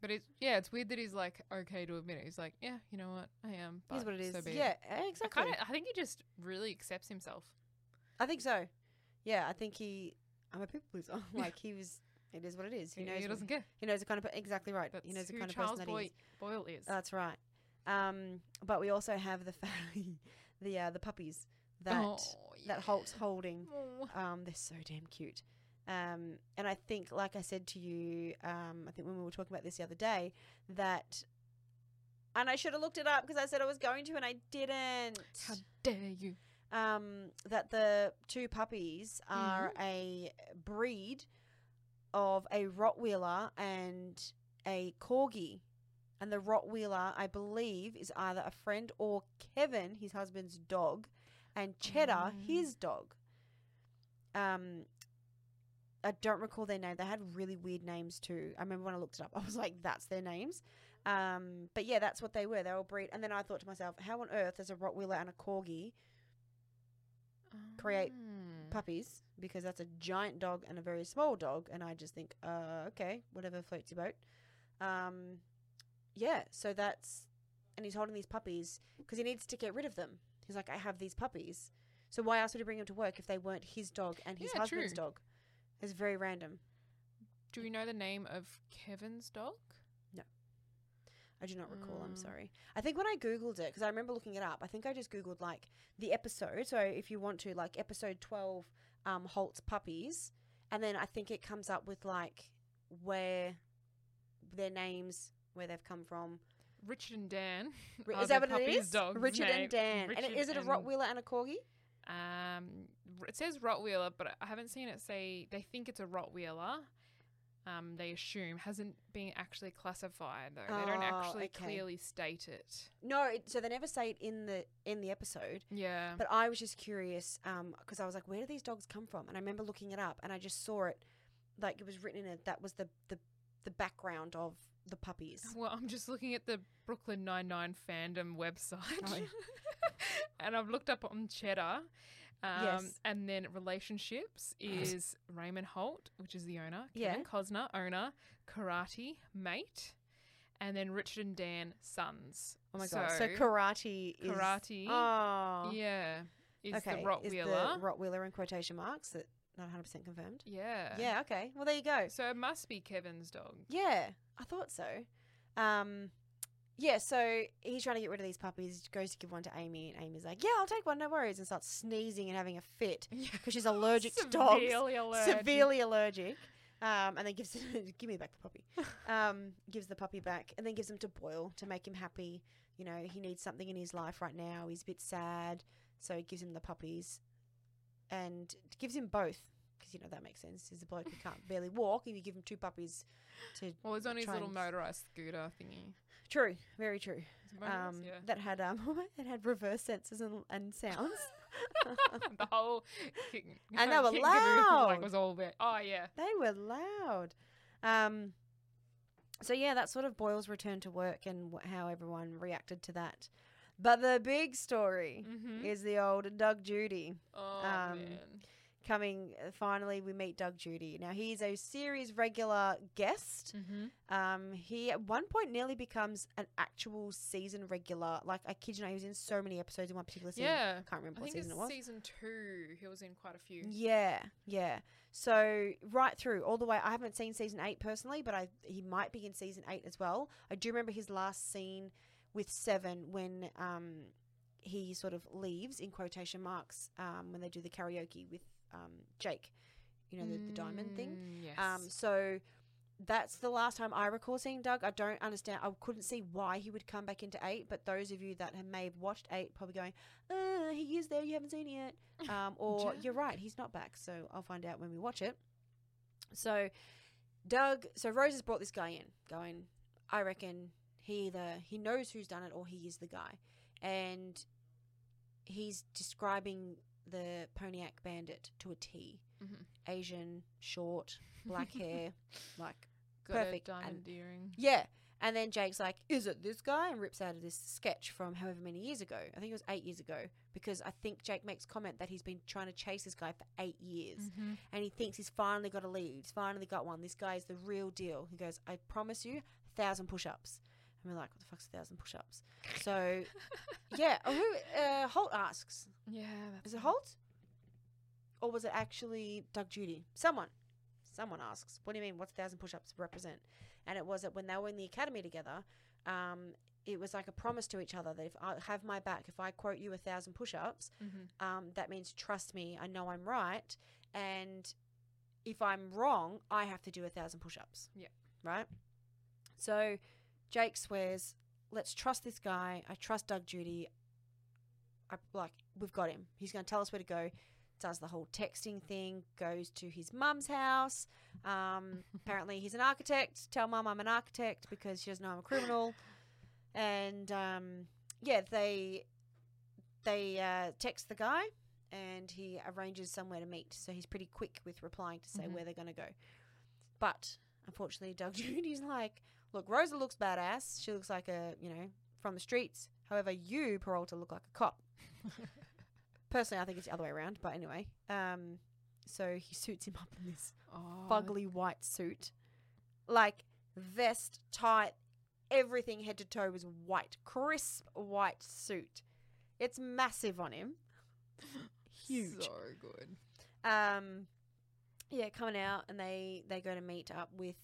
Speaker 1: But it's yeah, it's weird that he's like okay to admit it. He's like, yeah, you know what, I am. But
Speaker 2: Here's what it is.
Speaker 1: So be it."
Speaker 2: yeah,
Speaker 1: I
Speaker 2: exactly. I,
Speaker 1: kind of. I think he just really accepts himself.
Speaker 2: think so. Yeah, I think he. I'm a people pleaser. like he was. It is what it is. He
Speaker 1: He,
Speaker 2: knows.
Speaker 1: he
Speaker 2: what-
Speaker 1: doesn't care.
Speaker 2: he knows the kind of. per- Exactly right.
Speaker 1: That's
Speaker 2: he knows the
Speaker 1: who
Speaker 2: kind of uh,
Speaker 1: Charles
Speaker 2: person that he
Speaker 1: Boy-
Speaker 2: is.
Speaker 1: Boyle is.
Speaker 2: That's right. Um, but we also have the family, the uh, the puppies that
Speaker 1: Oh,
Speaker 2: that Holt's holding.
Speaker 1: Oh.
Speaker 2: Um, they're so damn cute. Um, and I think, like I said to you, um, I think when we were talking about this the other day, that, and I should have looked it up because I said I was going to and I didn't.
Speaker 1: How dare you?
Speaker 2: Um, that the two puppies are a breed of a Rottweiler and a Corgi. And the Rottweiler, I believe, is either a friend or Kevin, his husband's dog, and Cheddar,
Speaker 1: Mm.
Speaker 2: his dog. Um, I don't recall their name. They had really weird names too. I remember when I looked it up, I was like, "That's their names." Um, but yeah, that's what they were. They were breed. And then I thought to myself, "How on earth does a Rottweiler and a Corgi Create
Speaker 1: Mm.
Speaker 2: puppies?" Because that's a giant dog and a very small dog. And I just think, uh, okay, whatever floats your boat. Um, yeah. So that's and he's holding these puppies because he needs to get rid of them. He's like, "I have these puppies." So why else would he bring them to work if they weren't his dog and his
Speaker 1: Yeah,
Speaker 2: husband's
Speaker 1: true.
Speaker 2: dog? It's very random.
Speaker 1: Do we know the name of Kevin's dog?
Speaker 2: I do not recall. I'm
Speaker 1: Mm.
Speaker 2: sorry. I think when I googled it, because I remember looking it up, I think I just googled like the episode. So if you want to, like episode twelve, um, Holt's puppies, and then I think it comes up with like where their names, where they've come from.
Speaker 1: Richard and Dan.
Speaker 2: Ri-
Speaker 1: are
Speaker 2: Is that
Speaker 1: the
Speaker 2: what it
Speaker 1: puppy's
Speaker 2: is?
Speaker 1: dog's
Speaker 2: Richard
Speaker 1: name.
Speaker 2: and Dan. and
Speaker 1: Richard
Speaker 2: it- is it a
Speaker 1: and-
Speaker 2: Rottweiler and a Corgi?
Speaker 1: Um, r- it says Rottweiler, but I haven't seen it say. They think it's a Rottweiler. Um, they assume hasn't been actually classified though. they don't
Speaker 2: Oh,
Speaker 1: actually
Speaker 2: okay.
Speaker 1: clearly state it.
Speaker 2: No. It, so they never say it in the in the episode.
Speaker 1: Yeah.
Speaker 2: But I was just curious because I was like, where do these dogs come from? And I remember looking it up, and I just saw it, like it was written in it. That was the the, the background of the puppies.
Speaker 1: Well, I'm just looking at the Brooklyn Nine Nine fandom website,
Speaker 2: Oh, yeah.
Speaker 1: and I've looked up on Cheddar. Um,
Speaker 2: Yes.
Speaker 1: And then relationships is Raymond Holt, which is the owner, Kevin
Speaker 2: Yeah.
Speaker 1: Cosner, owner, karate mate, and then Richard and Dan sons.
Speaker 2: Oh my god! So karate is
Speaker 1: karate,
Speaker 2: Oh,
Speaker 1: yeah, is
Speaker 2: okay.
Speaker 1: the Rottweiler.
Speaker 2: Is the Rottweiler in quotation marks that not 100 percent confirmed?
Speaker 1: yeah,
Speaker 2: Yeah. Okay. Well, there you go.
Speaker 1: So it must be Kevin's dog.
Speaker 2: Yeah, I thought so. Um, yeah, so he's trying to get rid of these puppies. Goes to give one to Amy, and Amy's like, "Yeah, I'll take one, no worries," and starts sneezing and having a fit because she's allergic to dogs.
Speaker 1: Severely allergic.
Speaker 2: severely allergic. Um, and then gives give me back the puppy. Um, gives the puppy back, and then gives him to Boyle to make him happy. You know, he needs something in his life right now. He's a bit sad, so he gives him the puppies, and gives him both because you know that makes sense. He's a bloke who can't barely walk, and you give him two puppies. To
Speaker 1: Well, it's on his
Speaker 2: Try
Speaker 1: little
Speaker 2: and-
Speaker 1: motorized scooter thingy.
Speaker 2: true, very true.
Speaker 1: Is it motorised?
Speaker 2: Um,
Speaker 1: yeah.
Speaker 2: that had um, that had reverse sensors and, and sounds.
Speaker 1: the whole kick,
Speaker 2: And they were
Speaker 1: kick Gaboodle,
Speaker 2: loud.
Speaker 1: like was all there. Oh yeah,
Speaker 2: They were loud. Um, so yeah, that's sort of Boyle's return to work and wh- how everyone reacted to that. But the big story
Speaker 1: mm-hmm.
Speaker 2: is the old Doug Judy
Speaker 1: oh
Speaker 2: um,
Speaker 1: man,
Speaker 2: coming. uh, Finally, we meet Doug Judy. Now he's a series regular guest.
Speaker 1: mm-hmm.
Speaker 2: Um, he at one point nearly becomes an actual season regular. Like I kid you not, he was in so many episodes in one particular season.
Speaker 1: yeah.
Speaker 2: I can't remember
Speaker 1: I
Speaker 2: what
Speaker 1: think
Speaker 2: season
Speaker 1: it's
Speaker 2: it was.
Speaker 1: season two. He was in quite a few.
Speaker 2: Yeah, yeah. So right through all the way. I haven't seen season eight personally, but I he might be in season eight as well. I do remember his last scene with Seven when um he sort of leaves in quotation marks um, when they do the karaoke with um Jake, you know the, the diamond thing.
Speaker 1: Mm, Yes.
Speaker 2: Um, so that's the last time I recall seeing Doug. I don't understand. I couldn't see why he would come back into eight. But those of you that have may have watched eight, probably going, uh, he is there. You haven't seen it yet. Um, or
Speaker 1: Jack.
Speaker 2: you're right, he's not back. So I'll find out when we watch it. So Doug. So Rose has brought this guy in, going, I reckon he either he knows who's done it or he is the guy, and he's describing the Pontiac Bandit to a T.
Speaker 1: Mhm.
Speaker 2: Asian, short, black hair, like
Speaker 1: Got a
Speaker 2: perfect,
Speaker 1: diamond
Speaker 2: and-
Speaker 1: earring.
Speaker 2: yeah. And then Jake's like, "Is it this guy?" and rips out of this sketch from however many years ago. I think it was eight years ago because I think Jake makes comment that he's been trying to chase this guy for eight years,
Speaker 1: Mhm.
Speaker 2: and he thinks he's finally got a lead. He's finally got one. This guy is the real deal. He goes, "I promise you, thousand push-ups, and we're like, what the fuck's a thousand push-ups? So yeah, oh, who uh, Holt asks,
Speaker 1: Yeah. That's
Speaker 2: is it Holt, or was it actually Doug Judy? Someone, someone asks, what do you mean? What's thousand push-ups represent? And it was that when they were in the academy together, um, it was like a promise to each other that if I have my back, if I quote you a thousand push-ups,
Speaker 1: Mhm.
Speaker 2: um, that means trust me, I know I'm right. And if I'm wrong, I have to do a thousand push ups.
Speaker 1: Yep.
Speaker 2: Right? So Jake swears, let's trust this guy. I trust Doug Judy. I, like, we've got him. He's going to tell us where to go. Does the whole texting thing, goes to his mum's house. Um, apparently, he's an architect. Tell mum I'm an architect because she doesn't know I'm a criminal. And um, yeah, they they uh, text the guy and he arranges somewhere to meet. So he's pretty quick with replying to say
Speaker 1: Mhm.
Speaker 2: where they're going to go. But unfortunately, Doug Judy's like, look, Rosa looks badass. She looks like a, you know, from the streets. However, you, Peralta, look like a cop. Personally, I think it's the other way around, but anyway. Um, so he suits him up in this
Speaker 1: Oh,
Speaker 2: fugly white suit. Like, vest, tight, everything head to toe was white. Crisp white suit. It's massive on him. Huge.
Speaker 1: So good.
Speaker 2: um yeah coming out and they they go to meet up with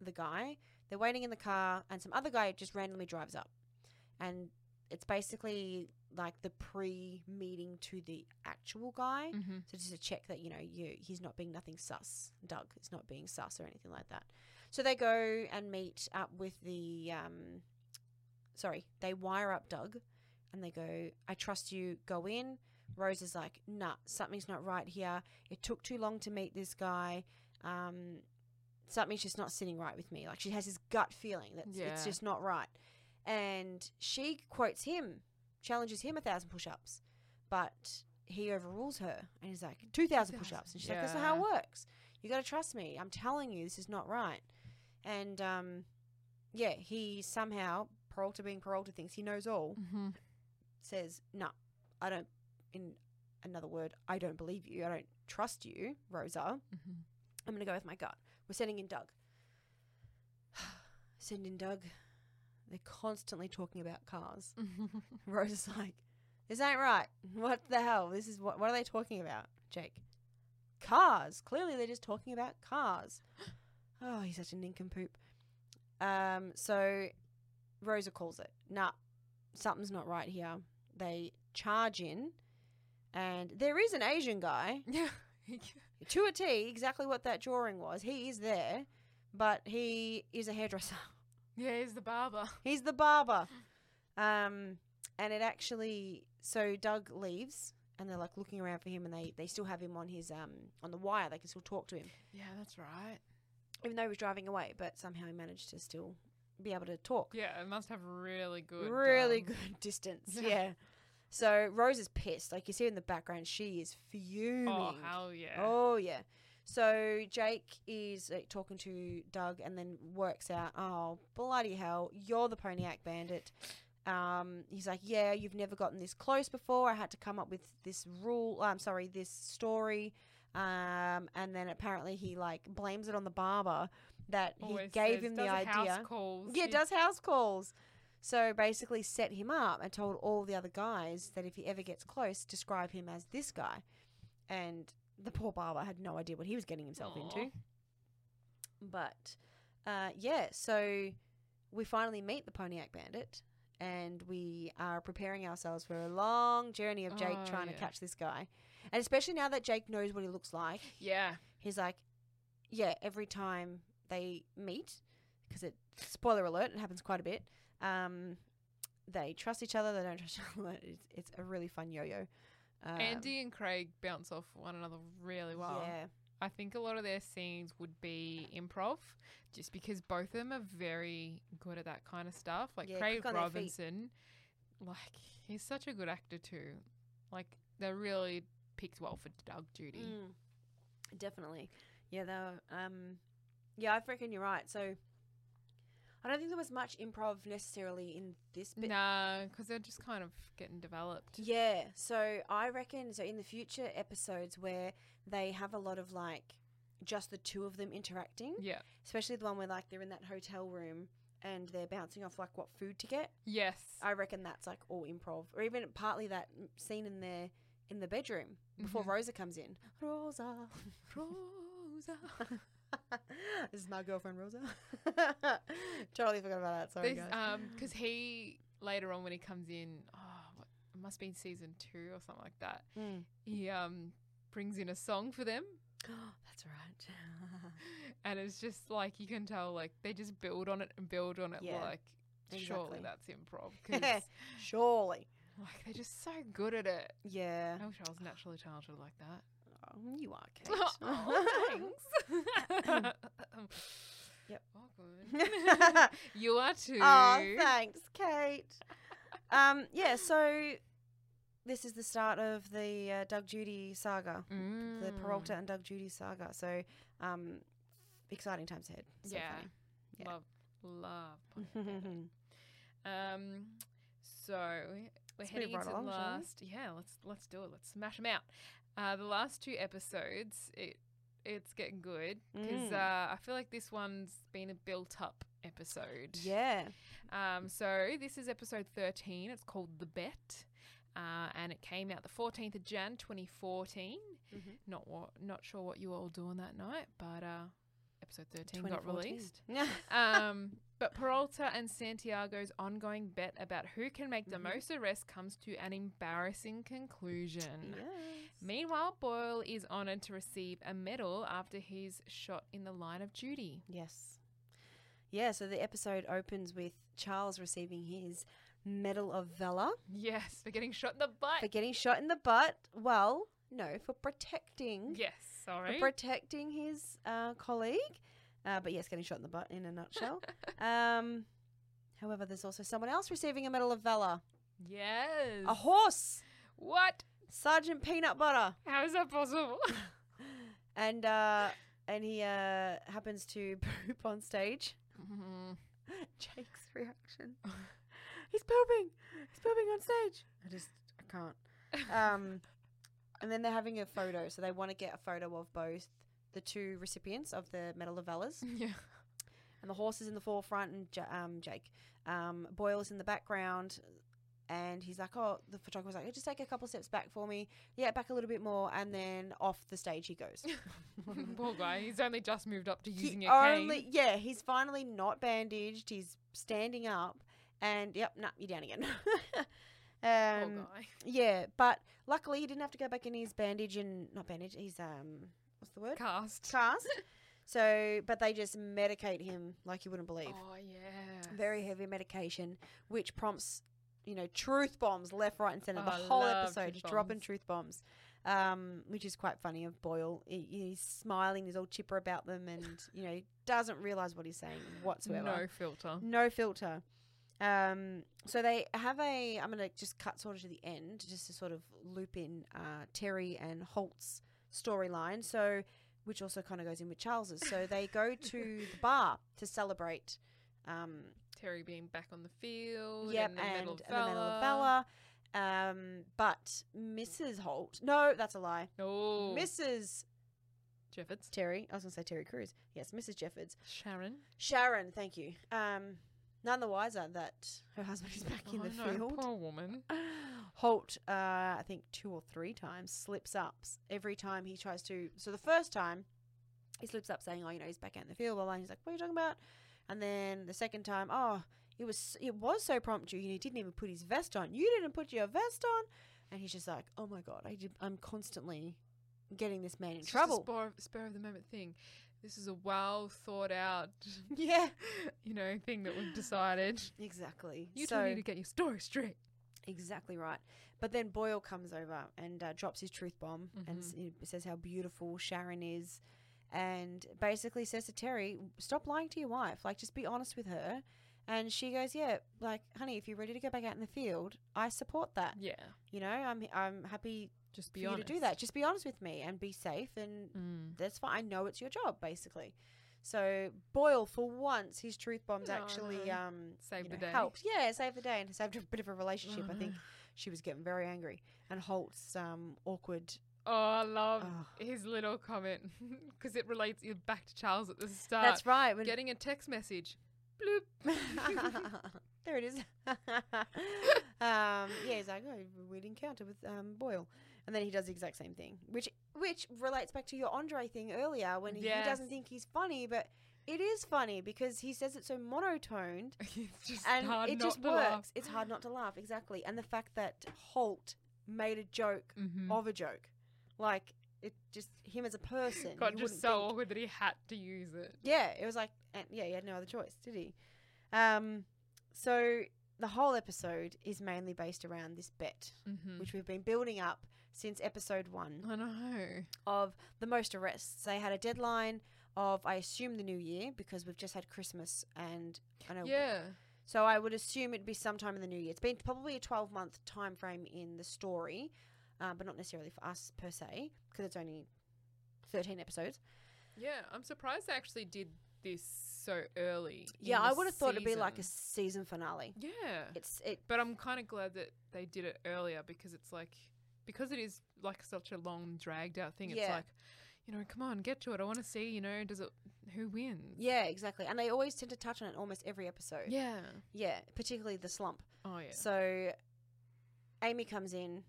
Speaker 2: the guy they're waiting in the car and some other guy just randomly drives up and it's basically like the pre-meeting to the actual guy
Speaker 1: Mm-hmm.
Speaker 2: so just to check that you know you he's not being nothing sus doug is not being sus or anything like that so they go and meet up with the um sorry they wire up doug and they go i trust you go in rose is like nah something's not right here it took too long to meet this guy um something's just not sitting right with me like she has this gut feeling that it's
Speaker 1: Yeah.
Speaker 2: just not right and she quotes him challenges him a thousand push-ups but he overrules her and he's like 2000 push-ups and she's like that's not how it works you got to trust me i'm telling you this is not right and um yeah he somehow peralta being peralta thinks he knows all
Speaker 1: Mm-hmm.
Speaker 2: says no i don't in another word i don't believe you i don't trust you rosa
Speaker 1: Mm-hmm.
Speaker 2: i'm gonna go with my gut we're sending in doug send in doug they're constantly talking about cars
Speaker 1: Mm-hmm.
Speaker 2: Rosa's like, this ain't right. What the hell? This is what? What are they talking about, Jake? Cars. Clearly, they're just talking about cars. Oh, he's such a nincompoop. Um, so Rosa calls it. Nah, something's not right here. They charge in, and there is an Asian guy
Speaker 1: Yeah.
Speaker 2: to a T. Exactly what that drawing was. He is there, but he is a hairdresser.
Speaker 1: yeah, he's the barber.
Speaker 2: He's the barber. Um, and it actually so Doug leaves and they're like looking around for him and they, they still have him on his um on the wire, they can still talk to him.
Speaker 1: Yeah, that's right.
Speaker 2: Even though he was driving away, but somehow he managed to still be able to talk.
Speaker 1: Yeah, it must have really good.
Speaker 2: really
Speaker 1: um,
Speaker 2: good distance.
Speaker 1: Yeah.
Speaker 2: Yeah. So Rose is pissed. Like you see in the background, she is fuming.
Speaker 1: Oh, hell yeah.
Speaker 2: Oh yeah. So Jake is like, talking to Doug and then works out, oh bloody hell, you're the Pontiac Bandit. Um, he's like, yeah, you've never gotten this close before. I had to come up with this rule. I'm sorry, this story. Um, and then apparently he like blames it on the barber that he
Speaker 1: Always
Speaker 2: gave
Speaker 1: says,
Speaker 2: him the
Speaker 1: does
Speaker 2: idea.
Speaker 1: House calls.
Speaker 2: Yeah,
Speaker 1: He-
Speaker 2: does house calls. So basically set him up and told all the other guys that if he ever gets close, describe him as this guy. And the poor barber had no idea what he was getting himself into.
Speaker 1: Aw.
Speaker 2: But uh, yeah, so we finally meet the Pontiac Bandit and we are preparing ourselves for a long journey of Jake
Speaker 1: Oh,
Speaker 2: trying to
Speaker 1: yeah.
Speaker 2: catch this guy. And especially now that Jake knows what he looks like,
Speaker 1: Yeah.
Speaker 2: he's like, yeah, every time they meet, because it spoiler alert, it happens quite a bit. Um, they trust each other. They don't trust each other. It's, it's a really fun yo-yo. Um,
Speaker 1: Andy and Craig bounce off one another really well.
Speaker 2: Yeah,
Speaker 1: I think a lot of their scenes would be improv, just because both of them are very good at that kind of stuff. Like
Speaker 2: Yeah,
Speaker 1: Craig
Speaker 2: quick on their feet.
Speaker 1: Robinson, like he's such a good actor too. Like they really picked well for Doug Judy.
Speaker 2: Mm. definitely. Yeah, they were, um, yeah, I reckon you're right. So I don't think there was much improv necessarily in this bit.
Speaker 1: Nah, because they're just kind of getting developed.
Speaker 2: Yeah. So I reckon so in the future episodes where they have a lot of like just the two of them interacting.
Speaker 1: Yeah.
Speaker 2: especially the one where like they're in that hotel room and they're bouncing off like what food to get.
Speaker 1: Yes.
Speaker 2: I reckon that's like all improv, or even partly that m- scene in the in the bedroom before Rosa comes in. Mm-hmm. Rosa,
Speaker 1: Rosa.
Speaker 2: this is my girlfriend Rosa. uh, totally forgot about that. Sorry,
Speaker 1: This,
Speaker 2: guys.
Speaker 1: um, because he later on when he comes in, oh, what, it must be in season two or something like that.
Speaker 2: Mm.
Speaker 1: He um brings in a song for them,
Speaker 2: that's right.
Speaker 1: and it's just like you can tell, like they just build on it and build on it.
Speaker 2: Yeah,
Speaker 1: like surely
Speaker 2: exactly.
Speaker 1: that's improv because
Speaker 2: Surely,
Speaker 1: like they're just so good at it.
Speaker 2: yeah.
Speaker 1: I wish I was naturally talented like that.
Speaker 2: Oh, you are Kate.
Speaker 1: Oh, thanks.
Speaker 2: Yep.
Speaker 1: Awkward. you are too.
Speaker 2: Oh, thanks, Kate. um, yeah. So this is the start of the uh, Doug Judy saga. the
Speaker 1: Mm.
Speaker 2: Peralta and Doug Judy saga. So, um, exciting times ahead. So
Speaker 1: yeah.
Speaker 2: funny. Yeah.
Speaker 1: Love, love. Pontiac Bandit. um, so we're
Speaker 2: Let's
Speaker 1: heading
Speaker 2: move right
Speaker 1: into
Speaker 2: along,
Speaker 1: the
Speaker 2: shall we?
Speaker 1: last. Yeah, let's let's do it. Let's smash them out. Uh, the last two episodes, it it's getting good because
Speaker 2: Mm.
Speaker 1: uh, I feel like this one's been a built up episode.
Speaker 2: yeah.
Speaker 1: Um, so this is episode 13. It's called The Bet. Uh, and it came out the 14th of Jan 2014.
Speaker 2: Mhm.
Speaker 1: Not what, not sure what you were all doing that night, but uh, episode 13 got
Speaker 2: 2014.
Speaker 1: released. um, but Peralta and Santiago's ongoing bet about who can make
Speaker 2: Mhm.
Speaker 1: the most arrests comes to an embarrassing conclusion.
Speaker 2: Yes.
Speaker 1: Meanwhile, Boyle is honoured to receive a medal after he's shot in the line of duty.
Speaker 2: Yes. Yeah. So the episode opens with Charles receiving his Medal of Valor
Speaker 1: Yes, for getting shot in the butt.
Speaker 2: for getting shot in the butt. Well, no, for protecting.
Speaker 1: yes, sorry.
Speaker 2: For protecting his uh, colleague. Uh, but yes, getting shot in the butt in a nutshell. um, however, there's also someone else receiving a Medal of Valor.
Speaker 1: Yes.
Speaker 2: A horse!
Speaker 1: Oh. What?
Speaker 2: Sergeant Peanut Butter!
Speaker 1: How is that possible?
Speaker 2: And uh, and he uh, happens to poop on stage. Jake's reaction. He's pooping! He's pooping on stage! I just, I can't. Um, and then they're having a photo. So they want to get a photo of both the two recipients of the Medal of Valors.
Speaker 1: yeah.
Speaker 2: and the horse is in the forefront and J- um, Jake um, Boyle is in the background and he's like oh the photographer's like just take a couple steps back for me yeah back a little bit more and then off the stage he goes
Speaker 1: Poor guy. He's only just moved up to using
Speaker 2: he
Speaker 1: a cane.
Speaker 2: only yeah he's finally not bandaged he's standing up and yep nah you're down again
Speaker 1: Poor
Speaker 2: um,
Speaker 1: guy.
Speaker 2: yeah but luckily he didn't have to go back in his bandage and not bandage he's um what's the word
Speaker 1: Cast.
Speaker 2: cast so but they just medicate him like you wouldn't believe
Speaker 1: Oh yeah.
Speaker 2: very heavy medication, which prompts, you know, truth bombs left, right, and center. The
Speaker 1: I
Speaker 2: whole
Speaker 1: love
Speaker 2: episode,
Speaker 1: truth
Speaker 2: just dropping
Speaker 1: bombs.
Speaker 2: truth bombs, um, which is quite funny. Of Boyle, he, he's smiling, he's all chipper about them, and you know, he doesn't realize what he's saying
Speaker 1: No
Speaker 2: whatsoever.
Speaker 1: filter.
Speaker 2: no filter. Um, so they have a. I'm gonna just cut sort of to the end, just to sort of loop in uh, Terry and Holt's storyline. So, which also kind of goes in with Charles's. So they go to the bar to celebrate. Um,
Speaker 1: Terry being back on the field.
Speaker 2: Yep,
Speaker 1: and
Speaker 2: and,
Speaker 1: the medal of
Speaker 2: and the Medal of
Speaker 1: Valor.
Speaker 2: Valor. Um, but Mrs. Holt, no, that's a lie.
Speaker 1: No.
Speaker 2: Mrs.
Speaker 1: Oh, Jeffords.
Speaker 2: Terry, I was gonna say Terry Cruz. Yes, Mrs. Jeffords.
Speaker 1: Sharon.
Speaker 2: Sharon, thank you. Um, none the wiser that her husband is back in
Speaker 1: Oh,
Speaker 2: the
Speaker 1: no,
Speaker 2: field.
Speaker 1: Poor woman.
Speaker 2: Holt, uh, I think two or three times slips up s- every time he tries to. So the first time he slips up saying, "Oh, you know, he's back out in the field." Blah blah. And he's like, "What are you talking about?" And then the second time, "Oh, it was it was so prompt you. He didn't even put his vest on. You didn't put your vest on." And he's just like, "Oh my god, I did, I'm constantly getting this man in
Speaker 1: It's just a
Speaker 2: trouble."
Speaker 1: spur of, spur of the moment thing. This is a well thought out,
Speaker 2: yeah,
Speaker 1: you know, thing that we've decided.
Speaker 2: exactly.
Speaker 1: You
Speaker 2: so
Speaker 1: two need to get your story straight.
Speaker 2: Exactly right. But then Boyle comes over and uh, drops his truth bomb
Speaker 1: Mm-hmm.
Speaker 2: and s- he says how beautiful Sharon is and basically says to Terry, stop lying to your wife. Like, just be honest with her. And she goes, yeah, like, honey, if you're ready to go back out in the field, I support that.
Speaker 1: Yeah.
Speaker 2: You know, I'm, I'm happy
Speaker 1: Just
Speaker 2: Uh, for
Speaker 1: be
Speaker 2: you
Speaker 1: honest.
Speaker 2: to do that. Just be honest with me and be safe. And
Speaker 1: Mm.
Speaker 2: that's fine. I know it's your job, basically. So Boyle, for once, his truth bombs
Speaker 1: No,
Speaker 2: actually
Speaker 1: no.
Speaker 2: um,
Speaker 1: Saved the
Speaker 2: you know,
Speaker 1: day.
Speaker 2: Helped. Yeah, saved the day and saved a bit of a relationship. I think she was getting very angry. And Holt's um, awkward.
Speaker 1: Oh, I love
Speaker 2: Oh.
Speaker 1: his little comment because it relates you back to Charles at the start.
Speaker 2: That's right. When,
Speaker 1: Getting a text message. bloop.
Speaker 2: there it is. um, yeah, he's like, oh, weird encounter with um, Boyle. And then he does the exact same thing, which which relates back to your Andre thing earlier when
Speaker 1: Yes.
Speaker 2: he doesn't think he's funny, but it is funny because he says it so monotoned
Speaker 1: it's just
Speaker 2: and
Speaker 1: hard
Speaker 2: it
Speaker 1: not
Speaker 2: just
Speaker 1: to
Speaker 2: works.
Speaker 1: laugh.
Speaker 2: It's hard not to laugh, exactly. And the fact that Holt made a joke
Speaker 1: Mhm.
Speaker 2: of a joke, like it just him as a person.
Speaker 1: God,
Speaker 2: you
Speaker 1: just
Speaker 2: wouldn't
Speaker 1: so
Speaker 2: think.
Speaker 1: awkward that he had to use it.
Speaker 2: Yeah, it was like, and yeah, he had no other choice, did he? Um, so the whole episode is mainly based around this bet,
Speaker 1: Mm-hmm.
Speaker 2: which we've been building up since episode one
Speaker 1: I know.
Speaker 2: of the most arrests. They had a deadline of, I assume, the new year because we've just had Christmas and I know.
Speaker 1: Yeah.
Speaker 2: So I would assume it'd be sometime in the new year. It's been probably a twelve month time frame in the story, uh, but not necessarily for us per se because it's only thirteen episodes.
Speaker 1: Yeah. I'm surprised they actually did this so early. in
Speaker 2: Yeah, I
Speaker 1: the
Speaker 2: would have thought it'd be like a
Speaker 1: season.
Speaker 2: season finale.
Speaker 1: Yeah.
Speaker 2: It's it
Speaker 1: But I'm kind of glad that they did it earlier because it's like because it is like such a long dragged out thing. It's
Speaker 2: Yeah.
Speaker 1: like you know, come on, get to it. I want to see. You know, does it? Who wins?
Speaker 2: Yeah, exactly. And they always tend to touch on it almost every episode.
Speaker 1: Yeah.
Speaker 2: Yeah, particularly the slump.
Speaker 1: Oh yeah.
Speaker 2: So Amy comes in,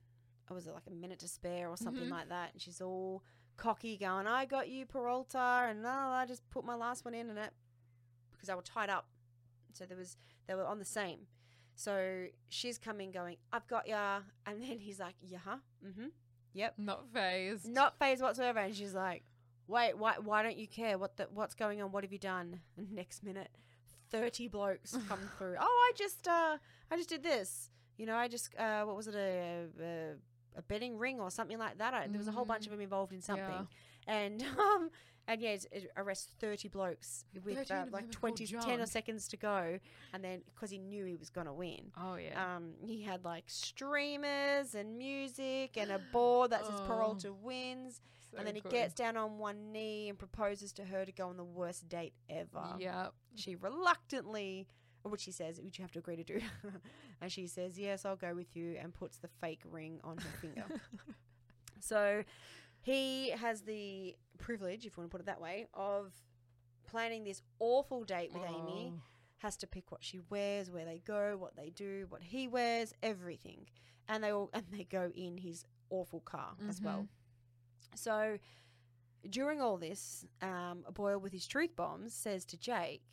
Speaker 2: or was it like a minute to spare or something
Speaker 1: Mhm.
Speaker 2: like that? And she's all cocky, going, I got you, Peralta. And la, la, la, I just put my last one in and it, because they were tied up. So there was, they were on the same. So she's coming, going, I've got ya. And then he's like, yeah, huh? Mm hmm. Yep.
Speaker 1: Not phased.
Speaker 2: not phased whatsoever. And she's like, "Wait, why? Why don't you care? What the? What's going on? What have you done?" And next minute, thirty blokes come through. Oh, I just, uh, I just did this. You know, I just, uh, what was it, a, a, a betting ring or something like that. I, there was a whole bunch of them involved in something.
Speaker 1: Yeah.
Speaker 2: And um, and yeah, it's- it arrests thirty blokes with
Speaker 1: 30
Speaker 2: uh,
Speaker 1: and they
Speaker 2: like
Speaker 1: were called
Speaker 2: 20, 10 or
Speaker 1: John.
Speaker 2: seconds to go, and then because he knew he was gonna win.
Speaker 1: Oh yeah.
Speaker 2: Um, he had like streamers and music and a board that says
Speaker 1: Oh.
Speaker 2: Peralta wins.
Speaker 1: So
Speaker 2: and then he
Speaker 1: good.
Speaker 2: gets down on one knee and proposes to her to go on the worst date ever.
Speaker 1: Yeah.
Speaker 2: She reluctantly, which she says, which you have to agree to do. and she says, Yes, I'll go with you, and puts the fake ring on her finger. So he has the privilege, if you want to put it that way, of planning this awful date with Amy
Speaker 1: Oh.
Speaker 2: has to pick what she wears, where they go, what they do, what he wears, everything. And they all and they go in his awful car as well.
Speaker 1: Mm-hmm.
Speaker 2: So during all this, um, Boyle with his truth bombs says to Jake,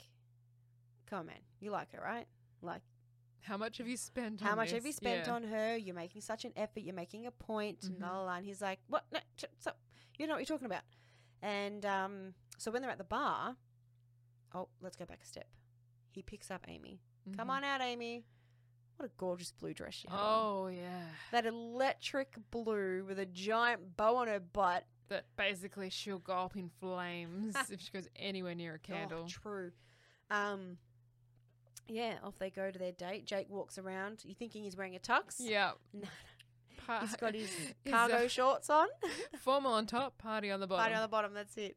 Speaker 2: "Come on, man, you like her, right? Like
Speaker 1: How much have you spent?
Speaker 2: how
Speaker 1: on
Speaker 2: much have you
Speaker 1: this?
Speaker 2: spent
Speaker 1: Yeah.
Speaker 2: on her? You're making such an effort. You're making a point." And, la,
Speaker 1: Mhm.
Speaker 2: la, la. and he's like, "What? No, ch- so, you know what you're talking about." And um, so when they're at the bar, oh, let's go back a step. He picks up Amy. Come
Speaker 1: Mhm.
Speaker 2: on out, Amy. What a gorgeous blue dress she had. on.
Speaker 1: Oh yeah.
Speaker 2: That electric blue with a giant bow on her butt.
Speaker 1: That basically she'll go up in flames if she goes anywhere near a
Speaker 2: Oh,
Speaker 1: candle.
Speaker 2: true. Um, yeah, off they go to their date. Jake walks around. You thinking he's wearing a tux?
Speaker 1: Yeah.
Speaker 2: No,
Speaker 1: Pa-
Speaker 2: He's got his
Speaker 1: uh,
Speaker 2: cargo shorts on.
Speaker 1: formal on top, party on the bottom.
Speaker 2: Party on the bottom. That's it.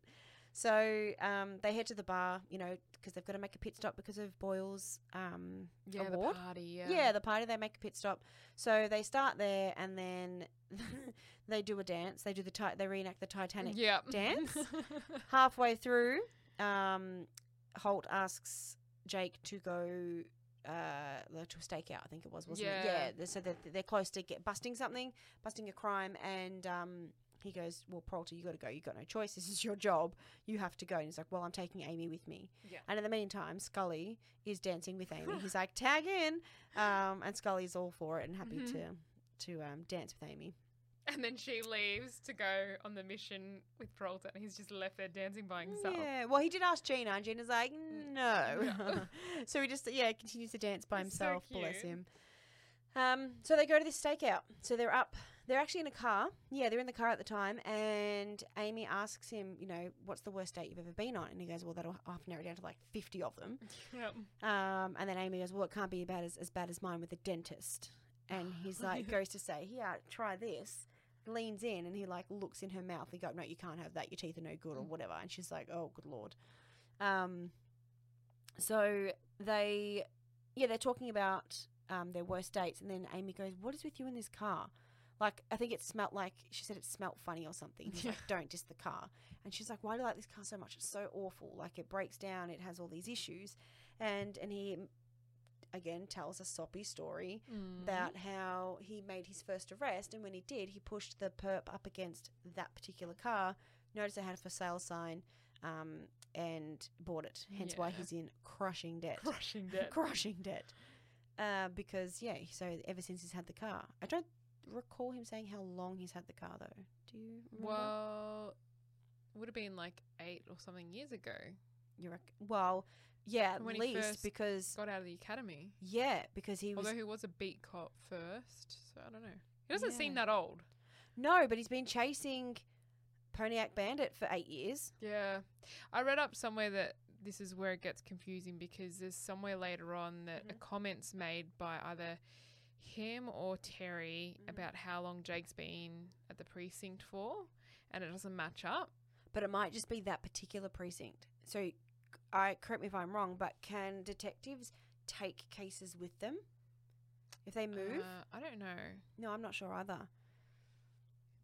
Speaker 2: So um, they head to the bar, you know, because they've got to make a pit stop because of Boyle's um,
Speaker 1: yeah,
Speaker 2: award.
Speaker 1: the party.
Speaker 2: yeah. the party they make a pit stop so they start there and then they do a dance they do the ti- they reenact the titanic
Speaker 1: yeah.
Speaker 2: dance. halfway through um holt asks jake to go uh like, to a stakeout i think it was wasn't it
Speaker 1: Yeah.
Speaker 2: yeah th- so they're, they're close to get busting something busting a crime and um he goes, well, Peralta, you got to go. You got no choice. This is your job. You have to go. And he's like, well, I'm taking Amy with me.
Speaker 1: Yeah.
Speaker 2: And in the meantime, Scully is dancing with Amy. he's like, tag in, um, and Scully's all for it and happy
Speaker 1: Mhm.
Speaker 2: to to um, dance with Amy.
Speaker 1: and then she leaves to go on the mission with Peralta, and he's just left there dancing by himself.
Speaker 2: Yeah. Well, he did ask Gina, and Gina's like, no.
Speaker 1: no.
Speaker 2: so he just yeah continues to dance by
Speaker 1: That's so
Speaker 2: himself. Bless
Speaker 1: cute.
Speaker 2: him. Um. So they go to this stakeout. So they're up. They're actually in a car. Yeah, they're in the car at the time, and Amy asks him, you know, what's the worst date you've ever been on? And he goes, well, that'll I'll have to narrow it down to like fifty of them.
Speaker 1: Yep.
Speaker 2: Um, and then Amy goes, "Well, it can't be about as, as bad as mine with the dentist." And he's like, goes to say, "Yeah, try this." Leans in and he like looks in her mouth and go, "No, you can't have that. Your teeth are no good or whatever." And she's like, "Oh, good lord." Um, so they, yeah, they're talking about um, their worst dates, and then Amy goes, "What is with you in this car?" Like, I think it smelt like she said it smelt funny or something. He's like, "Don't just the car." And she's like, "Why do you like this car so much? It's so awful. Like, it breaks down. It has all these issues." and and he again tells a soppy story
Speaker 1: Mm-hmm.
Speaker 2: about how he made his first arrest and when he did he pushed the perp up against that particular car noticed it had a for sale sign um, and bought it hence why
Speaker 1: Yeah.
Speaker 2: he's in crushing debt
Speaker 1: crushing debt.
Speaker 2: crushing debt uh, because yeah so ever since he's had the car i don't recall him saying how long he's had the car though do you remember
Speaker 1: well, would have been like eight or something years ago.
Speaker 2: you rec- well yeah at
Speaker 1: When he
Speaker 2: least
Speaker 1: first
Speaker 2: because
Speaker 1: Got out of the academy.
Speaker 2: yeah because he was
Speaker 1: Although he was a beat cop first, so I don't know. He doesn't seem
Speaker 2: Yeah.
Speaker 1: that old.
Speaker 2: No, but he's been chasing Poniac Bandit for eight years.
Speaker 1: Yeah. I read up somewhere that this is where it gets confusing because there's somewhere later on that
Speaker 2: Mm-hmm.
Speaker 1: a comment's made by either him or Terry
Speaker 2: Mm-hmm.
Speaker 1: about how long Jake's been at the precinct for and it doesn't match up.
Speaker 2: But it might just be that particular precinct. So, I correct me if I'm wrong, but can detectives take cases with them if they move?
Speaker 1: Uh, I don't know
Speaker 2: no, I'm not sure either.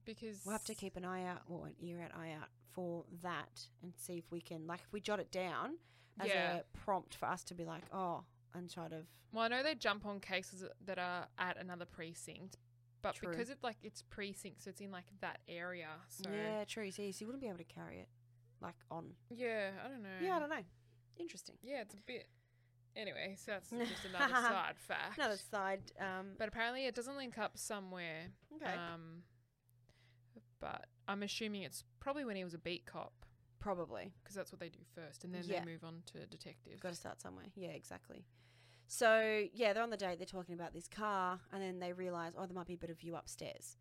Speaker 1: because
Speaker 2: We'll have to keep an eye out or an ear out, eye out for that and see if we can, like, if we jot it down as
Speaker 1: Yeah.
Speaker 2: a prompt for us to be like, oh, and try to.
Speaker 1: Well, I know they jump on cases that are at another precinct, but
Speaker 2: True.
Speaker 1: because it like it's precinct, so it's in like that area. So yeah,
Speaker 2: Yeah, true. So you see, you wouldn't be able to carry it, like, on.
Speaker 1: I don't know.
Speaker 2: Yeah, I don't know. Interesting.
Speaker 1: Yeah, it's a bit. Anyway, so that's just another side fact.
Speaker 2: Another side. Um,
Speaker 1: But apparently, it doesn't link up somewhere.
Speaker 2: okay.
Speaker 1: Um, but I'm assuming it's probably when he was a beat cop
Speaker 2: Probably.
Speaker 1: because that's what they do first, and then
Speaker 2: Yeah.
Speaker 1: they move on to detective.
Speaker 2: You've got to start somewhere. Yeah, exactly. So, yeah, they're on the date. They're talking about this car, and then they realize, oh, there might be a bit of view upstairs,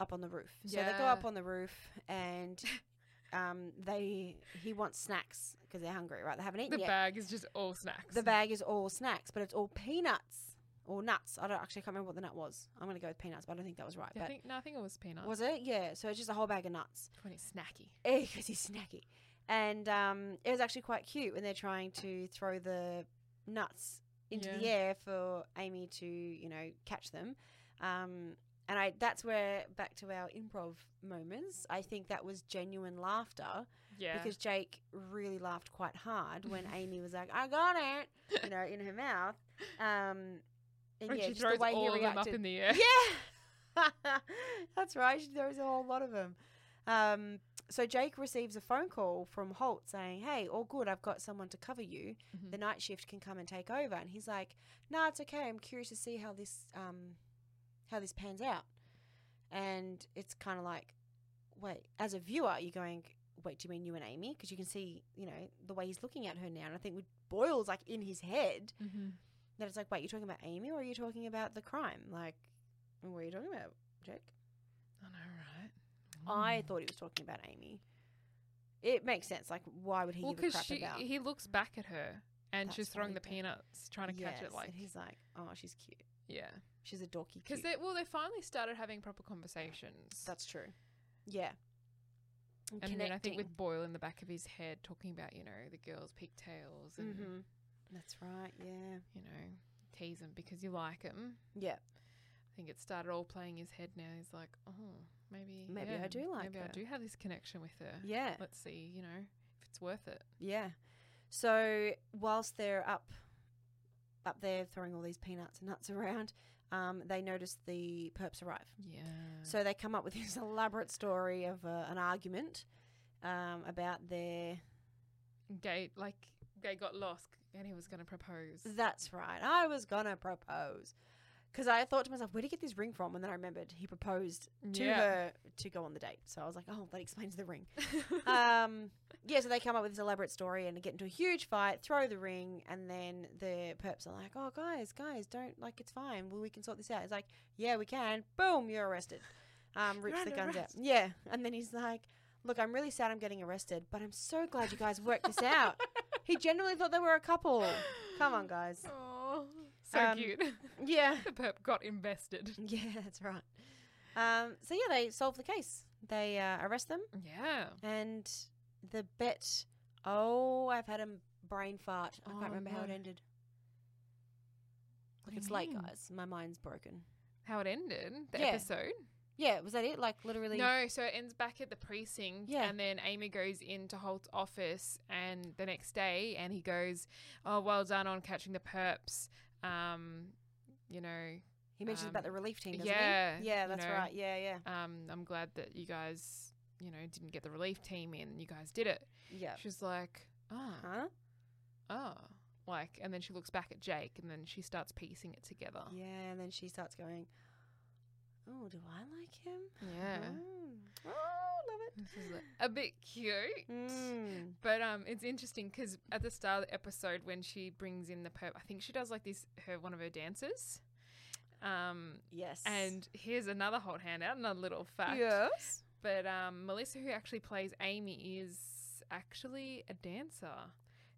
Speaker 2: up on the roof. So they go
Speaker 1: Yeah.
Speaker 2: up on the roof, and um, they he wants snacks because they're hungry, right? They haven't eaten
Speaker 1: The
Speaker 2: yet.
Speaker 1: bag is just all snacks.
Speaker 2: the bag is all snacks, but it's all peanuts or nuts. I don't actually I can't remember what the nut was. I'm gonna go with peanuts, but I don't think that was right.
Speaker 1: Yeah, I
Speaker 2: but
Speaker 1: think no, I think it was peanut.
Speaker 2: was it? Yeah. So it's just a whole bag of nuts.
Speaker 1: when it's snacky.
Speaker 2: because Eh, he's snacky. And um, it was actually quite cute when they're trying to throw the nuts into the
Speaker 1: Yeah.
Speaker 2: air for Amy to, you know, catch them. Um, and I that's where back to our improv moments. I think that was genuine laughter
Speaker 1: Yeah.
Speaker 2: because Jake really laughed quite hard when Amy was like, "I got it," you know, in her mouth. Um, and
Speaker 1: When
Speaker 2: yeah,
Speaker 1: she
Speaker 2: just the
Speaker 1: throws
Speaker 2: way
Speaker 1: all
Speaker 2: he
Speaker 1: of them up
Speaker 2: reacted.
Speaker 1: in the air.
Speaker 2: Yeah, that's right. She throws a whole lot of them. Um, so Jake receives a phone call from Holt saying, "Hey, all good. I've got someone to cover you.
Speaker 1: Mhm.
Speaker 2: The night shift can come and take over." And he's like, "Nah, it's okay. I'm curious to see how this um, how this pans out." And it's kind of like, wait, as a viewer, you're going, "Wait, do you mean you and Amy?" Because you can see, you know, the way he's looking at her now, and I think it boils like in his head
Speaker 1: Mm-hmm.
Speaker 2: that it's like, wait, you're talking about Amy or are you talking about the crime? Like, what are you talking about, Jake?
Speaker 1: I know, right? Mm.
Speaker 2: I thought he was talking about Amy. It makes sense. Like, why would he
Speaker 1: well,
Speaker 2: give a
Speaker 1: because
Speaker 2: crap
Speaker 1: she
Speaker 2: about?
Speaker 1: he looks back at her and she's
Speaker 2: That's what
Speaker 1: throwing
Speaker 2: he
Speaker 1: the
Speaker 2: does.
Speaker 1: peanuts, trying to catch it.
Speaker 2: Yes,
Speaker 1: Like,
Speaker 2: and he's like, oh, she's cute.
Speaker 1: yeah,
Speaker 2: She's a dorky
Speaker 1: because
Speaker 2: cute.
Speaker 1: they well, they finally started having proper conversations.
Speaker 2: That's true. Yeah.
Speaker 1: and then I think with Boyle in the back of his head talking about you know the girls' pigtails and
Speaker 2: hmm That's right. Yeah.
Speaker 1: you know tease him because you like him.
Speaker 2: Yeah.
Speaker 1: I think it started all playing his head now. He's like, oh, maybe
Speaker 2: Maybe I
Speaker 1: yeah,
Speaker 2: do like
Speaker 1: maybe
Speaker 2: her."
Speaker 1: I do have this connection with her.
Speaker 2: Yeah.
Speaker 1: Let's see, you know, if it's worth it.
Speaker 2: Yeah. So whilst they're up up there throwing all these peanuts and nuts around, um, they notice the perps arrive.
Speaker 1: Yeah.
Speaker 2: So they come up with this elaborate story of uh, an argument um, about their.
Speaker 1: gay, like they got lost and he was going to propose.
Speaker 2: That's right. I was gonna propose because I thought to myself, where would he get this ring from? And then I remembered he proposed to her to go on the date. So I was like, oh, that explains the ring. um, yeah. So they come up with this elaborate story and get into a huge fight, throw the ring, and then the perps are like, oh, guys, guys, don't like it's fine. Well, we can sort this out. It's like, yeah, we can. Boom, you're arrested. Um, rips
Speaker 1: You're
Speaker 2: the
Speaker 1: under
Speaker 2: guns
Speaker 1: arrest.
Speaker 2: out. Yeah, and then he's like, look, I'm really sad I'm getting arrested, but I'm so glad you guys worked this out. He genuinely thought they were a couple. Come on, guys.
Speaker 1: Oh, so
Speaker 2: Um,
Speaker 1: cute.
Speaker 2: Yeah.
Speaker 1: the perp got invested.
Speaker 2: Yeah, that's right. Um, so yeah, they solve the case. They uh, arrest them,
Speaker 1: Yeah.
Speaker 2: and the bet. Oh, I've had a brain fart. I
Speaker 1: Oh,
Speaker 2: can't remember how it
Speaker 1: no.
Speaker 2: ended.
Speaker 1: What
Speaker 2: Look,
Speaker 1: do
Speaker 2: it's
Speaker 1: you
Speaker 2: late,
Speaker 1: mean?
Speaker 2: guys. My mind's broken.
Speaker 1: How it ended, the
Speaker 2: Yeah.
Speaker 1: episode.
Speaker 2: Yeah, was that it? Like literally.
Speaker 1: No, so it ends back at the precinct,
Speaker 2: Yeah.
Speaker 1: and then Amy goes into Holt's office, and the next day, and he goes, "Oh, well done on catching the perps." Um, you know,
Speaker 2: He mentions about
Speaker 1: um,
Speaker 2: the relief team, doesn't
Speaker 1: yeah,
Speaker 2: he? Yeah,
Speaker 1: you
Speaker 2: that's
Speaker 1: know.
Speaker 2: right. Yeah, yeah,
Speaker 1: um, I'm glad that you guys, you know, didn't get the relief team in. You guys did it.
Speaker 2: yeah.
Speaker 1: She's like, "Oh,
Speaker 2: Huh?
Speaker 1: oh," like, and then she looks back at Jake, and then she starts piecing it together.
Speaker 2: Yeah, and then she starts going, "Oh, do I like him?
Speaker 1: Yeah,
Speaker 2: Mm. Oh,
Speaker 1: this is a bit cute.
Speaker 2: love it. Mm.
Speaker 1: But um, it's interesting because at the start of the episode, when she brings in the perp, I think she does like this her one of her dances. Um,
Speaker 2: Yes.
Speaker 1: and here's another hot handout, another little fact.
Speaker 2: yes.
Speaker 1: But um, Melissa, who actually plays Amy, is actually a dancer.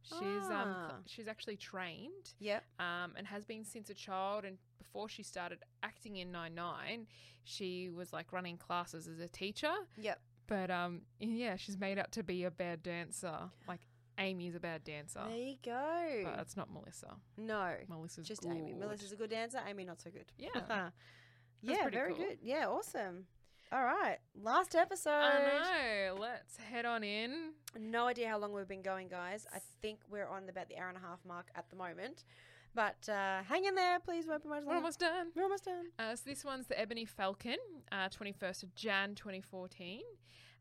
Speaker 1: She's um, cl-
Speaker 2: Ah.
Speaker 1: she's actually trained
Speaker 2: Yep.
Speaker 1: um, and has been since a child. And before she started acting in Nine Nine, she was like running classes as a teacher.
Speaker 2: Yep.
Speaker 1: But um, yeah, she's made out to be a bad dancer. Like Amy is a bad dancer,
Speaker 2: There you go.
Speaker 1: Oh. but it's not Melissa.
Speaker 2: no,
Speaker 1: Melissa's
Speaker 2: just
Speaker 1: good.
Speaker 2: Amy. Melissa's a good dancer. Amy, not so good.
Speaker 1: Yeah.
Speaker 2: Uh-huh. yeah,
Speaker 1: pretty
Speaker 2: very
Speaker 1: cool.
Speaker 2: good. Yeah, awesome. All right, last episode.
Speaker 1: I know. Let's head on in.
Speaker 2: No idea how long we've been going, guys. I think we're on about the hour and a half mark at the moment. But uh, hang in there, please. Won't be much
Speaker 1: We're
Speaker 2: longer.
Speaker 1: almost done.
Speaker 2: We're almost done.
Speaker 1: Uh, so this one's the Ebony Falcon, uh, 21st of Jan 2014.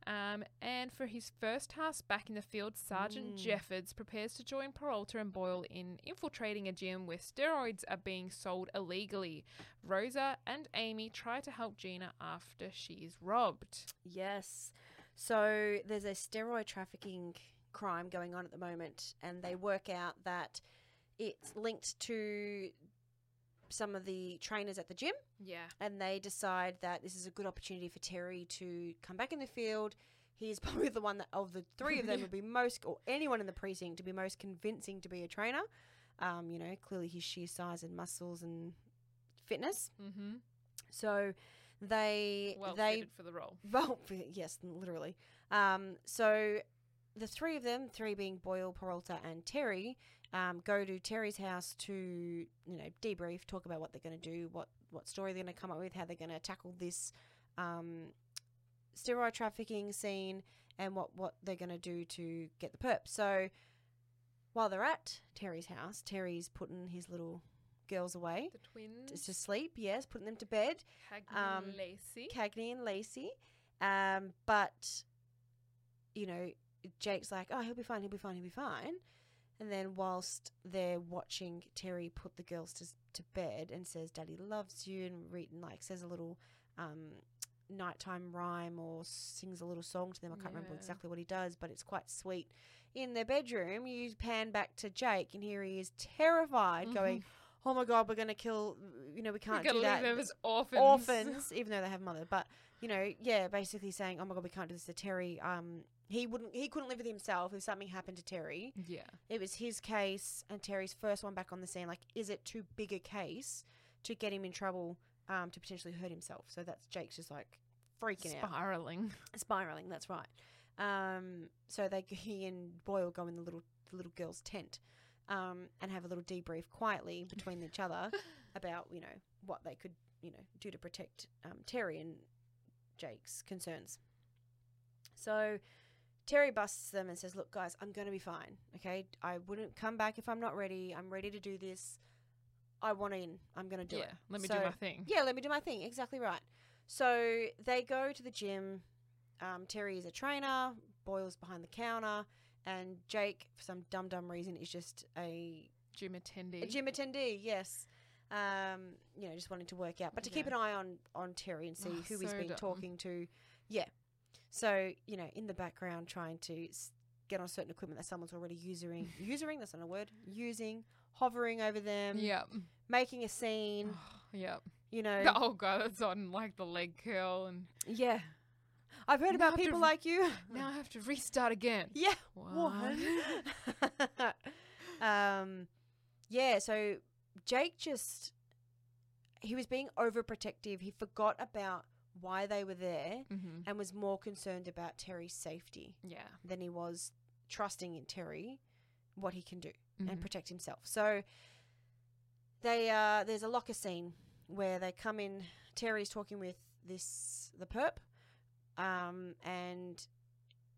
Speaker 1: Um, and for his first task back in the field, Sergeant
Speaker 2: Mm.
Speaker 1: Jeffords prepares to join Peralta and Boyle in infiltrating a gym where steroids are being sold illegally. Rosa and Amy try to help Gina after she is robbed.
Speaker 2: Yes. So there's a steroid trafficking crime going on at the moment, and they work out that it's linked to some of the trainers at the gym,
Speaker 1: Yeah.
Speaker 2: and they decide that this is a good opportunity for Terry to come back in the field. He is probably the one that of the three of them would be most, or anyone in the precinct, to be most convincing to be a trainer. Um, you know, clearly his sheer size and muscles and fitness.
Speaker 1: Mm-hmm.
Speaker 2: So they
Speaker 1: Well
Speaker 2: they
Speaker 1: fitted for the role.
Speaker 2: well, yes, literally. Um, so the three of them, three being Boyle, Peralta, and Terry, um, go to Terry's house to you know debrief, talk about what they're going to do, what what story they're going to come up with, how they're going to tackle this um, steroid trafficking scene, and what what they're going to do to get the perp. So while they're at Terry's house, Terry's putting his little girls away
Speaker 1: The twins.
Speaker 2: to to sleep. Yes, putting them to bed.
Speaker 1: Cagney
Speaker 2: um,
Speaker 1: and Lacey.
Speaker 2: Cagney and Lacey. Um, but you know, Jake's like, "Oh, he'll be fine. He'll be fine. He'll be fine." And then whilst they're watching Terry put the girls to to bed and says, "Daddy loves you," and Reeton like says a little um, nighttime rhyme or sings a little song to them. I can't remember
Speaker 1: Yeah.
Speaker 2: exactly what he does, but it's quite sweet. In their bedroom, you pan back to Jake, and here he is, terrified, going, "Oh my God, we're gonna kill! You know, we can't
Speaker 1: Gotta Mm-hmm.
Speaker 2: do
Speaker 1: leave
Speaker 2: that."
Speaker 1: them as orphans.
Speaker 2: orphans, even though they have a mother. But you know, yeah, basically saying, "Oh my god, we can't do this to Terry." Um, he wouldn't, he couldn't live with himself if something happened to Terry.
Speaker 1: Yeah.
Speaker 2: It was his case, and Terry's first one back on the scene. Like, is it too big a case to get him in trouble um, to potentially hurt himself? So that's Jake's just like freaking out
Speaker 1: Spiraling.
Speaker 2: spiraling. That's right. Um, so they he and Boyle go in the little the little girl's tent, um, and have a little debrief quietly between each other about you know what they could you know do to protect um, Terry and Jake's concerns. So Terry busts them and says, "Look, guys, I'm going to be fine. Okay, I wouldn't come back if I'm not ready. I'm ready to do this. I want in. I'm going to do
Speaker 1: Yeah.
Speaker 2: it.
Speaker 1: Let me
Speaker 2: So-
Speaker 1: do my thing.
Speaker 2: yeah, let me do my thing. Exactly right. So they go to the gym. Um, Terry is a trainer. Boyle's behind the counter, and Jake, for some dumb dumb reason, is just a,
Speaker 1: Gym attendee.
Speaker 2: a gym attendee. Yes, um, you know, just wanting to work out, but to keep an
Speaker 1: Yeah.
Speaker 2: eye on on Terry and see
Speaker 1: Oh,
Speaker 2: who he's
Speaker 1: so
Speaker 2: been
Speaker 1: dumb.
Speaker 2: talking to. Yeah. So you know, in the background, trying to s- get on certain equipment that someone's already using. using that's not a word. Using, hovering over them,
Speaker 1: Yep.
Speaker 2: making a scene.
Speaker 1: Yep.
Speaker 2: You know,
Speaker 1: Oh god, that's on like the leg curl, and
Speaker 2: Yeah. I've heard
Speaker 1: Now
Speaker 2: about
Speaker 1: I have to
Speaker 2: people
Speaker 1: re-
Speaker 2: like you.
Speaker 1: now I have to restart again.
Speaker 2: yeah.
Speaker 1: What?
Speaker 2: What? um yeah, so Jake just he was being overprotective. He forgot about why they were there
Speaker 1: hmm
Speaker 2: and was more concerned about Terry's safety
Speaker 1: Yeah.
Speaker 2: than he was trusting in Terry what he can do and
Speaker 1: Mhm.
Speaker 2: protect himself. So they uh, there's a locker scene where they come in. Terry's talking with this the perp, um, and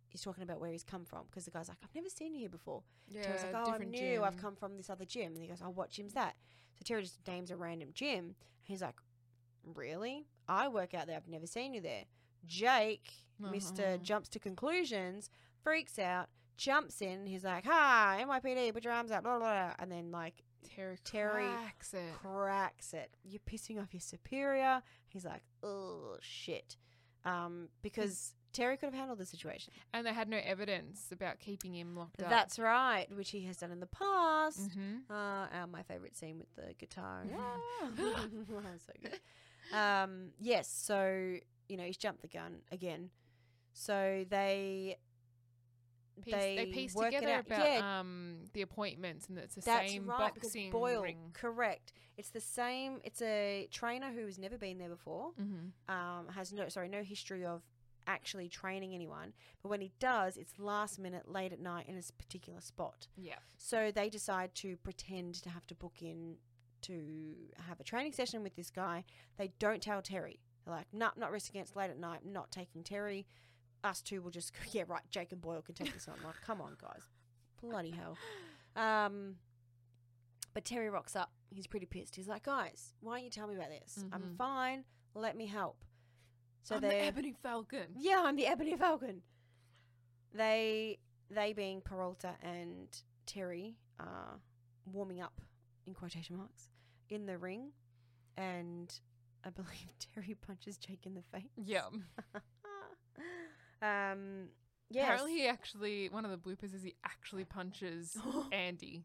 Speaker 2: he's talking about where he's come from because the guy's like, I've never seen you here before.
Speaker 1: Yeah,
Speaker 2: Terry's like, oh, I'm
Speaker 1: Uh, different
Speaker 2: new. I've come from this other gym. And he goes, oh, what gym's that? So Terry just names a random gym. And he's like, really? I work out there. I've never seen you there. Jake,
Speaker 1: Uh-huh.
Speaker 2: Mr. Jumps to Conclusions, freaks out, jumps in. He's like, hi, NYPD, put your arms up, blah, blah, blah. And then, like,
Speaker 1: Terry.
Speaker 2: Terry
Speaker 1: cracks it.
Speaker 2: cracks it. You're pissing off your superior. He's like, oh, shit. Um, because
Speaker 1: Hmm.
Speaker 2: Terry could have handled the situation.
Speaker 1: And they had no evidence about keeping him locked up.
Speaker 2: That's right, which he has done in the past.
Speaker 1: hmm
Speaker 2: Uh, and my favorite scene with the guitar. Oh,
Speaker 1: Mhm.
Speaker 2: so good. Um, yes, so you know he's jumped the gun again. So they
Speaker 1: Piece, they,
Speaker 2: They
Speaker 1: pieced
Speaker 2: work it
Speaker 1: together
Speaker 2: out.
Speaker 1: about
Speaker 2: Yeah.
Speaker 1: um, the appointments and it's the
Speaker 2: that's
Speaker 1: same
Speaker 2: right
Speaker 1: boxing
Speaker 2: because Boyle
Speaker 1: ring.
Speaker 2: correct. It's the same. It's a trainer who has never been there before.
Speaker 1: Mm-hmm.
Speaker 2: Um, has no sorry no history of actually training anyone. But when he does, it's last minute, late at night in a s- particular spot.
Speaker 1: Yeah.
Speaker 2: So they decide to pretend to have to book in to have a training session with this guy. They don't tell Terry. They're like, nah, not risking it. It's late at night. Not taking Terry. Us two will just, yeah, right. Jake and Boyle can take this on. Like, come on, guys. Bloody hell. Um, but Terry rocks up. He's pretty pissed. He's like, guys, why don't you tell me about this? I'm
Speaker 1: Mhm.
Speaker 2: fine. Let me help. So
Speaker 1: I'm
Speaker 2: they
Speaker 1: the Ebony Falcon.
Speaker 2: yeah, I'm the Ebony Falcon. They they being Peralta and Terry are warming up in quotation marks in the ring, and I believe Terry punches Jake in the face.
Speaker 1: Yeah.
Speaker 2: um. Yes.
Speaker 1: Apparently, he actually one of the bloopers is he actually punches Andy.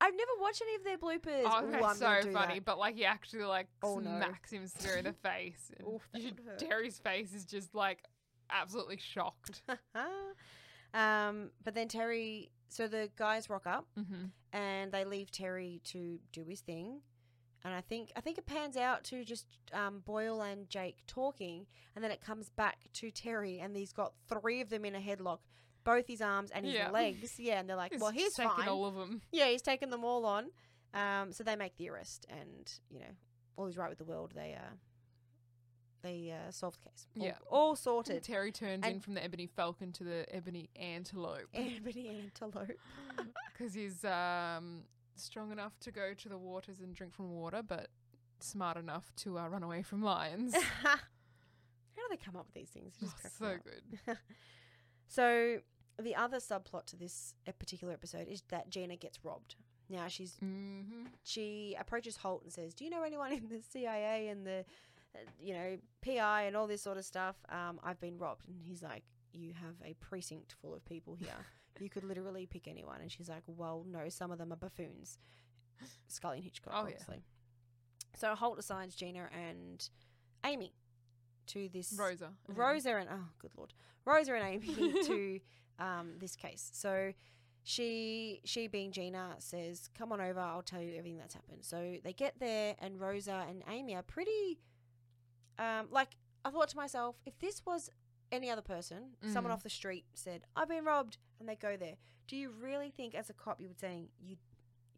Speaker 2: I've never watched any of their bloopers.
Speaker 1: Oh,
Speaker 2: Ooh,
Speaker 1: that's
Speaker 2: I'm gonna
Speaker 1: so
Speaker 2: do
Speaker 1: funny.
Speaker 2: that.
Speaker 1: But like, he actually like
Speaker 2: Oh, no.
Speaker 1: smacks him square in the face. And
Speaker 2: Oof, that
Speaker 1: you
Speaker 2: would
Speaker 1: should-
Speaker 2: hurt.
Speaker 1: Terry's face is just like absolutely shocked.
Speaker 2: um. But then Terry. So the guys rock up.
Speaker 1: mm-hmm.
Speaker 2: and they leave Terry to do his thing. And I think I think it pans out to just um, Boyle and Jake talking, and then it comes back to Terry, and he's got three of them in a headlock, both his arms and his
Speaker 1: Yeah.
Speaker 2: legs. Yeah, and they're like, "Well, he's
Speaker 1: taking
Speaker 2: fine."
Speaker 1: all of them.
Speaker 2: yeah, he's taken them all on. Um, so they make the arrest, and you know, all is right with the world. They uh, they uh, solve the case. All-
Speaker 1: Yeah.
Speaker 2: all sorted.
Speaker 1: Terry turns in
Speaker 2: And- Eh.
Speaker 1: from the ebony falcon to the ebony antelope
Speaker 2: Ebony antelope.
Speaker 1: because he's um, strong enough to go to the waters and drink from water, but smart enough to uh, run away from lions.
Speaker 2: How do they come up with these things? It
Speaker 1: Oh,
Speaker 2: just cracks me
Speaker 1: so
Speaker 2: up.
Speaker 1: good.
Speaker 2: So the other subplot to this uh, particular episode is that Gina gets robbed. Now she's
Speaker 1: hmm
Speaker 2: she approaches Holt and says, "Do you know anyone in the CIA and the uh, you know PI and all this sort of stuff? Um, I've been robbed." And he's like, "You have a precinct full of people here. you could literally pick anyone." And she's like, "Well, no, some of them are buffoons." Scully and Hitchcock,
Speaker 1: Oh, yeah.
Speaker 2: obviously. So Holt assigns Gina and Amy to this
Speaker 1: Rosa. and
Speaker 2: Rosa and oh good lord, Rosa and Amy to um, this case. So she she being Gina says, "Come on over, I'll tell you everything that's happened." So they get there, and Rosa and Amy are pretty. Um, like I thought to myself, if this was any other person, someone
Speaker 1: Mhm.
Speaker 2: off the street said, "I've been robbed," and they go there, do you really think as a cop you would saying you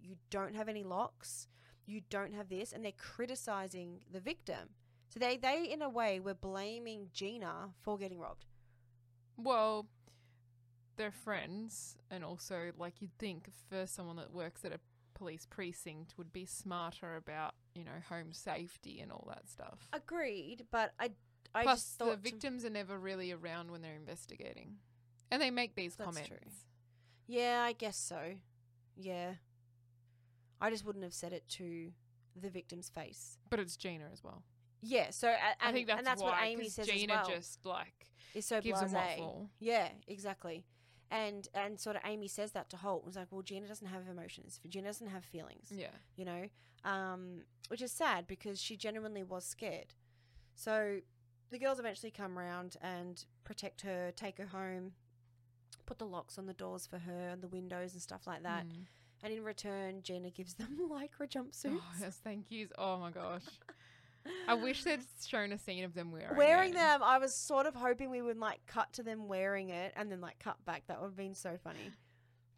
Speaker 2: you don't have any locks, you don't have this, and they're criticizing the victim? So they they in a way were blaming Gina for getting robbed.
Speaker 1: Well, they're friends, and also, like, you'd think for someone that works at a police precinct would be smarter about, you know, home safety and all that stuff.
Speaker 2: Agreed, but I I
Speaker 1: Plus,
Speaker 2: just thought
Speaker 1: the victims are never really around when they're investigating, and they make these
Speaker 2: That's
Speaker 1: comments.
Speaker 2: true. yeah, I guess so. Yeah, I just wouldn't have said it to the victim's face.
Speaker 1: But it's Gina as well.
Speaker 2: Yeah, so a- and,
Speaker 1: I think that's,
Speaker 2: and that's
Speaker 1: why,
Speaker 2: what Amy
Speaker 1: 'cause
Speaker 2: says
Speaker 1: Gina
Speaker 2: as well.
Speaker 1: just like
Speaker 2: is so
Speaker 1: gives
Speaker 2: blasé.
Speaker 1: them what for.
Speaker 2: Yeah, exactly. And and sort of Amy says that to Holt. was like, well, Gina doesn't have emotions. Gina doesn't have feelings.
Speaker 1: Yeah,
Speaker 2: you know, um, which is sad because she genuinely was scared. So the girls eventually come round and protect her, take her home, put the locks on the doors for her and the windows and stuff like that.
Speaker 1: Mm.
Speaker 2: And in return, Gina gives them lycra jumpsuits.
Speaker 1: Oh, yes, thank yous. Oh my gosh, I wish they'd shown a scene of them wearing
Speaker 2: Wearing
Speaker 1: it.
Speaker 2: them, I was sort of hoping we would like cut to them wearing it and then like cut back. That would have been so funny.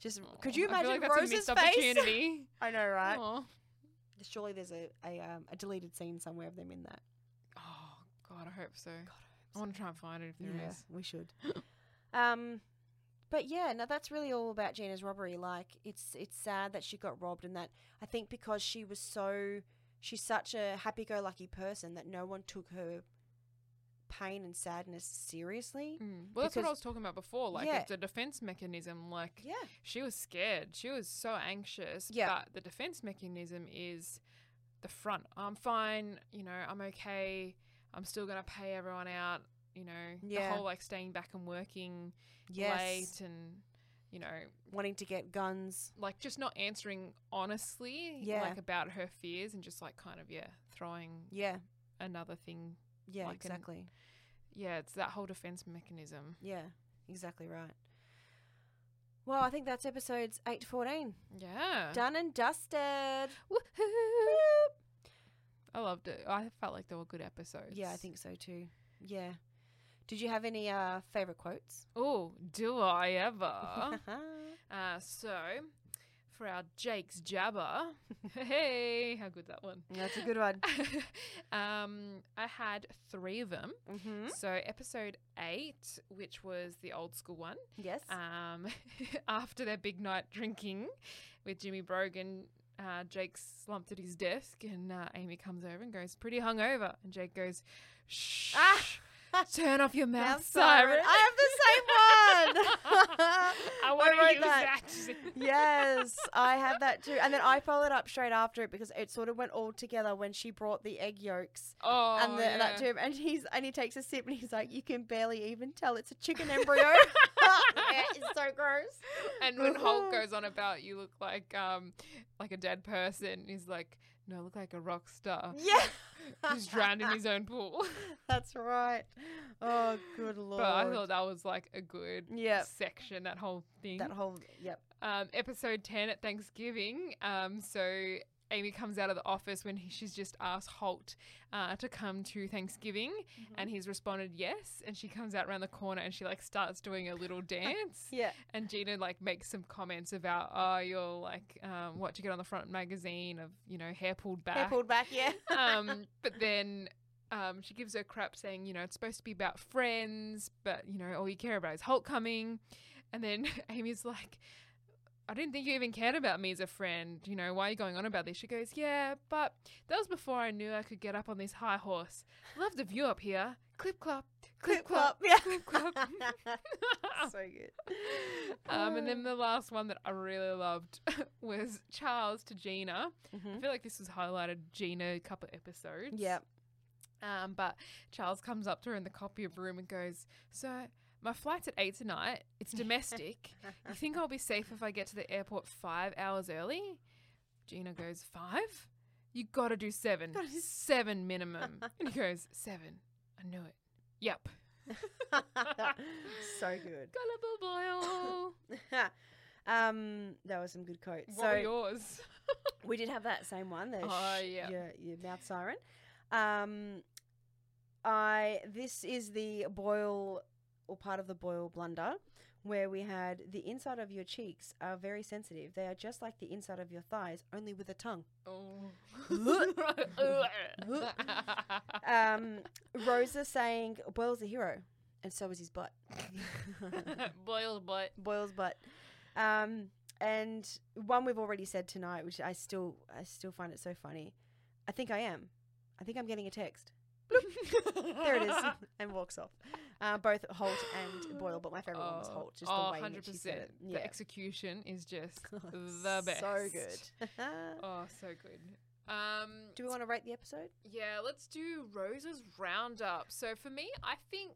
Speaker 2: Just could
Speaker 1: Aw,
Speaker 2: you
Speaker 1: Oh, I feel
Speaker 2: imagine
Speaker 1: like that's a
Speaker 2: Rose's
Speaker 1: missed
Speaker 2: face?
Speaker 1: opportunity?
Speaker 2: I know, right?
Speaker 1: Aw.
Speaker 2: Surely there's a a, um, a deleted scene somewhere of them in that.
Speaker 1: Oh, God, God, I hope so. I want to try and find it if there is.
Speaker 2: Yeah, we should. um, but yeah, no, that's really all about Gina's robbery. Like, it's it's sad that she got robbed, and that I think because she was so she's such a happy-go-lucky person that no one took her pain and sadness seriously.
Speaker 1: Mm. Well, that's what I
Speaker 2: Because-
Speaker 1: was talking about before. Like,
Speaker 2: Yeah.
Speaker 1: it's a defense mechanism. Like,
Speaker 2: Yeah,
Speaker 1: she was scared. She was so anxious.
Speaker 2: Yeah.
Speaker 1: But the defense mechanism is the front. I'm fine. You know, I'm okay. I'm still going to pay everyone out. You know,
Speaker 2: Yeah.
Speaker 1: the whole like staying back and working
Speaker 2: yes,
Speaker 1: late and, you know,
Speaker 2: wanting to get guns.
Speaker 1: like just not answering honestly,
Speaker 2: Yeah.
Speaker 1: like about her fears and just like kind of, yeah, throwing
Speaker 2: Yeah,
Speaker 1: another thing.
Speaker 2: yeah,
Speaker 1: Like an-
Speaker 2: exactly.
Speaker 1: Yeah, it's that whole defense mechanism.
Speaker 2: Yeah, exactly right. Well, I think that's episodes eight to fourteen.
Speaker 1: Yeah.
Speaker 2: Done and dusted.
Speaker 1: Woohoo! I loved it. I felt like they were good episodes.
Speaker 2: Yeah, I think so too. Yeah. Did you have any uh, favorite quotes?
Speaker 1: Oh, do I ever? uh, so, for our Jake's Jabber, hey, how good that one.
Speaker 2: That's a good one.
Speaker 1: um, I had three of them.
Speaker 2: Mm-hmm.
Speaker 1: So, episode eight, which was the old school one,
Speaker 2: Yes.
Speaker 1: um, after their big night drinking with Jimmy Brogan, uh, Jake slumped at his desk and uh, Amy comes over and goes, pretty hungover. And Jake goes, shh,
Speaker 2: Ah!
Speaker 1: turn off your mouth,
Speaker 2: Mouth
Speaker 1: siren.
Speaker 2: siren. Ah. I have the same one.
Speaker 1: I want to
Speaker 2: wrote
Speaker 1: use that.
Speaker 2: yes, I had that too. And then I followed up straight after it because it sort of went all together when she brought the egg yolks
Speaker 1: Oh,
Speaker 2: and the,
Speaker 1: yeah.
Speaker 2: that to him. And he's and he takes a sip and he's like, "You can barely even tell it's a chicken embryo." yeah, it's so gross.
Speaker 1: And when Hulk goes on about you look like um like a dead person, he's like, no, I look like a rock star.
Speaker 2: Yeah,
Speaker 1: Who's drowned in his own pool.
Speaker 2: That's right. Oh, good lord.
Speaker 1: but I thought that was like a good
Speaker 2: Yep.
Speaker 1: section, that whole thing.
Speaker 2: That whole yep.
Speaker 1: um, episode 10 at Thanksgiving. Um, so Amy comes out of the office when he, she's just asked Holt uh, to come to Thanksgiving,
Speaker 2: Mm-hmm.
Speaker 1: and he's responded yes. And she comes out around the corner and she like starts doing a little dance.
Speaker 2: Yeah.
Speaker 1: And Gina like makes some comments about, oh, you're like, um, what you get on the front magazine of, you know, hair pulled back.
Speaker 2: They pulled back, yeah.
Speaker 1: um, but then. Um, she gives her crap saying, you know, it's supposed to be about friends, but, you know, all you care about is Holt coming. And then Amy's like, I didn't think you even cared about me as a friend. You know, why are you going on about this? She goes, Yeah, but that was before I knew I could get up on this high horse. Love the view up here. Clip clop, clip clop,
Speaker 2: yeah.
Speaker 1: clip clop.
Speaker 2: so good.
Speaker 1: um, and then the last one that I really loved was Charles to Gina. I
Speaker 2: Mhm.
Speaker 1: feel like this was highlighted Gina a couple episodes.
Speaker 2: Yep.
Speaker 1: Um, but Charles comes up to her in the copier room and goes, So, my flight's at eight tonight. It's domestic. you think I'll be safe if I get to the airport five hours early? Gina goes, Five? You gotta do seven.
Speaker 2: Gotta do-
Speaker 1: Seven minimum. and he goes, Seven. I knew it. Yep.
Speaker 2: so good.
Speaker 1: Gullible
Speaker 2: um, that was some good quotes.
Speaker 1: boil. what
Speaker 2: so
Speaker 1: were yours?
Speaker 2: we did have that same one. The
Speaker 1: Oh,
Speaker 2: sh-
Speaker 1: yeah.
Speaker 2: Your, your mouth siren. Um, I this is the boil or part of the boil blunder where we had the inside of your cheeks are very sensitive. They are just like the inside of your thighs, only with a tongue.
Speaker 1: Oh.
Speaker 2: Um, Rosa saying Boyle's a hero, and so is his butt.
Speaker 1: Boiled butt.
Speaker 2: Boyle's butt. Um, and one we've already said tonight, which I still I still find it so funny. I think I am. I think I'm getting a text. There it is, and walks off. Uh, both Holt and Boyle, but my favorite one
Speaker 1: Oh,
Speaker 2: was Holt. Just the way in which he said it.
Speaker 1: The execution is just the best.
Speaker 2: So good.
Speaker 1: Oh, so good. Um,
Speaker 2: Do we want to rate the episode?
Speaker 1: yeah, let's do Rose's roundup. So for me, I think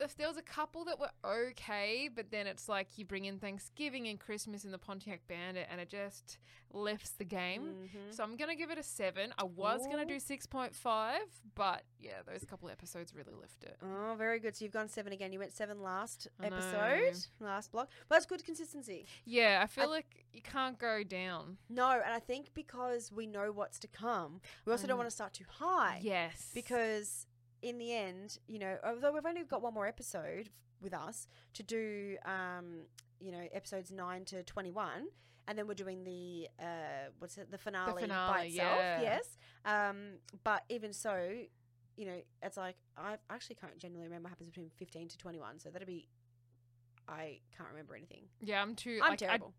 Speaker 1: if there was a couple that were okay, but then it's like you bring in Thanksgiving and Christmas and the Pontiac Bandit, and it just lifts the game.
Speaker 2: Mhm.
Speaker 1: So I'm gonna give it a seven. I was gonna
Speaker 2: Ooh.
Speaker 1: do six point five, but yeah, those couple episodes really lift it.
Speaker 2: Oh, very good. So you've gone seven again. You went seven last
Speaker 1: I know.
Speaker 2: episode, last block. But that's good consistency.
Speaker 1: Yeah, I feel
Speaker 2: I-
Speaker 1: like you can't go down.
Speaker 2: No, and I think because we know what's to come, we also
Speaker 1: Mm.
Speaker 2: don't want to start too high.
Speaker 1: Yes,
Speaker 2: Because in the end, you know, although we've only got one more episode with us to do, um, you know, episodes nine to twenty-one, and then we're doing the uh, what's it, the finale, by
Speaker 1: finale,
Speaker 2: itself.
Speaker 1: yeah.
Speaker 2: Yes. Um, but even so, you know, it's like I actually can't generally remember what happens between 15 to 21. So that'd be, I can't remember anything.
Speaker 1: Yeah, I'm too.
Speaker 2: I'm
Speaker 1: like, I,
Speaker 2: terrible.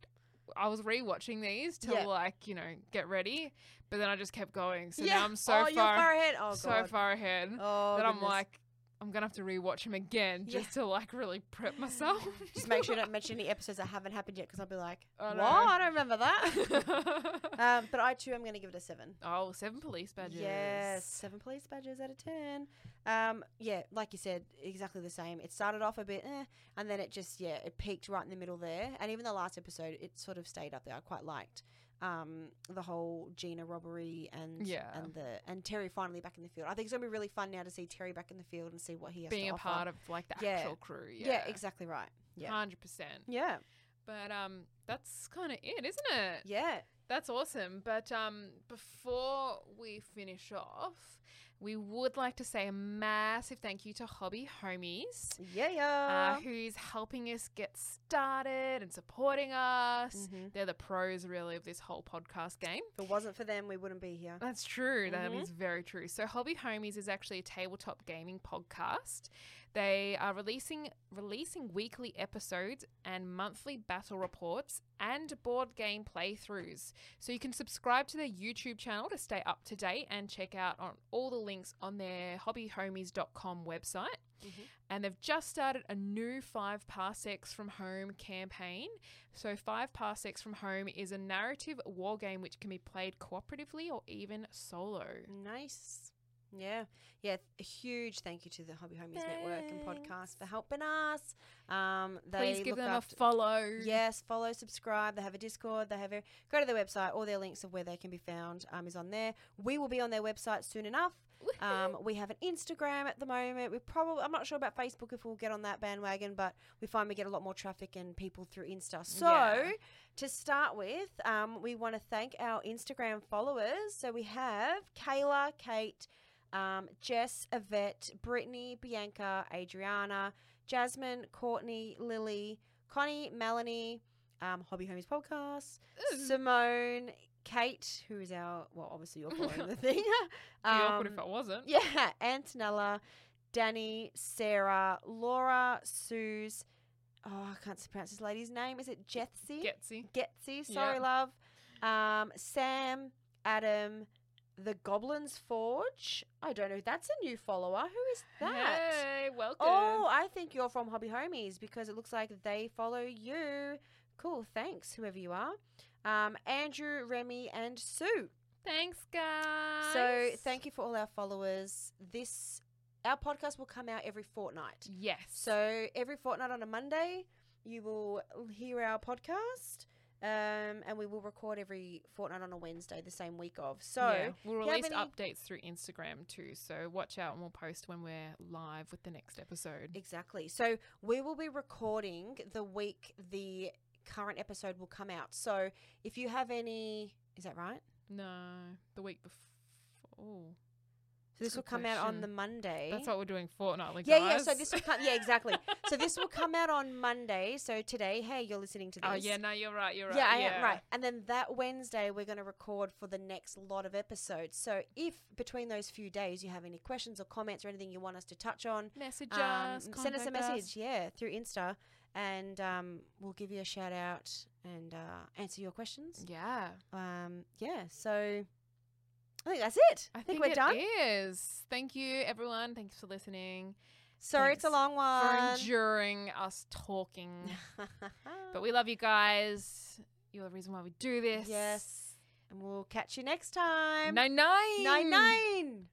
Speaker 1: I was rewatching these to
Speaker 2: Yeah.
Speaker 1: like you know get ready, but then I just kept going. So
Speaker 2: yeah.
Speaker 1: now I'm so
Speaker 2: oh,
Speaker 1: far,
Speaker 2: You're far ahead. Oh,
Speaker 1: so
Speaker 2: God.
Speaker 1: far ahead
Speaker 2: Oh,
Speaker 1: that I'm
Speaker 2: goodness.
Speaker 1: like I'm gonna have to rewatch them again
Speaker 2: Yeah.
Speaker 1: just to like really prep myself.
Speaker 2: just make sure I don't mention any episodes that haven't happened yet because I'll be like,
Speaker 1: I
Speaker 2: what?
Speaker 1: know.
Speaker 2: I don't remember that. um, but I too am going to give it a seven.
Speaker 1: Uh, oh, seven police badges.
Speaker 2: Yes, seven police badges out of ten. Um, yeah, like you said, exactly the same. It started off a bit, eh, and then it just yeah, it peaked right in the middle there. And even the last episode, it sort of stayed up there. I quite liked um, the whole Gina robbery and
Speaker 1: Yeah.
Speaker 2: and the and Terry finally back in the field. I think it's gonna be really fun now to see Terry back in the field and see what he has
Speaker 1: Being a
Speaker 2: to offer.
Speaker 1: part of like the
Speaker 2: Yeah.
Speaker 1: actual crew.
Speaker 2: yeah.
Speaker 1: Yeah.
Speaker 2: exactly right. Yeah,
Speaker 1: Hundred percent.
Speaker 2: yeah,
Speaker 1: But um, that's kind of it, isn't it?
Speaker 2: yeah.
Speaker 1: That's awesome. But um, before we finish off, we would like to say a massive thank you to Hobby Homies.
Speaker 2: Yeah, yeah.
Speaker 1: uh, who's helping us get started and supporting us.
Speaker 2: Mhm.
Speaker 1: They're the pros, really, of this whole podcast game. Mm-hmm.
Speaker 2: If it wasn't for them, we wouldn't be here.
Speaker 1: That's true. That
Speaker 2: Mhm.
Speaker 1: is very true. So, Hobby Homies is actually a tabletop gaming podcast. They are releasing releasing weekly episodes and monthly battle reports and board game playthroughs. So you can subscribe to their YouTube channel to stay up to date and check out on all the links on their hobbyhomies.com website.
Speaker 2: Mhm.
Speaker 1: And they've just started a new Five Parsecs from Home campaign. So, Five Parsecs from Home is a narrative war game which can be played cooperatively or even solo.
Speaker 2: Nice. Yeah. Yeah. A huge thank you to the Hobby Homies Network and
Speaker 1: Thanks.
Speaker 2: podcast for helping us. Um, they
Speaker 1: Please give
Speaker 2: look
Speaker 1: them
Speaker 2: after-
Speaker 1: a follow.
Speaker 2: Yes, follow, subscribe. They have a Discord. They have a go to their website. All their links of where they can be found um, is on there. We will be on their website soon enough.
Speaker 1: Woohoo.
Speaker 2: Um, we have an Instagram at the moment. We probably I'm not sure about Facebook if we'll get on that bandwagon, but we find we get a lot more traffic and people through Insta. So
Speaker 1: Yeah.
Speaker 2: to start with, um, we want to thank our Instagram followers. So we have Kayla, Kate, um, Jess, Yvette, Brittany, Bianca, Adriana, Jasmine, Courtney, Lily, Connie, Melanie, um, Hobby Homies Podcast,
Speaker 1: Ooh.
Speaker 2: Simone, Kate, who is our well, obviously you're following the thing.
Speaker 1: Be awkward
Speaker 2: Um,
Speaker 1: if I wasn't.
Speaker 2: yeah, Antonella, Danny, Sarah, Laura, Suze. Oh, I can't pronounce this lady's name. Is it Jetsy?
Speaker 1: Getsy.
Speaker 2: Getsy. Sorry, love. Um, Sam, Adam, the Goblins Forge. I don't know. That's a new follower. Who is that?
Speaker 1: Hey, welcome.
Speaker 2: Oh, I think you're from Hobby Homies because it looks like they follow you. Cool. Thanks, whoever you are. Um, Andrew, Remy, and Sue.
Speaker 1: Thanks, guys.
Speaker 2: So thank you for all our followers. This our podcast will come out every fortnight.
Speaker 1: Yes.
Speaker 2: So every fortnight on a Monday, you will hear our podcast, um, and we will record every fortnight on a Wednesday, the same week of. So
Speaker 1: Yeah, we'll
Speaker 2: if you have
Speaker 1: release
Speaker 2: any-
Speaker 1: updates through Instagram too. So watch out and we'll post when we're live with the next episode.
Speaker 2: Exactly. So we will be recording the week the current episode will come out. So if you have any, is that right?
Speaker 1: No, the week before. Oh,
Speaker 2: So this
Speaker 1: Good
Speaker 2: will come out on
Speaker 1: question.
Speaker 2: the Monday.
Speaker 1: that's what we're doing fortnightly.
Speaker 2: Eh? yeah, yeah.
Speaker 1: guys.
Speaker 2: So this will come. Yeah, exactly. so this will come out on Monday. So today, hey, you're listening to this.
Speaker 1: Oh yeah, no, you're right. You're right.
Speaker 2: yeah, I am right. And then that Wednesday, we're going to record for the next lot of episodes. So if between those few days you have any questions or comments or anything you want us to touch on,
Speaker 1: Message
Speaker 2: um,
Speaker 1: us.
Speaker 2: send us a
Speaker 1: contact
Speaker 2: message. Yeah, through Insta, and um, we'll give you a shout out and uh, answer your questions.
Speaker 1: Yeah,
Speaker 2: Um, yeah. So I think that's it.
Speaker 1: I think,
Speaker 2: we're
Speaker 1: it
Speaker 2: done.
Speaker 1: is. Thank you, everyone. Thanks for listening,
Speaker 2: Sorry, it's a
Speaker 1: Thanks
Speaker 2: long
Speaker 1: for
Speaker 2: one.
Speaker 1: enduring us talking. but we love you guys. You're the reason why we do this.
Speaker 2: Yes. And we'll catch you next time.
Speaker 1: Nine nine.
Speaker 2: Nine nine.